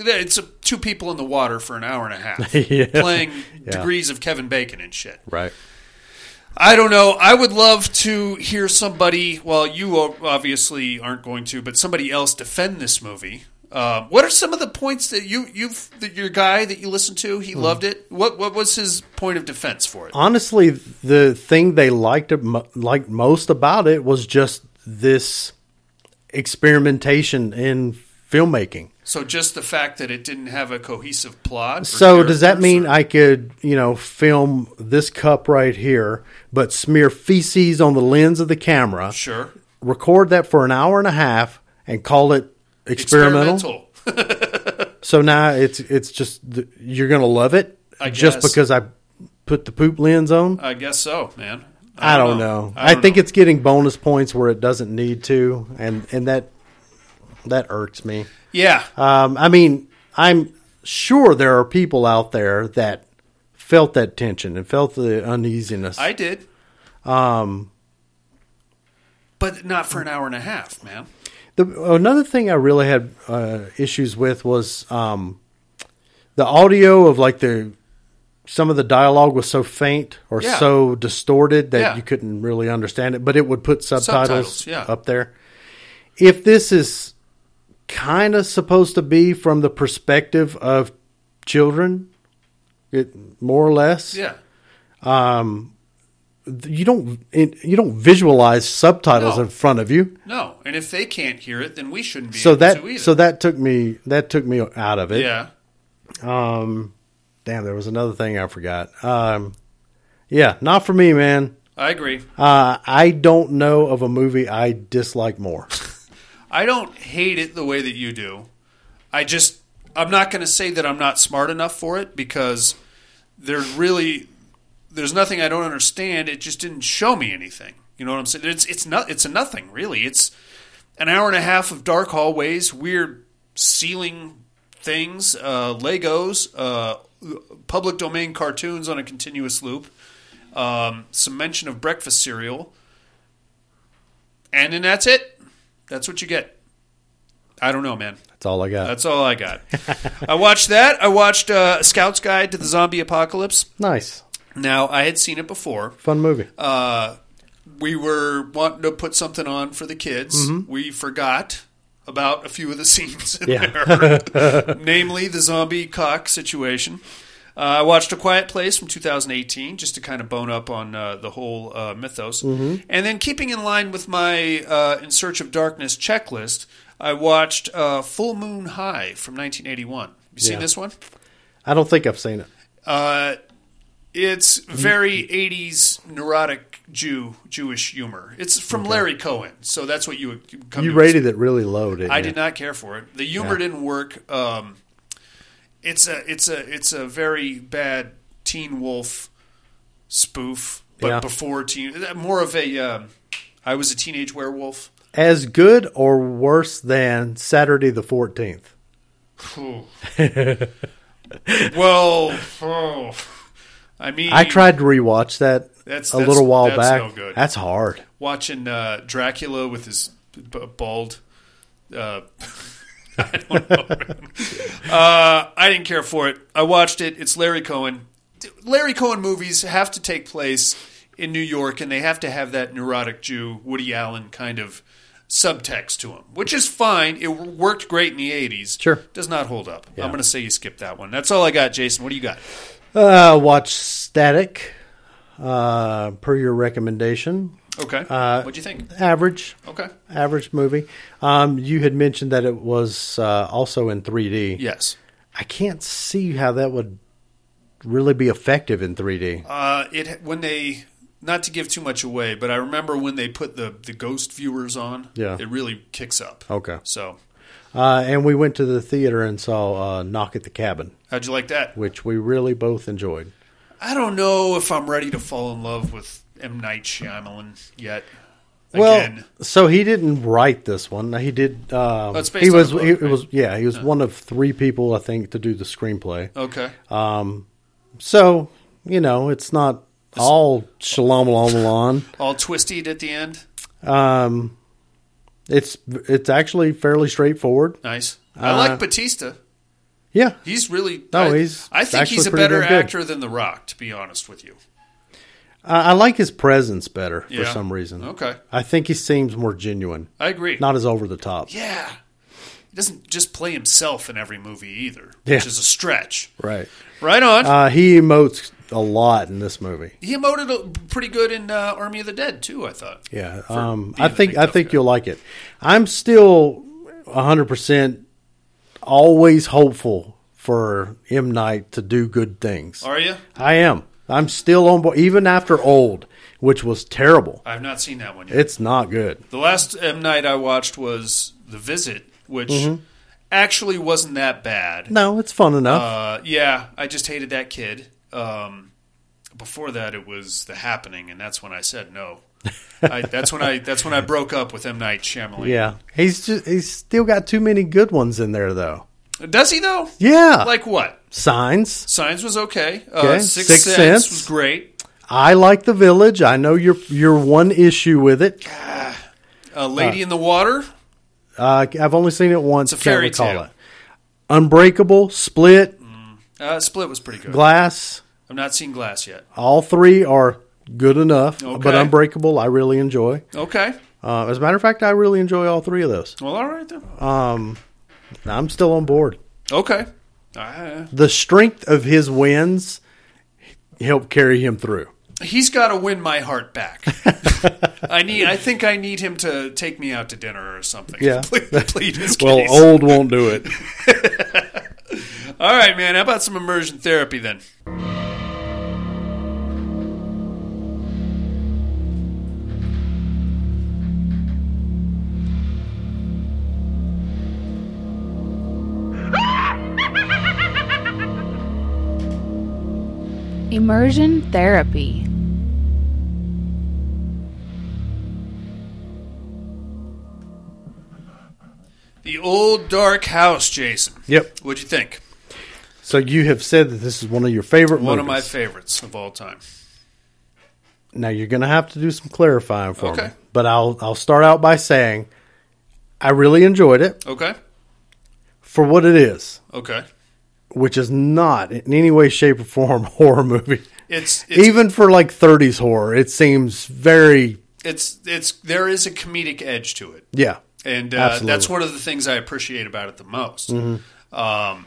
S1: It's uh two people in the water for an hour and a half
S2: Yeah.
S1: playing
S2: Yeah.
S1: degrees of Kevin Bacon and shit.
S2: Right.
S1: I don't know. I would love to hear somebody. Well, you o- obviously aren't going to, but somebody else defend this movie. Uh, what are some of the points that you you've that your guy that you listened to?
S2: Hmm.
S1: He loved it. What what was his point of defense for it?
S2: Honestly, the thing they liked ab- liked most about it was just this experimentation in filmmaking.
S1: So just the fact that it didn't have a cohesive plot. or
S2: So does that
S1: characters
S2: mean
S1: or-
S2: I could, you know, film this cup right here, but smear feces on the lens of the camera?
S1: Sure.
S2: Record that for an hour and a half and call it experimental. so now it's it's just th- you're gonna love it
S1: I
S2: just
S1: guess.
S2: because I put the poop lens on.
S1: I guess so, man.
S2: I don't know. I, think it's getting bonus points where it doesn't need to, and and that that irks me.
S1: Yeah.
S2: Um, I mean, I'm sure there are people out there that felt that tension and felt the uneasiness.
S1: I did,
S2: Um,
S1: but not for an hour and a half, man.
S2: the, another thing I really had uh, issues with was um, the audio of like the some of the dialogue was so faint or
S1: Yeah.
S2: so distorted that
S1: Yeah.
S2: you couldn't really understand it, but it would put subtitles,
S1: Subtitles, yeah.
S2: up there. If this is kind of supposed to be from the perspective of children, it more or less.
S1: Yeah.
S2: Um, th- you don't it, you don't visualize subtitles
S1: No.
S2: in front of you,
S1: No, and if they can't hear it, then we shouldn't be
S2: so
S1: able
S2: that
S1: to either.
S2: so that took me that took me out of it.
S1: yeah,
S2: Um, damn, there was another thing I forgot. Um, yeah, not for me, man.
S1: I agree.
S2: Uh, I don't know of a movie I dislike more.
S1: I don't hate it the way that you do. I just I'm not going to say that I'm not smart enough for it because there's really there's nothing I don't understand. It just didn't show me anything. You know what I'm saying? It's it's not it's a nothing really. It's an hour and a half of dark hallways, weird ceiling things, uh, Legos, uh, public domain cartoons on a continuous loop, um, some mention of breakfast cereal, and then that's it. That's what you get. I don't know, man.
S2: That's all I got.
S1: That's all I got. I watched that. I watched uh, Scout's Guide to the Zombie Apocalypse.
S2: Nice,
S1: Now I had seen it before.
S2: fun movie.
S1: Uh, we were wanting to put something on for the kids.
S2: Mhm.
S1: We forgot about a few of the scenes in
S2: Yeah.
S1: there, namely the zombie cock situation. Uh, I watched A Quiet Place from 2018 just to kind of bone up on uh, the whole uh, mythos.
S12: Mhm.
S2: Mm-hmm.
S1: And then, keeping in line with my uh, In Search of Darkness checklist, I watched uh, Full Moon High from 1981. Have you seen
S2: Yeah.
S1: this one?
S2: I don't think I've seen it.
S1: Uh, it's very '80s neurotic Jew Jewish humor. It's from Larry Cohen, so that's what you would come.
S2: You
S1: to
S2: rated it really low, didn't
S1: I
S2: you?
S1: did not care for it. The humor
S2: Yeah.
S1: didn't work. Um, it's a it's a it's a very bad Teen Wolf spoof, but
S2: Yeah.
S1: before Teen, uh, more of a. Um, I was a teenage werewolf.
S2: As good or worse than Saturday the Fourteenth?
S1: Phew. well, oh, I mean,
S2: I tried to rewatch that
S1: E- That's-
S2: a
S1: that's-
S2: little while
S1: that's
S2: back.
S1: no good.
S2: That's hard.
S1: watching uh, Dracula with his b- bald. Uh, I don't know. uh, I didn't care for it. I watched it. It's Larry Cohen. Larry Cohen movies have to take place in New York, and they have to have that neurotic Jew Woody Allen kind of subtext to them, which is fine. It worked great in the '80s.
S2: Sure.
S1: does not hold up. I'm going to say you skipped that one. That's all I got, Jason. What do you got?
S2: Uh, watch Static, uh, per your recommendation.
S1: Okay.
S2: Uh,
S1: What'd you think?
S2: Average.
S1: Okay.
S2: Average movie. Um, you had mentioned that it was uh, also in 3D.
S1: Yes.
S2: I can't see how that would really be effective in 3D.
S1: Uh, it when they not to give too much away, but I remember when they put the the ghost viewers on.
S2: Yeah.
S1: it really kicks up.
S2: Okay.
S1: So
S2: Uh, and we went to the theater and saw uh, Knock at the Cabin,
S1: how'd you like that?
S2: which we really both enjoyed.
S1: I don't know if I'm ready to fall in love with M Night Shyamalan yet. Again.
S2: Well, so he didn't write this one. He did. Um,
S1: Oh, it's based
S2: he
S1: on
S2: was.
S1: a book,
S2: he,
S1: right?
S2: was. Yeah, he was one of three people I think to do the screenplay.
S1: Okay.
S2: Um, so you know, it's not all shalom alon.
S1: all twisted at the end.
S2: Um, it's it's actually fairly straightforward.
S1: Nice. I
S2: Uh,
S1: like Batista.
S2: Yeah,
S1: He's really
S2: No,
S1: I,
S2: he's
S1: I think he's
S2: actually
S1: a
S2: pretty
S1: better
S2: damn good.
S1: actor than The Rock, to be honest with you.
S2: I, I like his presence better for
S1: Yeah.
S2: some reason.
S1: Okay.
S2: I think he seems more genuine.
S1: I agree.
S2: Not as over the top.
S1: Yeah. He doesn't just play himself in every movie either,
S2: Yeah.
S1: which is a stretch.
S2: Right.
S1: Right on.
S2: Uh, he emotes a lot in this movie.
S1: He emoted a- pretty good in uh, Army of the Dead too. I thought.
S2: Yeah,
S1: For
S2: um,
S1: being
S2: I
S1: a
S2: think
S1: big
S2: I
S1: tough
S2: think you'll like it. I'm still 100 percent always hopeful for M Night to do good things.
S1: Are you?
S2: I am. I'm still on board, even after Old, which was terrible.
S1: I've not seen that one yet.
S2: It's not good.
S1: The last M night I watched was The Visit, which
S2: Mhm.
S1: actually wasn't that bad.
S2: No, it's fun enough.
S1: Uh, yeah, I just hated that kid. Um, before that, it was The Happening, and that's when I said no. I, that's when I that's when I broke up with M Night Shyamalan.
S2: yeah, he's just he's still got too many good ones in there though.
S1: Does he though?
S2: Yeah.
S1: Like what?
S2: Signs.
S1: Signs was okay. Uh,
S2: Okay,
S1: Six,
S2: Sixth
S1: Sense,
S2: Sense.
S1: was great.
S2: I like the village. I know your your one issue with it.
S1: Uh, Lady in the Water.
S2: Uh, I've only seen it once.
S1: It's a fairy
S2: can't recall
S1: tale.
S2: it. Unbreakable, Split,
S1: Uh, Split was pretty good.
S2: Glass.
S1: I've not seen Glass yet.
S2: All three are good enough, but
S1: Okay.
S2: Unbreakable I really enjoy.
S1: Okay.
S2: Uh, as a matter of fact, I really enjoy all three of those.
S1: Well, all right then.
S2: Um, Now, I'm still on board.
S1: Okay. Uh,
S2: The strength of his wins helped carry him through.
S1: he's got to win my heart back. I need. I think I need him to take me out to dinner or something.
S2: Yeah.
S1: Plead, plead his
S2: well,
S1: case.
S2: old won't do it.
S1: All right, man. How about some immersion therapy then?
S3: Immersion therapy.
S1: The old dark house, Jason.
S2: Yep.
S1: What'd you think?
S2: So you have said that this is one of your favorite
S1: One of my
S2: movies.
S1: favorites of all time.
S2: now you're going to have to do some clarifying for
S1: Okay.
S2: me, but I'll I'll start out by saying I really enjoyed it
S1: Okay.
S2: for what it is,
S1: Okay.
S2: which is not in any way, shape, or form a horror movie.
S1: It's- it's-
S2: even for like 30s horror, it seems very
S1: It's it's there is a comedic edge to it,
S2: yeah.
S1: and uh,
S2: Absolutely.
S1: that's one of the things I appreciate about it the most.
S2: Mhm.
S1: Um,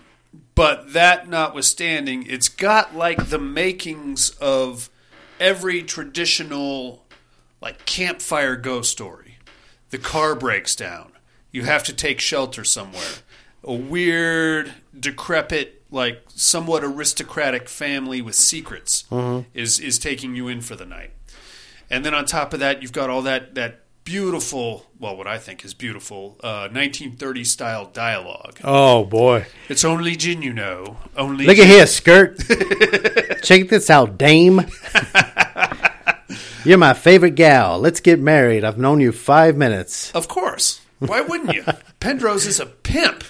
S1: but that notwithstanding, it's got like the makings of every traditional like campfire ghost story. The car breaks down. You have to take shelter somewhere. A weird, decrepit, like somewhat aristocratic family with secrets
S12: Mhm.
S1: is is taking you in for the night. And then on top of that, you've got all that that beautiful, well, what I think is beautiful, uh, 1930s style dialogue.
S2: Oh boy.
S1: It's only gin, you know. Only
S2: Look at
S1: gin.
S2: here, skirt. Check this out, dame. You're my favorite gal. Let's get married. I've known you five minutes.
S1: Of course. Why wouldn't you? Pendrose is a pimp.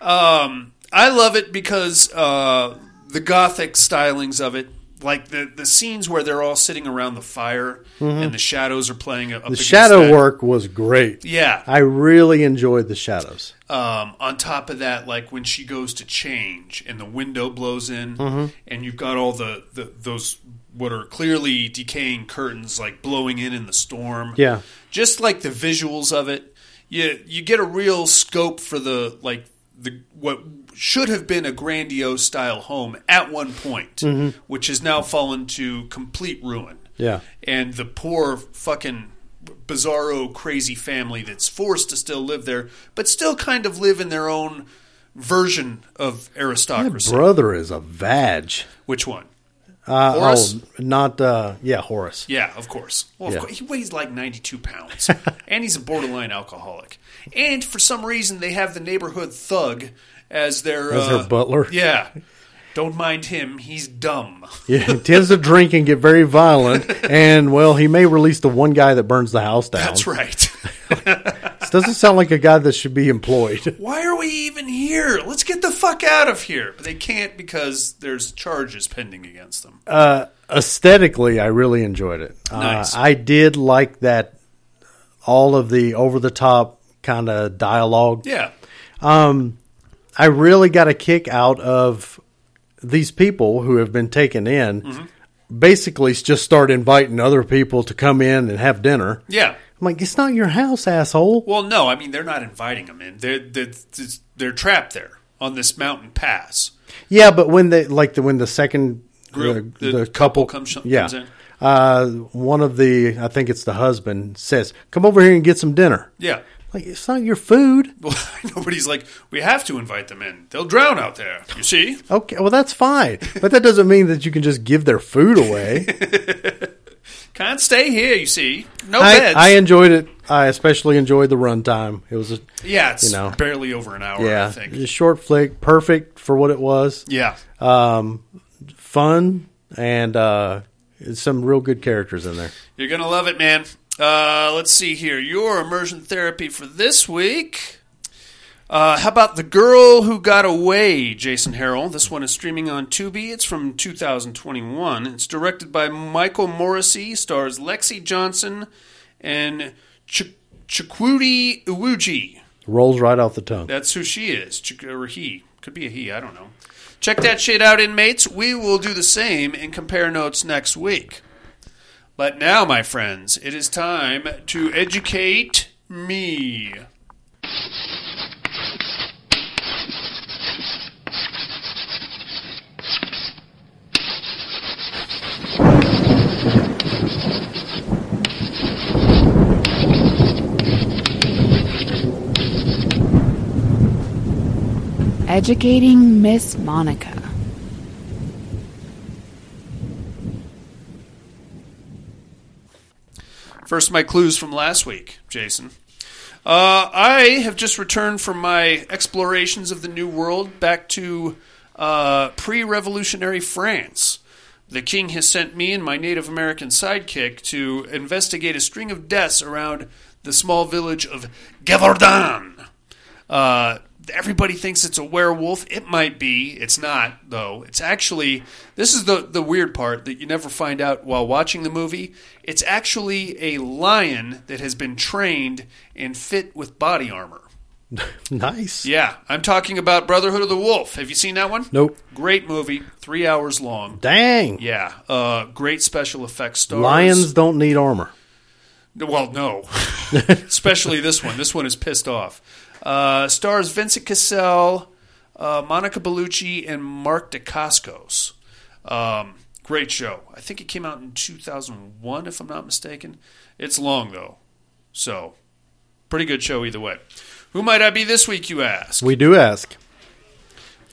S1: Um, I love it because uh, the gothic stylings of it, like the the scenes where they're all sitting around the fire
S2: Mhm.
S1: and the shadows are playing. Up
S2: The shadow
S1: that.
S2: work was great.
S1: Yeah.
S2: I really enjoyed the shadows.
S1: Um, on top of that, like when she goes to change and the window blows in,
S2: Mhm.
S1: and you've got all the, the those what are clearly decaying curtains like blowing in in the storm.
S2: Yeah.
S1: just like the visuals of it, you you get a real scope for the like the what should have been a grandiose style home at one point,
S2: Mhm.
S1: which has now fallen to complete ruin
S2: Yeah.
S1: and the poor fucking bizarro crazy family that's forced to still live there but still kind of live in their own version of
S2: Your
S1: aristocracy
S2: brother is a vag.
S1: which one
S2: Uh,
S1: Horace?
S2: Oh, not, uh, yeah, Horace.
S1: yeah of course well
S2: Yeah.
S1: of course, he weighs like 92 pounds and he's a borderline alcoholic and for some reason they have the neighborhood thug as their
S2: As their
S1: uh,
S2: butler?
S1: yeah don't mind him he's dumb
S2: Yeah, he tends to drink and get very violent. And, well, he may release the one guy that burns the house down.
S1: that's right
S2: This doesn't sound like a guy that should be employed.
S1: why are we even here? Let's get the fuck out of here. But they can't because there's charges pending against them.
S2: Uh, aesthetically, I really enjoyed it.
S1: Nice.
S2: Uh, I did like that, all of the over the top kind of dialogue.
S1: Yeah.
S2: Um, I really got a kick out of these people who have been taken in.
S1: Mm-hmm.
S2: Basically, just start inviting other people to come in and have dinner.
S1: Yeah.
S2: I'm like, it's not your house, asshole.
S1: Well, no, I mean they're not inviting them in. They're they're, they're trapped there on this mountain pass.
S2: Yeah, but when they like the when the second uh,
S1: Group,
S2: the,
S1: the
S2: the
S1: couple
S2: couple,
S1: comes-
S2: yeah,
S1: comes in.
S2: Uh, one of the I think it's the husband says, "Come over here and get some dinner."
S1: Yeah.
S2: Like it's not your food.
S1: Well, nobody's like we have to invite them in. They'll drown out there. You see?
S2: Okay, well that's fine, but that doesn't mean that you can just give their food away.
S1: Can't stay here. You see? No
S2: I,
S1: beds.
S2: I enjoyed it. I especially enjoyed the runtime. It was a
S1: yeah, it's
S2: you know
S1: barely over an hour.
S2: yeah,
S1: I think.
S2: just short flick, perfect for what it was.
S1: Yeah.
S2: um, fun and uh, some real good characters in there.
S1: You're gonna love it, man. Uh, let's see here. Your immersion therapy for this week. Uh, how about the girl who got away, Jason Harrell? This one is streaming on Tubi. It's from 2021. It's directed by Michael Morrissey, stars Lexi Johnson and Ch- Chikwudi Iwuji.
S2: Rolls right off the tongue.
S1: That's who she is, Ch- or he. Could be a he. I don't know. Check that shit out, inmates. We will do the same and compare notes next week. But now, my friends, it is time to educate me.
S3: Educating Miss Monica.
S1: First, my clues from last week, Jason. Uh, I have just returned from my explorations of the New World back to uh, pre revolutionary France. The king has sent me and my Native American sidekick to investigate a string of deaths around the small village of Gavardan. Uh, everybody thinks it's a werewolf. It might be. It's not, though. It's actually this is the the weird part that you never find out while watching the movie. It's actually a lion that has been trained and fit with body armor.
S2: Nice.
S1: Yeah, I'm talking about Brotherhood of the Wolf. Have you seen that one?
S2: Nope.
S1: Great movie, three hours long.
S2: Dang.
S1: Yeah, uh, great special effects stars.
S2: Lions don't need armor.
S1: Well, no. Especially this one. This one is pissed off. Uh, stars Vincent Cassell, uh, Monica Bellucci, and Mark DeCascos. Um, great show. I think it came out in 2001, if I'm not mistaken. It's long, though. So, pretty good show either way. Who might I be this week, you ask?
S2: We do ask.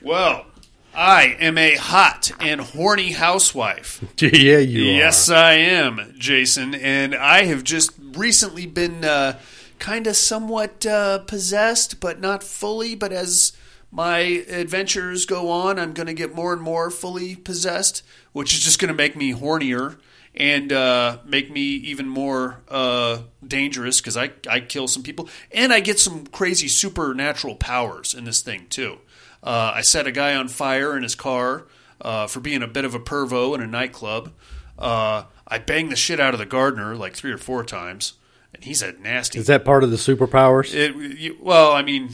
S1: Well, I am a hot and horny housewife.
S2: yeah, you
S1: yes, I am, Jason. And I have just recently been uh, kind of somewhat uh, possessed, but not fully. But as my adventures go on, I'm going to get more and more fully possessed, which is just going to make me hornier and uh, make me even more uh, dangerous because I, I kill some people. And I get some crazy supernatural powers in this thing, too. Uh, I set a guy on fire in his car uh, for being a bit of a pervo in a nightclub. Uh, I banged the shit out of the gardener like three or four times, and he's a nasty
S2: Is that part of the superpowers?
S1: it, you, well, I mean,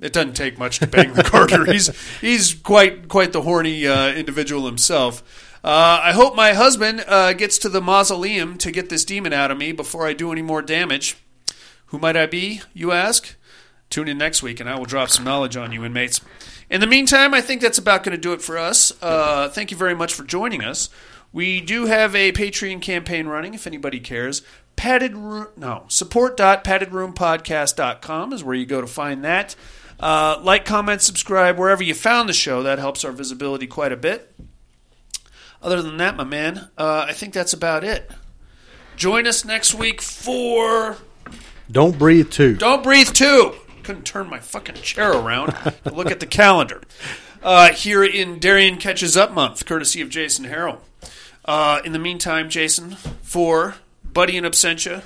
S1: it doesn't take much to bang the Carter. he's he's quite quite the horny uh, individual himself. Uh, I hope my husband uh, gets to the mausoleum to get this demon out of me before I do any more damage. Who might I be, you ask? Tune in next week, and I will drop some knowledge on you, inmates. In the meantime, I think that's about going to do it for us. Uh, thank you very much for joining us. We do have a Patreon campaign running, if anybody cares. Padded room, no support.paddedroompodcast.com is where you go to find that. Uh, like, comment, subscribe wherever you found the show. That helps our visibility quite a bit. Other than that, my man, uh, I think that's about it. Join us next week for.
S2: Don't breathe too.
S1: Don't breathe too. Couldn't turn my fucking chair around to look at the calendar. Uh, here in Darien Catches Up Month, courtesy of Jason Harrell. Uh, in the meantime, Jason, for Buddy and Absentia,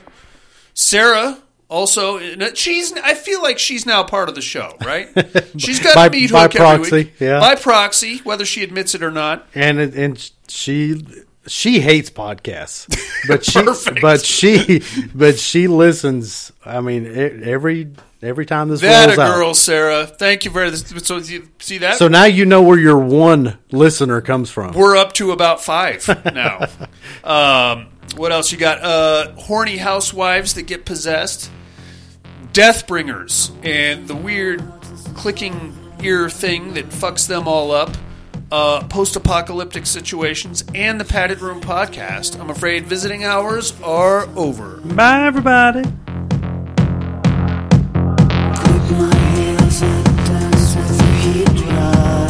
S1: Sarah also. uh, She's. I feel like she's now part of the show, right? She's got
S2: By-
S1: to meet
S2: by
S1: Hook every
S2: proxy,
S1: week
S2: yeah.
S1: by proxy, whether she admits it or not.
S2: And it, and she she hates podcasts, but she but she but she listens. I mean, e- every every time this
S1: That a
S2: rolls out.
S1: girl, Sarah. Thank you very much. So you see that.
S2: So now you know where your one listener comes from.
S1: We're up to about five now. um, what else you got? Uh, horny housewives that get possessed, Deathbringers, and the weird clicking ear thing that fucks them all up. Uh, post-apocalyptic situations and the padded room podcast i'm afraid visiting hours are over
S2: Bye, everybody.
S9: Put my hands up, dance with the heat drum.